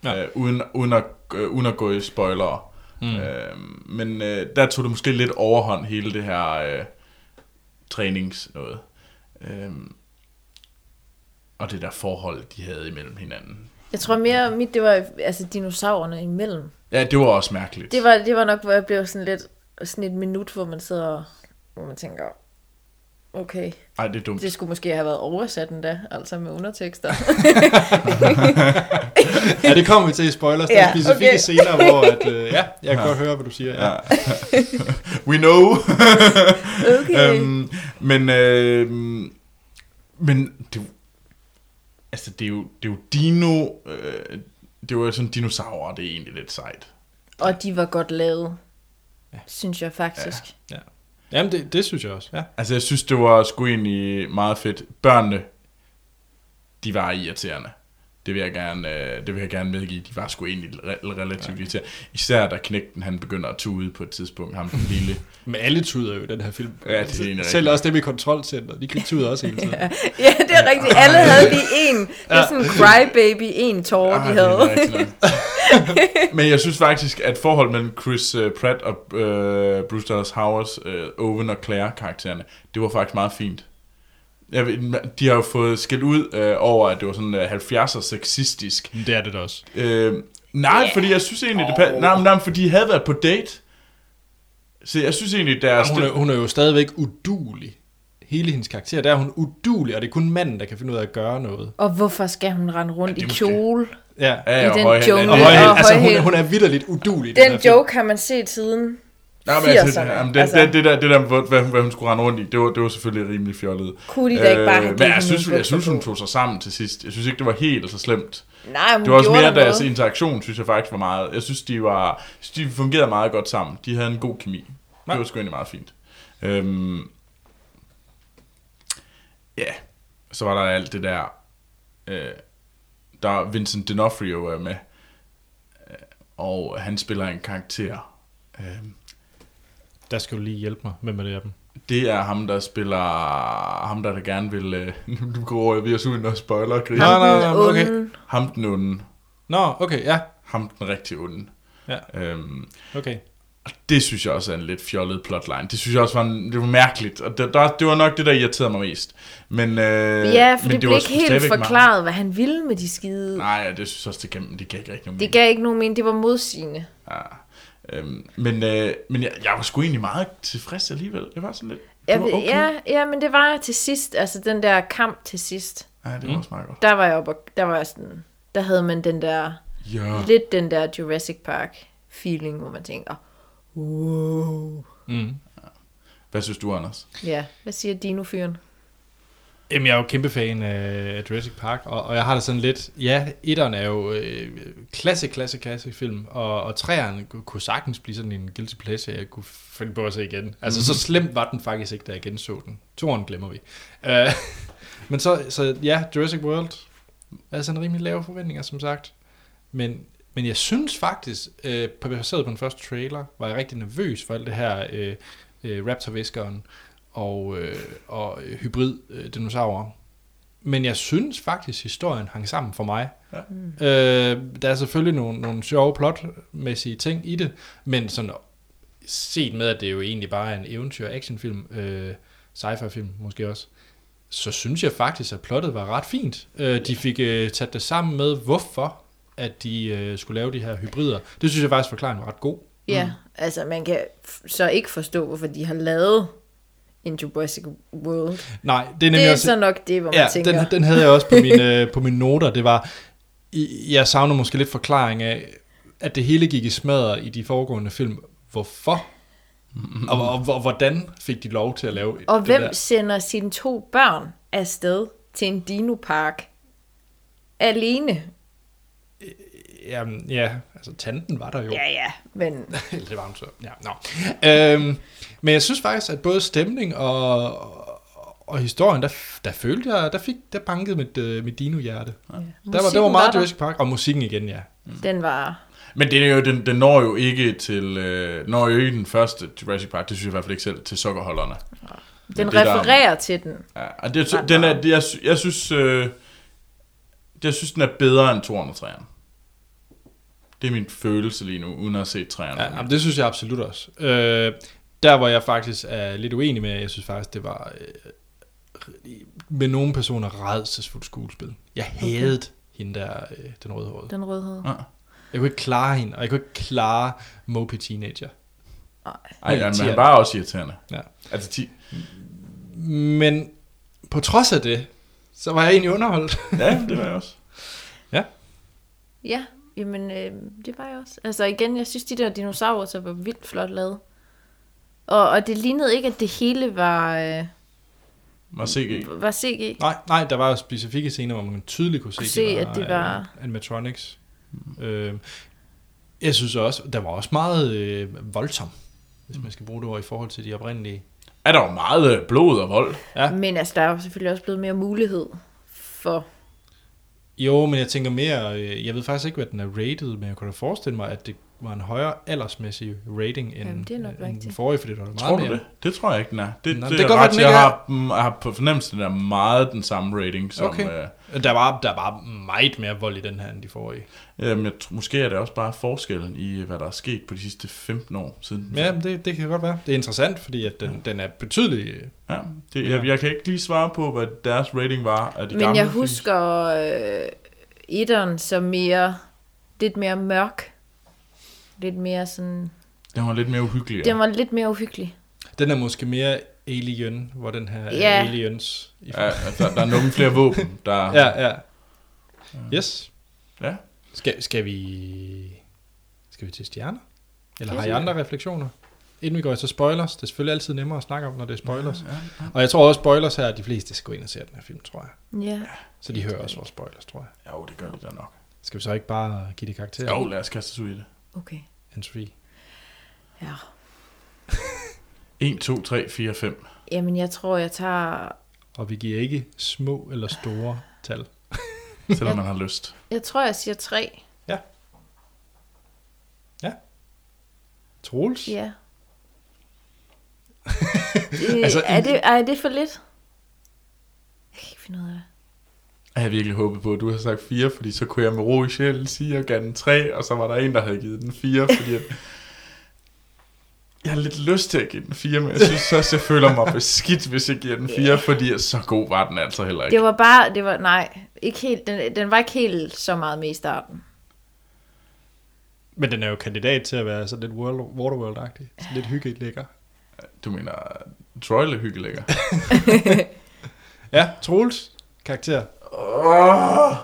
Speaker 1: Ja.
Speaker 2: Ja. Øh, uden, uden, at, øh, uden at gå i spoilere. Mm. Øh, men øh, der tog det måske lidt overhånd, hele det her øh, trænings noget. Øh, og det der forhold, de havde imellem hinanden.
Speaker 3: Jeg tror mere, mit det var altså, dinosaurerne imellem.
Speaker 2: Ja, det var også mærkeligt.
Speaker 3: Det var, det var nok, hvor jeg blev sådan lidt sådan et minut, hvor man sidder og hvor man tænker, okay,
Speaker 2: Ej, det er dumt.
Speaker 3: det skulle måske have været oversat endda, altså med undertekster.
Speaker 1: Ja, det kommer vi til i spoilers. Der
Speaker 3: Ja,
Speaker 1: er specifikke
Speaker 3: okay.
Speaker 1: scener, hvor at, øh, ja, jeg kan godt høre, hvad du siger. Ja.
Speaker 2: We know.
Speaker 3: Okay.
Speaker 2: øhm, men, øh, men det, altså, det er jo, det er jo dino, øh, det var jo sådan dinosaurer, det er egentlig lidt sejt.
Speaker 3: og de var godt lavet, synes jeg faktisk.
Speaker 1: Ja. Jamen, det, det synes jeg også. Ja.
Speaker 2: Altså, jeg synes, det var sgu egentlig meget fedt. Børnene, de var irriterende. Det vil jeg gerne, øh, det vil jeg gerne medgive. De var sgu egentlig re- relativt ja. irriterende. Især da knægten, han begynder at tude på et tidspunkt. Ham den lille.
Speaker 1: Men alle tuder jo i den her film.
Speaker 2: Ja, det er egentlig rigtigt.
Speaker 1: Selv også dem i kontrolcenteret, de kan tude også hele tiden. ja.
Speaker 3: Ja, det er rigtigt. Alle havde lige en. Det er sådan en crybaby, en tårer, de
Speaker 2: Ah, det er
Speaker 3: havde.
Speaker 2: rigtigt nok. Men jeg synes faktisk, at forholdet mellem Chris øh, Pratt og øh, Bruce Dallas Howard, øh, Owen og Claire karaktererne, det var faktisk meget fint. Jeg ved, de har jo fået skilt ud øh, over, at det var sådan øh, 70'er sexistisk.
Speaker 1: Det er det da også.
Speaker 2: Øh, nej, yeah. fordi jeg synes egentlig, det pa- nej, men- nej, men fordi de havde været på date. Så jeg synes egentlig, deres...
Speaker 1: Hun er, hun er jo stadigvæk udulig. Hele hendes karakter, der er hun udulig, og det er kun manden, der kan finde ud af at gøre noget.
Speaker 3: Og hvorfor skal hun rende rundt
Speaker 2: det
Speaker 3: i
Speaker 2: er måske-
Speaker 3: kjole?
Speaker 1: Ja.
Speaker 2: ja,
Speaker 3: i
Speaker 2: og
Speaker 3: den
Speaker 2: højhælet.
Speaker 3: jungle.
Speaker 1: Og
Speaker 3: Ja,
Speaker 1: højhæl,
Speaker 3: og
Speaker 1: altså hun,
Speaker 3: højhæl.
Speaker 1: hun er vidderligt udulig. i
Speaker 3: Den
Speaker 1: her film.
Speaker 3: joke har man set siden.
Speaker 2: Nej, men altså,
Speaker 3: 80'erne,
Speaker 2: jamen, det,
Speaker 3: altså.
Speaker 2: altså. Det, det, der, det der, hvor- hvad, hvad hun skulle rende rundt i, det var, det var selvfølgelig rimelig fjollet. Øh,
Speaker 3: Kunne de da ikke bare have givet
Speaker 2: Men jeg
Speaker 3: hende
Speaker 2: synes,
Speaker 3: nogle
Speaker 2: jeg synes,
Speaker 3: bukser
Speaker 2: hun
Speaker 3: på?
Speaker 2: tog sig sammen til sidst. Jeg synes ikke, det var helt så slemt.
Speaker 3: Nej, hun
Speaker 2: Det var også
Speaker 3: gjorde
Speaker 2: mere
Speaker 3: der
Speaker 2: deres
Speaker 3: noget.
Speaker 2: interaktion, synes jeg faktisk var meget. Jeg synes, de, var, jeg synes, de fungerede meget godt sammen. De havde en god kemi. Det var sgu egentlig meget fint. Øhm, ja, så var der alt det der... Øh, der Vincent D'Onofrio er med, Øh, og han spiller en karakter. Øh,
Speaker 1: Der skal du lige hjælpe mig. Hvem er det af dem?
Speaker 2: Det er ham, der spiller... Ham, der, der gerne vil... Øh, nu går jeg ved at suge og spoiler, Chris.
Speaker 1: Nej, nej,
Speaker 3: Den Øh,
Speaker 1: nej, okay.
Speaker 3: onde.
Speaker 2: Ham den onde.
Speaker 1: Nå, okay, ja.
Speaker 2: Ham den rigtig onde.
Speaker 1: Ja,
Speaker 2: Øhm,
Speaker 1: okay.
Speaker 2: og det synes jeg også er en lidt fjollet plotline. Det synes jeg også var, en, det var mærkeligt. Og det, der, det var nok det, der irriterede mig mest. Men, øh,
Speaker 3: Ja, for det blev
Speaker 2: var
Speaker 3: ikke
Speaker 2: sgu
Speaker 3: helt
Speaker 2: stadigvæk meget-
Speaker 3: forklaret, hvad han ville med de skide.
Speaker 2: Nej, ja, det synes jeg også, det gav, det gav ikke rigtig nogen
Speaker 3: Det gav ikke nogen mening, det var modsigende.
Speaker 2: Ja. Øhm, men øh, men jeg, jeg var sgu egentlig meget tilfreds alligevel. Det var sådan lidt... Det
Speaker 3: Jeg,
Speaker 2: var
Speaker 3: ved-
Speaker 2: okay.
Speaker 3: ja, ja, men det var jeg til sidst, altså den der kamp til sidst.
Speaker 2: ja det var også meget godt.
Speaker 3: Der var jeg oppe, og- der var jeg sådan, der havde man den der,
Speaker 2: Ja.
Speaker 3: lidt den der Jurassic Park feeling, hvor man tænker, wow.
Speaker 2: Hvad synes du, Anders?
Speaker 3: Ja, hvad siger dinofyren?
Speaker 1: Jamen, jeg er jo kæmpe fan af Jurassic Park, og, og jeg har det sådan lidt... Ja, etteren er jo øh, klasse, klasse, klasse film, og, og træeren ku- kunne sagtens blive sådan en guilty pleasure, jeg kunne finde på at se igen. Altså, så slemt var den faktisk ikke, da jeg genså den. Toren glemmer vi. Øh, men så, så ja, Jurassic World er sådan rimelig lave forventninger, som sagt. Men, men jeg synes faktisk, øh, på- baseret på den første trailer, var jeg rigtig nervøs for alt det her øh, øh, Raptor-viskeren og, øh, og øh, hybrid-dinosaurer. Men jeg synes faktisk, historien hang sammen for mig. Ja.
Speaker 3: Mm.
Speaker 1: Øh, der er selvfølgelig nogle, nogle sjove plotmæssige ting i det, men sådan set med, at det jo egentlig bare er en eventyr-actionfilm, øh, sci-fi-film måske også, så synes jeg faktisk, at plottet var ret fint. Øh, de fik øh, sat det sammen med, hvorfor at de øh, skulle lave de her hybrider. Det synes jeg faktisk, forklaringen var ret god.
Speaker 3: Ja,
Speaker 1: Mm.
Speaker 3: altså man kan f- så ikke forstå, hvorfor de har lavet en Jurassic World.
Speaker 1: Nej, det er
Speaker 3: Det
Speaker 1: nemlig
Speaker 3: er
Speaker 1: også...
Speaker 3: så nok det, hvor man
Speaker 1: Ja,
Speaker 3: tænker,
Speaker 1: den, den havde jeg også på mine, øh, på mine noter. Det var, i- jeg savner måske lidt forklaring af, at det hele gik i smadret i de foregående film. Hvorfor? Og, og, og hvordan fik de lov til at lave
Speaker 3: og
Speaker 1: det
Speaker 3: hvem
Speaker 1: der?
Speaker 3: sender sine to børn afsted til en dinopark alene?
Speaker 1: Jamen, ja, altså tanten var der jo.
Speaker 3: Ja, ja, men
Speaker 1: Eller det var hun så. Ja, no. øhm, men jeg synes faktisk, at både stemning og, og historien, der, der følte jeg, der, fik, der bankede mit, øh, mit dino-hjerte. Ja. Der var, det var
Speaker 3: Musikken
Speaker 1: meget
Speaker 3: var der.
Speaker 1: Jurassic Park, og musikken igen, ja.
Speaker 3: Den var...
Speaker 2: Men det er jo, den, den når jo ikke til, øh, når jo ikke den første Jurassic Park, det synes jeg i hvert fald ikke selv, til sokkerholderne.
Speaker 3: Den
Speaker 2: det, der-
Speaker 3: refererer til den.
Speaker 2: Ja, og det, den er, det, jeg, sy- jeg synes, øh, det, jeg synes, den er bedre end 200 træerne. Det er min følelse lige nu, uden at se træerne.
Speaker 1: ja jamen, det synes jeg absolut også. Øh, der, hvor jeg faktisk er lidt uenig med, jeg synes faktisk, det var øh, med nogle personer redselsfuldt skuespil. Jeg havde okay. hende der, øh, den rødhårede.
Speaker 3: Den rødhed.
Speaker 2: Ja.
Speaker 1: Jeg kunne ikke klare hende, og jeg kunne ikke klare Mopey Teenager.
Speaker 2: Ej, ja, men han
Speaker 1: irriterende.
Speaker 2: var også irriterende.
Speaker 1: Ja.
Speaker 2: Altså, ti,
Speaker 1: Men på trods af det, så var jeg egentlig underholdt.
Speaker 2: ja, det var jeg også.
Speaker 1: ja.
Speaker 3: Ja, jamen øh, det var jeg også. Altså igen, jeg synes, de der dinosaurer så var vildt flot lavet. Og, og det lignede ikke, at det hele var, øh,
Speaker 2: Var CG.
Speaker 3: var CG.
Speaker 1: Nej, nej, der var jo specifikke scener, hvor man tydeligt kunne se,
Speaker 3: Kunne se, at det var-
Speaker 1: øh, animatronics. Øh, jeg synes også, der var også meget øh, voldsom, hvis man skal bruge det ord i forhold til de oprindelige.
Speaker 2: Er der jo meget øh, blod og vold?
Speaker 1: Ja.
Speaker 3: Men altså, der er jo selvfølgelig også blevet mere mulighed for...
Speaker 1: Jo, men jeg tænker mere, øh, jeg ved faktisk ikke, hvad den er rated, men jeg kunne da forestille mig, at det var en højere aldersmæssig rating end,
Speaker 3: Jamen, det er nok
Speaker 1: øh, end den
Speaker 3: rigtigt.
Speaker 1: forrige, fordi der var meget
Speaker 2: Tror du
Speaker 1: mere.
Speaker 2: det? Det tror jeg ikke, den er. Det,
Speaker 1: Nå,
Speaker 2: det,
Speaker 1: det
Speaker 2: det er
Speaker 1: kan godt
Speaker 2: ret,
Speaker 1: være, den
Speaker 2: jeg
Speaker 1: ikke
Speaker 2: har, mm, jeg har på fornemmelsen, at der er meget den samme rating, som...
Speaker 1: Okay.
Speaker 2: Øh,
Speaker 1: Der var, der var meget mere vold i den her, end de forrige.
Speaker 2: Jamen, Øhm, jeg tr- måske er det også bare forskellen i, hvad der er sket på de sidste 15 år siden.
Speaker 1: Ja, men det, det kan godt være. Det er interessant, fordi at den, den er betydelig... øh,
Speaker 2: ja det, jeg, jeg kan ikke lige svare på, hvad deres rating var af de
Speaker 3: Men
Speaker 2: gamle
Speaker 3: jeg
Speaker 2: film.
Speaker 3: husker øh, etteren som mere... Lidt mere mørk. Lidt mere sådan...
Speaker 2: Den var lidt mere uhyggelig.
Speaker 3: Den var lidt mere uhyggelig.
Speaker 1: Den er måske mere alien, hvor den her ja.
Speaker 3: Ja.
Speaker 1: aliens... I
Speaker 2: Ja, altså, der er nogle flere våben, der...
Speaker 1: ja, ja. Yes.
Speaker 2: ja.
Speaker 1: Skal, skal vi... Skal vi til stjerner? Eller har I andre refleksioner? Inden vi går til spoilers, det er selvfølgelig altid nemmere at snakke om, når det er spoilers. Ja, ja, ja. Og jeg tror også, spoilers her, de fleste skal gå ind og se den her film, tror jeg.
Speaker 3: Ja.
Speaker 1: Så de hører også vores spoilers, tror jeg.
Speaker 2: Jo, det gør vi da nok.
Speaker 1: Skal vi så ikke bare give det karakter?
Speaker 2: Jo, lad os kaste os ud i det.
Speaker 3: Okay.
Speaker 1: Entry.
Speaker 3: Ja.
Speaker 2: 1, 2, 3, 4, 5.
Speaker 3: Jamen, jeg tror, jeg tager...
Speaker 1: Og vi giver ikke små eller store tal.
Speaker 2: Selvom man har lyst.
Speaker 3: Jeg tror, jeg siger tre.
Speaker 1: Ja. Ja. Troels?
Speaker 3: Ja. det,
Speaker 1: Altså,
Speaker 3: altså, er,
Speaker 1: en-
Speaker 3: det, er det for lidt? Jeg kan ikke finde ud af det.
Speaker 2: Jeg havde virkelig håbet på, at du havde sagt 4, fordi så kunne jeg med ro i sjælen sige, at jeg gav den 3, og så var der en, der havde givet den 4, fordi at... Jeg har lidt lyst til at give den 4, men jeg synes også, jeg føler mig beskidt, hvis jeg giver den 4, fordi at så god var den altså heller ikke.
Speaker 3: Det var bare, det var, nej, ikke helt, den, den var ikke helt så meget med i starten.
Speaker 1: Men den er jo kandidat til at være sådan lidt world, Waterworld-agtig. Sådan lidt hyggeligt lækker.
Speaker 2: Du mener, Troil er hyggelækker.
Speaker 1: Ja, Troels. Karakter.
Speaker 2: oh,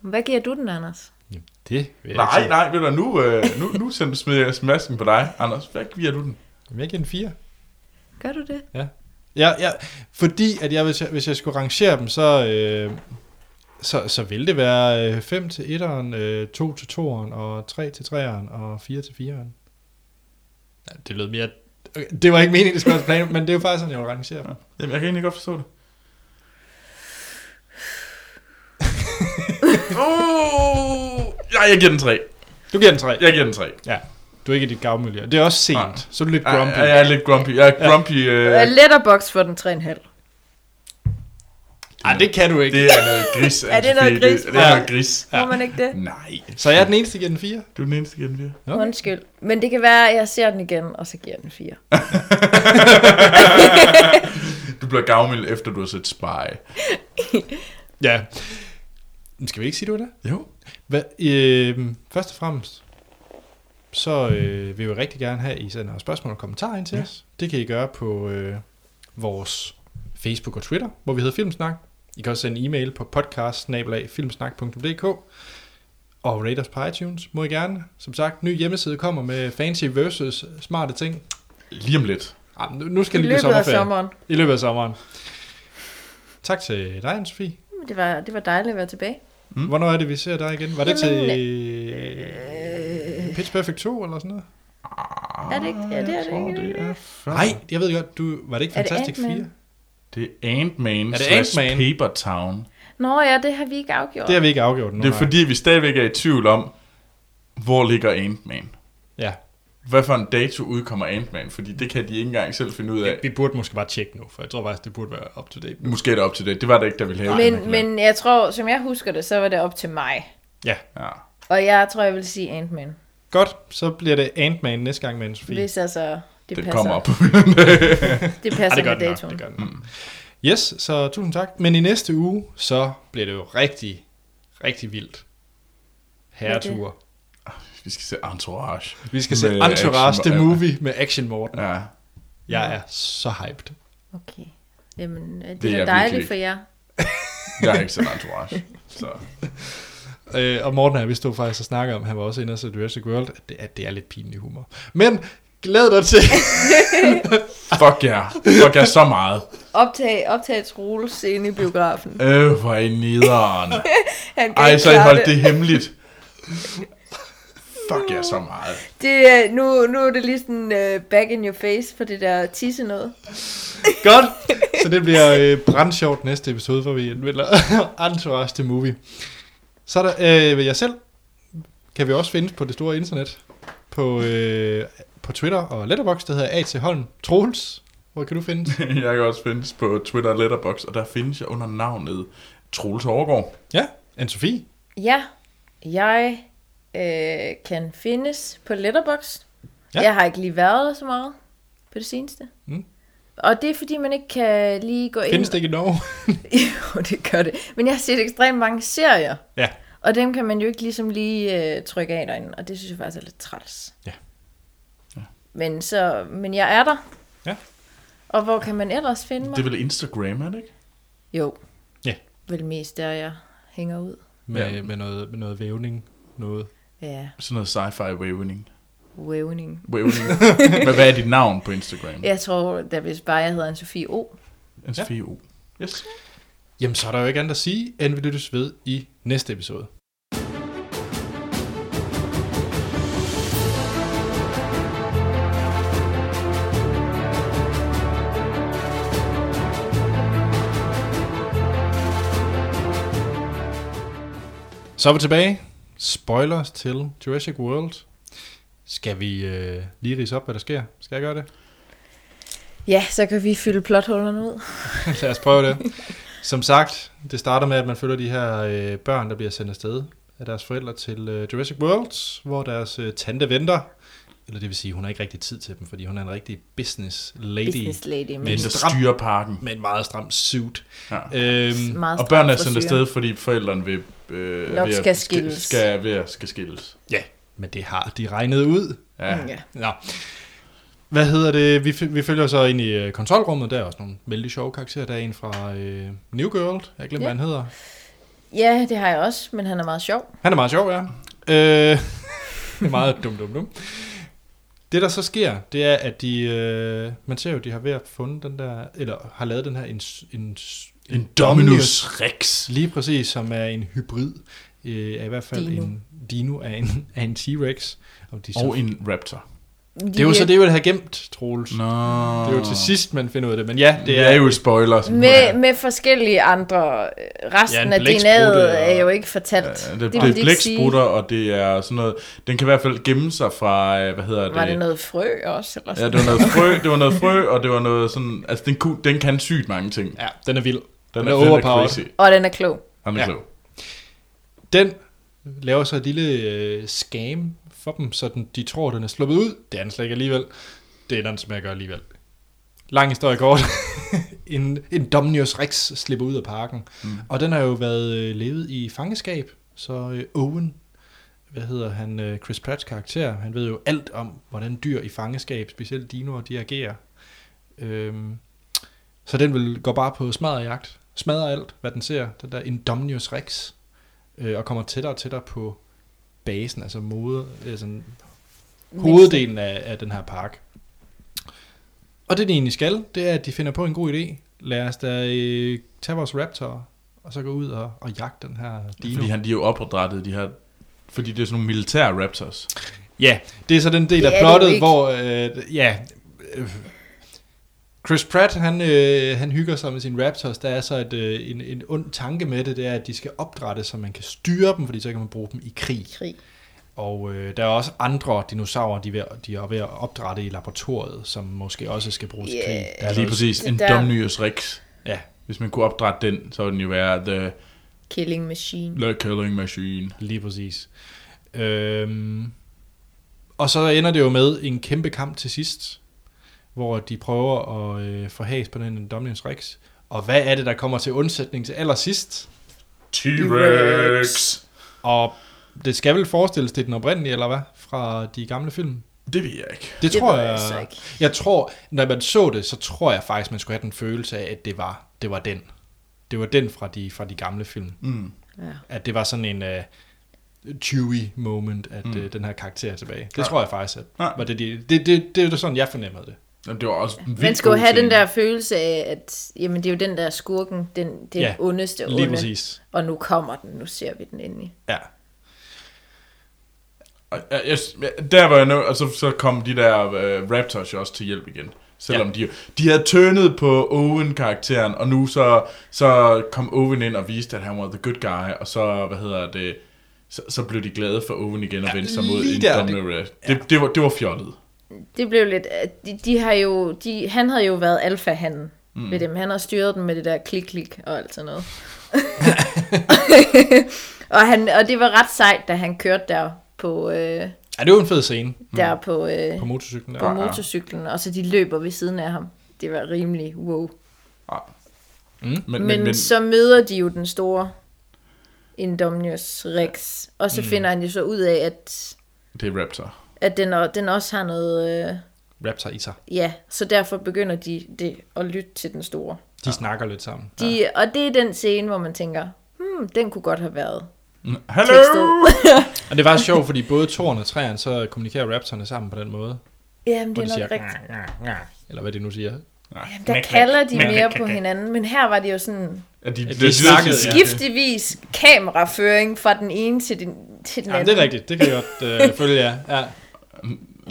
Speaker 3: Hvad giver du den, Anders?
Speaker 1: Jamen, det vil jeg
Speaker 2: nej,
Speaker 1: ikke sige.
Speaker 2: nej, ved du, nu, øh, nu, nu sender- smider jeg smasken på dig, Anders. Hvad giver du den?
Speaker 1: Jamen, jeg giver den fire.
Speaker 3: Gør du det?
Speaker 1: Ja. Ja, ja. Fordi, at jeg, hvis, jeg, hvis jeg skulle rangere dem, så, øh, så, så ville det være 5 til 1'eren, 2 til 2'eren, og 3 til 3'eren, og 4 til 4'eren. Ja, det lød mere... Okay, det var ikke meningen, det skulle være plan, men det er jo faktisk sådan, jeg vil rangere dem.
Speaker 2: Jamen, jeg kan egentlig godt forstå det. oh, ja, jeg giver den 3.
Speaker 1: Du giver den 3.
Speaker 2: Jeg giver den 3.
Speaker 1: Ja. Du er ikke i dit gavmiljø. Det er også sent,
Speaker 2: Nej.
Speaker 1: så er du lidt grumpy.
Speaker 2: Ja, jeg er lidt grumpy. Jeg er grumpy. Øh,
Speaker 3: Jeg letterbox for den 3,5.
Speaker 1: Ej, det kan du ikke.
Speaker 2: det er noget gris.
Speaker 3: Er det noget
Speaker 2: Anne-Sophie.
Speaker 3: gris?
Speaker 2: Det, det er noget gris.
Speaker 3: Ja. Må man ikke det?
Speaker 2: Nej.
Speaker 1: Så jeg er den eneste, der giver den 4.
Speaker 2: Du er den eneste, der giver den 4.
Speaker 1: Okay.
Speaker 3: Undskyld. Men det kan være, at jeg ser den igen, og så giver jeg den 4.
Speaker 2: Du bliver gavmild, efter du har set Spy.
Speaker 1: Ja. Men Skal vi ikke sige, du er det?
Speaker 2: Jo.
Speaker 1: Hvad, øh, først og fremmest, så øh, vil vi rigtig gerne have, at I sender spørgsmål og kommentarer ind til ja. os. Det kan I gøre på øh, vores Facebook og Twitter, hvor vi hedder Filmsnak. I kan også sende en e-mail på podcast og rate os på iTunes, må I gerne. Som sagt, ny hjemmeside kommer med fancy versus smarte ting.
Speaker 2: Lige om lidt.
Speaker 1: Jamen, nu- nu
Speaker 3: I
Speaker 1: skal det lige blive
Speaker 3: løbet af
Speaker 1: sommerferie.
Speaker 3: sommeren.
Speaker 1: I løbet af sommeren. Tak til dig, Sofie.
Speaker 3: Det var, det var dejligt at være tilbage.
Speaker 1: Mm. Hvornår er det, vi ser dig igen? Var det
Speaker 3: Jamen,
Speaker 1: til øh... Pitch Perfect 2 eller sådan noget?
Speaker 3: Er det ikke? Ja, det er det
Speaker 2: Åh,
Speaker 1: Ah,
Speaker 3: ikke.
Speaker 2: det er
Speaker 1: Nej, jeg ved godt, du var det ikke
Speaker 3: Er det
Speaker 1: Fantastic 4?
Speaker 3: Ant-Man?
Speaker 2: Det er Ant-Man
Speaker 1: Er det
Speaker 2: slash
Speaker 1: Ant-Man?
Speaker 2: Paper Town.
Speaker 3: Nå ja, det har vi ikke afgjort.
Speaker 1: Det har vi ikke afgjort nu.
Speaker 2: Det er
Speaker 1: nej.
Speaker 2: fordi, vi stadigvæk er i tvivl om, hvor ligger Ant-Man?
Speaker 1: Ja.
Speaker 2: Hvad for en dato udkommer Ant-Man? Fordi det kan de ikke engang selv finde ud af.
Speaker 1: Vi burde måske bare tjekke nu, for jeg tror faktisk, det burde være up to date.
Speaker 2: Måske er det op til det. Det var det ikke, der ville have.
Speaker 3: Men, men jeg tror, som jeg husker det, så var det op til mig.
Speaker 1: Ja.
Speaker 2: Ja.
Speaker 3: Og jeg tror, jeg vil sige Ant-Man.
Speaker 1: Godt, så bliver det Ant-Man næste gang med en Sofie.
Speaker 3: Hvis altså
Speaker 2: Det
Speaker 3: det, passer.
Speaker 2: kommer op.
Speaker 3: Det
Speaker 1: Ej,
Speaker 3: passer
Speaker 1: det gør
Speaker 3: med
Speaker 1: det nok,
Speaker 3: datoen.
Speaker 1: det gør det nok. Mm. Yes, så tusind tak. Men i næste uge, så bliver det jo rigtig, rigtig vildt. Herretur.
Speaker 2: vi skal se Entourage.
Speaker 1: Vi skal se
Speaker 2: Med
Speaker 1: Entourage
Speaker 2: action-
Speaker 1: The Movie med Action Morten.
Speaker 2: Ja.
Speaker 1: Jeg er så hyped.
Speaker 3: Okay. Jamen, øh, det,
Speaker 2: er
Speaker 3: det er
Speaker 2: jeg
Speaker 3: da dejligt
Speaker 2: virkelig
Speaker 3: for jer.
Speaker 2: Jeg er ikke så entourage. Så.
Speaker 1: Øh, og Morten her, vi stod faktisk og snakkede om, han var også inde og se Jurassic World, at det, at det er lidt pinlig humor. Men glæd dig til...
Speaker 2: Fuck jer. Yeah. Fuck jer så meget.
Speaker 3: Optag, optag Troels inde i biografen.
Speaker 2: Øh, hvor er I nederen.
Speaker 3: Han kan
Speaker 2: Ej,
Speaker 3: ikke
Speaker 2: så I
Speaker 3: klare
Speaker 2: holdt det hemmeligt. Fuck jer så meget.
Speaker 3: det. er- nu, nu er det lige sådan uh, back in your face for det der tisse noget.
Speaker 1: Godt! Så det bliver øh, brandsjovt næste episode, hvor vi anmelder Entourage The Movie. Så er der øh, jeg selv. Kan vi også findes på det store internet. På, øh, på Twitter og Letterboxd, der hedder A.T. Holm. Troels, hvor kan du finde?
Speaker 2: Jeg kan også findes på Twitter og Letterboxd, og der findes jeg under navnet Troels Overgaard.
Speaker 1: ja, Anne-Sophie.
Speaker 3: Ja, jeg øh, kan findes på Letterboxd.
Speaker 1: Ja.
Speaker 3: Ja. Jeg har ikke lige været der så meget på det seneste.
Speaker 1: Mm.
Speaker 3: Og det er fordi, man ikke kan lige gå
Speaker 1: Findes
Speaker 3: ind...
Speaker 1: det ikke i Norge?
Speaker 3: jo, det gør det. Men jeg har set ekstremt mange serier.
Speaker 1: ja.
Speaker 3: Og dem kan man jo ikke ligesom lige øh, trykke af derinde, og det synes jeg faktisk er lidt træls.
Speaker 1: Ja.
Speaker 3: Men, så, men jeg er der.
Speaker 1: Ja.
Speaker 3: Og hvor kan man ellers finde mig?
Speaker 2: Det er vel Instagram, er det ikke?
Speaker 3: Jo.
Speaker 1: Ja.
Speaker 3: Vel mest der, jeg hænger ud.
Speaker 1: Med,
Speaker 2: Ja.
Speaker 1: med, noget, med noget vævning. Noget.
Speaker 3: Ja,
Speaker 2: Sådan noget sci-fi wavening.
Speaker 3: vævning.
Speaker 2: wavening. Men hvad er dit navn på Instagram?
Speaker 3: Jeg tror, da hvis bare jeg hedder en Sofie O.
Speaker 2: En Sofie O. Yes.
Speaker 1: Jamen, så er der jo ikke andet at sige, end vi lyttes ved i næste episode. Så er vi tilbage. Spoilers til Jurassic World. Skal vi øh, lige rise op, hvad der sker? Skal jeg gøre det?
Speaker 3: Ja, så kan vi fylde plothullerne ud.
Speaker 1: Lad os prøve det. Som sagt, det starter med, at man følger de her øh, børn, der bliver sendt afsted af deres forældre til øh, Jurassic World, hvor deres øh, tante venter. Eller det vil sige, hun har ikke rigtig tid til dem, fordi hun er en rigtig business lady
Speaker 3: Business lady. Men
Speaker 1: Men-
Speaker 2: En, der
Speaker 1: Stram.
Speaker 2: styrer parken.
Speaker 1: med en meget stram suit.
Speaker 2: Ja.
Speaker 1: Øhm,
Speaker 3: Øh, meget
Speaker 2: Og børnene er
Speaker 3: stram
Speaker 2: sendt
Speaker 3: frisyre.
Speaker 2: afsted, fordi forældrene vil, øh,
Speaker 3: Nok
Speaker 2: ved at-
Speaker 3: skal skilles.
Speaker 2: Skal, ved at, skal skilles.
Speaker 1: ja, men det har de regnet ud.
Speaker 2: Ja.
Speaker 3: Ja.
Speaker 1: Nå. Hvad hedder det? Vi, f- vi følger så ind i øh, kontrolrummet. Der er også nogle vældig sjove karakterer. Der er en fra øh, New Girl. Jeg glemmer,
Speaker 3: Ja.
Speaker 1: hvad han hedder.
Speaker 3: ja, det har jeg også, men han er meget sjov.
Speaker 1: Han er meget sjov, ja. Øh, det er meget dum, dum, dum. Det, der så sker, det er, at de... Øh, man ser jo, de har ved at fundet den der... Eller har lavet den her... En, en,
Speaker 2: En Dominus Rex.
Speaker 1: Lige præcis, som er en hybrid. Øh, er i hvert fald dino.
Speaker 3: Dino.
Speaker 1: en dino af en, af en T-Rex. Og de så,
Speaker 2: Og en raptor.
Speaker 1: det er jo så det, man har gemt, Troels.
Speaker 2: Nå.
Speaker 1: Det er jo til sidst, man finder ud af det. Men ja,
Speaker 2: Det er jo spoilers.
Speaker 3: Med, med forskellige andre. øh,
Speaker 1: Ja, en
Speaker 3: Resten ja, af
Speaker 1: blæksprutte
Speaker 3: DNA'et
Speaker 1: og-
Speaker 3: er jo ikke fortalt.
Speaker 2: Ja,
Speaker 3: Ja,
Speaker 2: det, det, er blæksprutter, og det er sådan noget... Den kan i hvert fald gemme sig fra, øh, hvad hedder det?
Speaker 3: Var det noget frø også? Eller
Speaker 2: Ja,
Speaker 3: sådan?
Speaker 2: det var noget frø, det var noget frø, og det var noget sådan... Altså, den, kunne, den kan sygt mange ting.
Speaker 1: ja, den er vild. Den,
Speaker 2: Den,
Speaker 1: den er, er overpowered.
Speaker 2: crazy. altså,
Speaker 3: Og den er klog.
Speaker 2: Han er
Speaker 1: Ja.
Speaker 2: ja. klog.
Speaker 1: Den laver så et lille øh, scam for dem, så den, de tror, den er sluppet ud. Det er den slet ikke alligevel. Det er den, som jeg gør alligevel. Lang historie kort. en, en Dominius Rex slipper ud af parken. Mm. Og den har jo været øh, levet i fangeskab. Så øh, Owen, hvad hedder han, øh, Chris Pratts karakter, han ved jo alt om, hvordan dyr i fangeskab, specielt dinoer, de agerer. Øhm, så den vil gå bare på smadrejagt. Smadrer alt, hvad den ser. Den der Indominus Rex øh, og kommer tættere og tættere på basen, altså mode, altså hoveddelen af, af den her park. Og det, de egentlig skal, det er, at de finder på en god idé. Lad os da øh, tage vores raptor, og så gå ud og, og jagte den her dino.
Speaker 2: Fordi han, de er jo opdrettet, de her... Fordi det er sådan nogle militære raptors.
Speaker 1: Ja, det er så den del
Speaker 3: Det
Speaker 1: af
Speaker 3: er det jo
Speaker 1: plottet,
Speaker 3: ikke.
Speaker 1: hvor... Øh, ja, øh, Chris Pratt, han, øh, han hygger sig med sine Raptors. Der er så et, øh, en, en ond tanke med det, det er, at de skal opdrætte, så man kan styre dem, fordi så kan man bruge dem i krig.
Speaker 3: krig.
Speaker 1: Og øh, der er også andre dinosaurer, de er, ved, de er ved at opdrætte i laboratoriet, som måske også skal bruges i krig.
Speaker 3: Ja.
Speaker 1: Der er
Speaker 2: Lige
Speaker 1: noget-
Speaker 2: præcis. En
Speaker 3: Der-
Speaker 2: Domnius Rex.
Speaker 1: Ja,
Speaker 2: Hvis man kunne opdrætte den, så ville den jo være The,
Speaker 3: Killing Machine.
Speaker 2: the Killing Machine.
Speaker 1: Lige præcis. Øhm, og så ender det jo med en kæmpe kamp til sidst, hvor de prøver at øh, få has på den Dominus Rex. Og hvad er det, der kommer til undsætning til allersidst?
Speaker 2: T-Rex!
Speaker 1: Og det skal vel forestilles, det er den oprindelige, eller hvad? Fra de gamle film.
Speaker 2: Det ved jeg ikke.
Speaker 1: Det,
Speaker 3: Det
Speaker 1: tror
Speaker 3: ved jeg
Speaker 1: jeg...
Speaker 3: altså ikke.
Speaker 1: Jeg tror, når man så det, så tror jeg faktisk, man skulle have den følelse af, at det var, det var den. Det var den fra de, fra de gamle film.
Speaker 2: Mm.
Speaker 3: Ja.
Speaker 1: At det var sådan en uh, Chewie moment, at mm. uh, den her karakter er tilbage. Det ja. tror jeg faktisk, at
Speaker 2: Ja.
Speaker 1: var det, de, det, det, det er sådan, jeg fornemmede det.
Speaker 2: Jamen, det var også en vildt
Speaker 3: Man skulle
Speaker 2: god
Speaker 3: jo have den
Speaker 2: scene.
Speaker 3: der følelse af, at jamen, det er jo den der skurken, den, den
Speaker 1: Ja,
Speaker 3: ondeste
Speaker 1: Lige
Speaker 3: onde.
Speaker 1: præcis.
Speaker 3: Og nu kommer den, nu ser vi den endelig.
Speaker 1: Ja.
Speaker 2: Og Jeg, jeg, jeg- der var jeg nød, og så, så kom de der uh, Raptors jo også til hjælp igen. Selvom ja. de, de havde tønet på Owen-karakteren, og nu så, så kom Owen ind og viste, at han var the good guy, og så, hvad hedder det, så, så blev de glade for Owen igen og
Speaker 1: Ja,
Speaker 2: vendte sig mod
Speaker 1: lige
Speaker 2: en
Speaker 1: der,
Speaker 2: domino det, det, det, var, det var fjollet.
Speaker 3: Det blev lidt... at De, de har jo, de, han havde jo været alfahanden mm. ved dem. Han har styret dem med det der klik-klik og alt sådan noget. og, han, og det var ret sejt, da han kørte der på, øh,
Speaker 1: ja, det var en fed scene
Speaker 3: der på, øh,
Speaker 1: på motorcyklen.
Speaker 3: på
Speaker 1: Der.
Speaker 3: motorcyklen, og så de løber ved siden af ham. Det var rimelig wow.
Speaker 2: Mm. Men,
Speaker 3: Men, men så møder de jo den store Indominus Rex, og så mm. finder han jo så ud af, at,
Speaker 2: det er Raptor.
Speaker 3: at den, o- den også har noget... Øh,
Speaker 1: Raptor i sig.
Speaker 3: ja, så derfor begynder de det, at lytte til den store.
Speaker 1: De ja. snakker lidt sammen.
Speaker 3: De, ja. Og det er den scene, hvor man tænker, hmm, den kunne godt have været
Speaker 2: Hello!
Speaker 3: tekstet.
Speaker 1: Og det var sjovt, fordi både toren og træerne, så kommunikerer raptorerne sammen på den måde.
Speaker 3: Jamen, det
Speaker 1: Hvor
Speaker 3: er
Speaker 1: de
Speaker 3: nok
Speaker 1: siger,
Speaker 3: rigtigt.
Speaker 1: eller hvad det nu siger.
Speaker 3: Jamen, der kalder de mere på hinanden, men her var det jo sådan
Speaker 2: Ja, de, de, de,
Speaker 1: de snakkede, ja.
Speaker 3: giftigvis kameraføring fra den ene til den, til den
Speaker 1: Ja,
Speaker 3: anden.
Speaker 1: det er rigtigt. Det kan jeg godt øh, følge jer. Ja.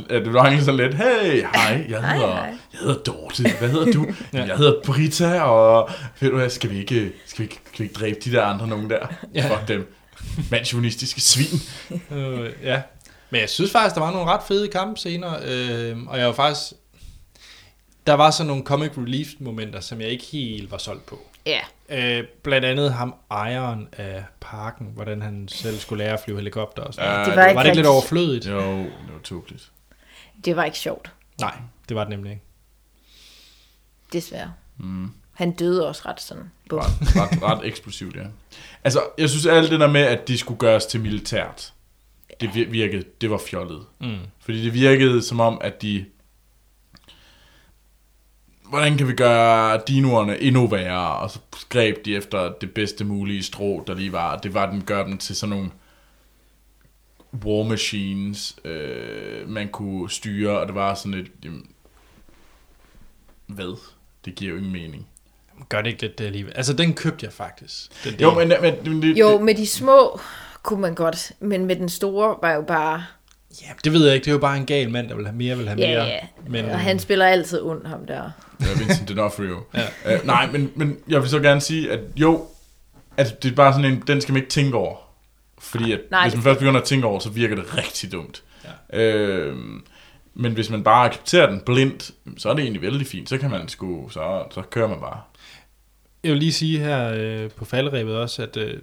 Speaker 2: Ja, det var så lidt, hey, hej, jeg
Speaker 3: Hej,
Speaker 2: hedder,
Speaker 3: hej.
Speaker 2: jeg hedder Dorte, hvad hedder du? ja. Jeg hedder Brita, og ved du hvad, skal vi ikke, skal vi ikke, skal vi ikke dræbe de der andre nogen der?
Speaker 1: Ja.
Speaker 2: Ja. Fuck dem. Mandsjournalistiske svin.
Speaker 1: Øh, ja. Men jeg synes faktisk, der var nogle ret fede kampscener, øh, og jeg var faktisk... Der var sådan nogle comic relief momenter, som jeg ikke helt var solgt på.
Speaker 3: Ja,
Speaker 1: Øh, blandt andet ham ejeren af parken, hvordan han selv skulle lære at flyve helikopter og sådan noget.
Speaker 3: det var ikke
Speaker 1: Var det ikke lidt
Speaker 3: rigtig-
Speaker 1: overflødigt? Ja.
Speaker 2: Jo, det var tåbeligt.
Speaker 3: det var ikke sjovt.
Speaker 1: Nej, det var det nemlig ikke.
Speaker 3: Desværre. Mm. Han døde også ret sådan. Bum.
Speaker 2: Ret, ret, ret eksplosivt, ja. Altså, jeg synes alt det der med, at de skulle gøres til militært, det vir- virkede, det var fjollet. Mm. Fordi det virkede som om, at de... Hvordan kan vi gøre dinoerne endnu værre? Og så greb de efter det bedste mulige strå, der lige var. Det var, at den gør dem til sådan nogle war machines, øh, man kunne styre, og det var sådan et... Jamen, hvad? Det giver jo ingen mening.
Speaker 1: Gør det ikke lidt det alligevel? Altså, den købte jeg faktisk. Den
Speaker 2: Jo,
Speaker 1: del.
Speaker 2: men, men, men det,
Speaker 3: Jo, med de små kunne man godt, men med den store var jo bare...
Speaker 1: Ja, det ved jeg ikke. Det er jo bare en gal mand, der vil have mere, vil have
Speaker 3: Ja,
Speaker 1: mere.
Speaker 3: ja.
Speaker 1: Men,
Speaker 3: Og han spiller altid ondt, ham der.
Speaker 2: Ja, Vincent D'Onofrio. ja. uh, nej, men, men jeg vil så gerne sige, at jo, at det er bare sådan en, den skal man ikke tænke over. Fordi at,
Speaker 3: Nej,
Speaker 2: nej, hvis
Speaker 3: det-
Speaker 2: man først begynder at tænke over, så virker det rigtig dumt. Ja. Uh, men hvis man bare accepterer den blindt, så er det egentlig vældig fint. Så kan man sgu, så, så kører man bare.
Speaker 1: Jeg vil lige sige her øh, på faldrebet også, at øh,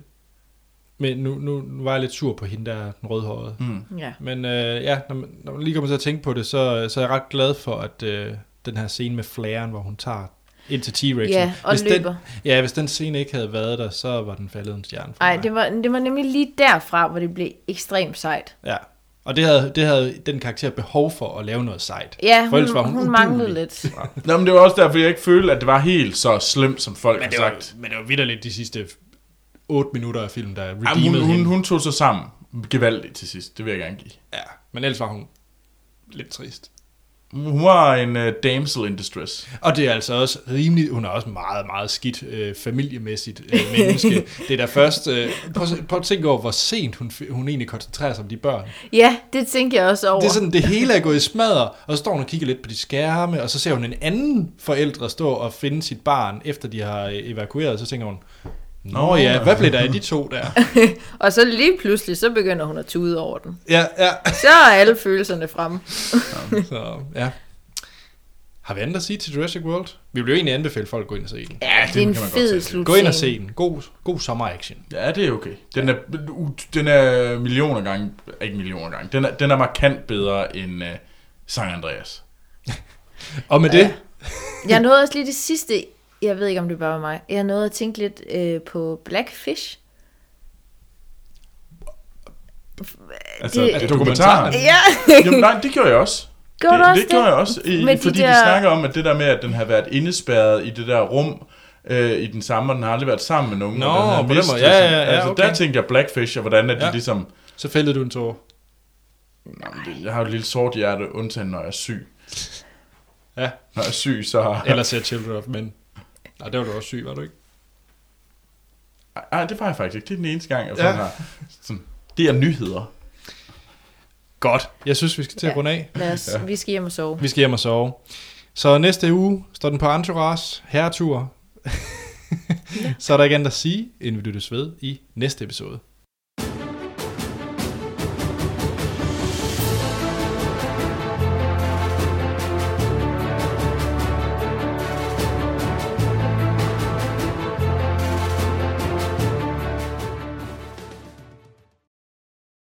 Speaker 1: men nu, nu, nu var jeg lidt sur på hende der, den rødhårede. Mm.
Speaker 3: Ja.
Speaker 1: Men øh, ja, når man, når man lige kommer til at tænke på det, så, så er jeg ret glad for, at øh, den her scene med flæren, hvor hun tager ind til T-Rex'en.
Speaker 3: Ja, og løber.
Speaker 1: Den, ja, hvis den scene ikke havde været der, så var den faldet en stjerne for
Speaker 3: Ej,
Speaker 1: mig.
Speaker 3: det var, det var nemlig lige derfra, hvor det blev ekstremt sejt.
Speaker 1: Ja. Og det havde, det havde den karakter behov for at lave noget sejt.
Speaker 3: Ja,
Speaker 1: For ellers
Speaker 3: hun, hun, hun
Speaker 1: uduelig.
Speaker 3: manglede lidt.
Speaker 2: Nå, men det var også derfor, jeg ikke følte, at det var helt så slemt, som folk
Speaker 1: Men
Speaker 2: har
Speaker 1: det var,
Speaker 2: sagt.
Speaker 1: men det var vidderligt de sidste 8 minutter af filmen, der redeemede
Speaker 2: Jamen, hun, hun,
Speaker 1: hende.
Speaker 2: hun tog sig sammen gevaldigt til sidst. Det vil jeg gerne give.
Speaker 1: Ja, men ellers var hun lidt trist.
Speaker 2: Hun var en uh, damsel in distress.
Speaker 1: Og det er altså også rimelig, hun er også meget, meget skidt øh, familiemæssigt øh, menneske. det er da først, øh, prøv, at se- prøv at tænke over, hvor sent hun, f- hun egentlig koncentrerer sig om de børn.
Speaker 3: Ja, det tænker jeg også over.
Speaker 1: Det er sådan, det hele er gået i smadre, og så står hun og kigger lidt på de skærme, og så ser hun en anden forældre stå og finde sit barn, efter de har øh, evakueret, og så tænker hun, Nå ja, hvad blev der af de to der?
Speaker 3: Og så lige pludselig, så begynder hun at tude over den.
Speaker 1: Ja, ja.
Speaker 3: Så er alle følelserne fremme.
Speaker 1: Så, ja. Har vi andet at sige til Jurassic World? Vi vil jo egentlig anbefale folk at gå ind og se den.
Speaker 3: Ja, det er
Speaker 2: kan
Speaker 3: en
Speaker 2: man godt
Speaker 3: fed
Speaker 2: se.
Speaker 3: slutscene.
Speaker 1: Gå ind og se den. God, god sommer-action.
Speaker 2: Ja, det er okay. Den er, u- den er millioner gange, ikke millioner gange, den er, den er markant bedre end uh, San Andreas.
Speaker 1: Og med det,
Speaker 3: Jeg nåede også lige det sidste, jeg ved ikke om det bare var mig, jeg nåede at tænke lidt øh, på Blackfish.
Speaker 2: Altså,
Speaker 3: Det-
Speaker 2: det,
Speaker 1: dokumentaren.
Speaker 2: dokumentaren.
Speaker 3: Ja,
Speaker 2: Jamen nej, det gjorde jeg også.
Speaker 3: Gjorde
Speaker 2: det,
Speaker 3: du også
Speaker 2: det? gjorde
Speaker 3: det?
Speaker 2: jeg også, i,
Speaker 3: Med de
Speaker 2: fordi de,
Speaker 3: der-
Speaker 2: de snakker om, at det der med, at den har været indespærret i det der rum, øh, i den samme, og den har aldrig været sammen med nogen.
Speaker 1: Nå,
Speaker 2: og den har
Speaker 1: på den
Speaker 2: mistet
Speaker 1: måde. Ja, ja,
Speaker 2: sig.
Speaker 1: ja,
Speaker 2: altså,
Speaker 1: okay.
Speaker 2: Der tænkte jeg Blackfish, og hvordan at de
Speaker 1: Ja.
Speaker 2: ligesom...
Speaker 1: så fældede du en tårer.
Speaker 2: Nå, men det- Jeg har jo et lille sort hjerte, undtagen når jeg er syg.
Speaker 1: Ja.
Speaker 2: Når jeg er syg, så...
Speaker 1: Eller ser Children of Men. Nej, der var du også syg, var du ikke?
Speaker 2: Nej, det var jeg faktisk ikke. Det er den eneste gang, jeg
Speaker 1: Ja.
Speaker 2: ja. har... Sådan, det er nyheder.
Speaker 1: Godt. Jeg synes, vi skal til at runde af.
Speaker 3: lad os, vi skal hjem og sove.
Speaker 1: Vi skal hjem og sove. Så næste uge står den på Entourage, herretur. Så er der ikke andet at sige, end vi lyttes ved i næste episode.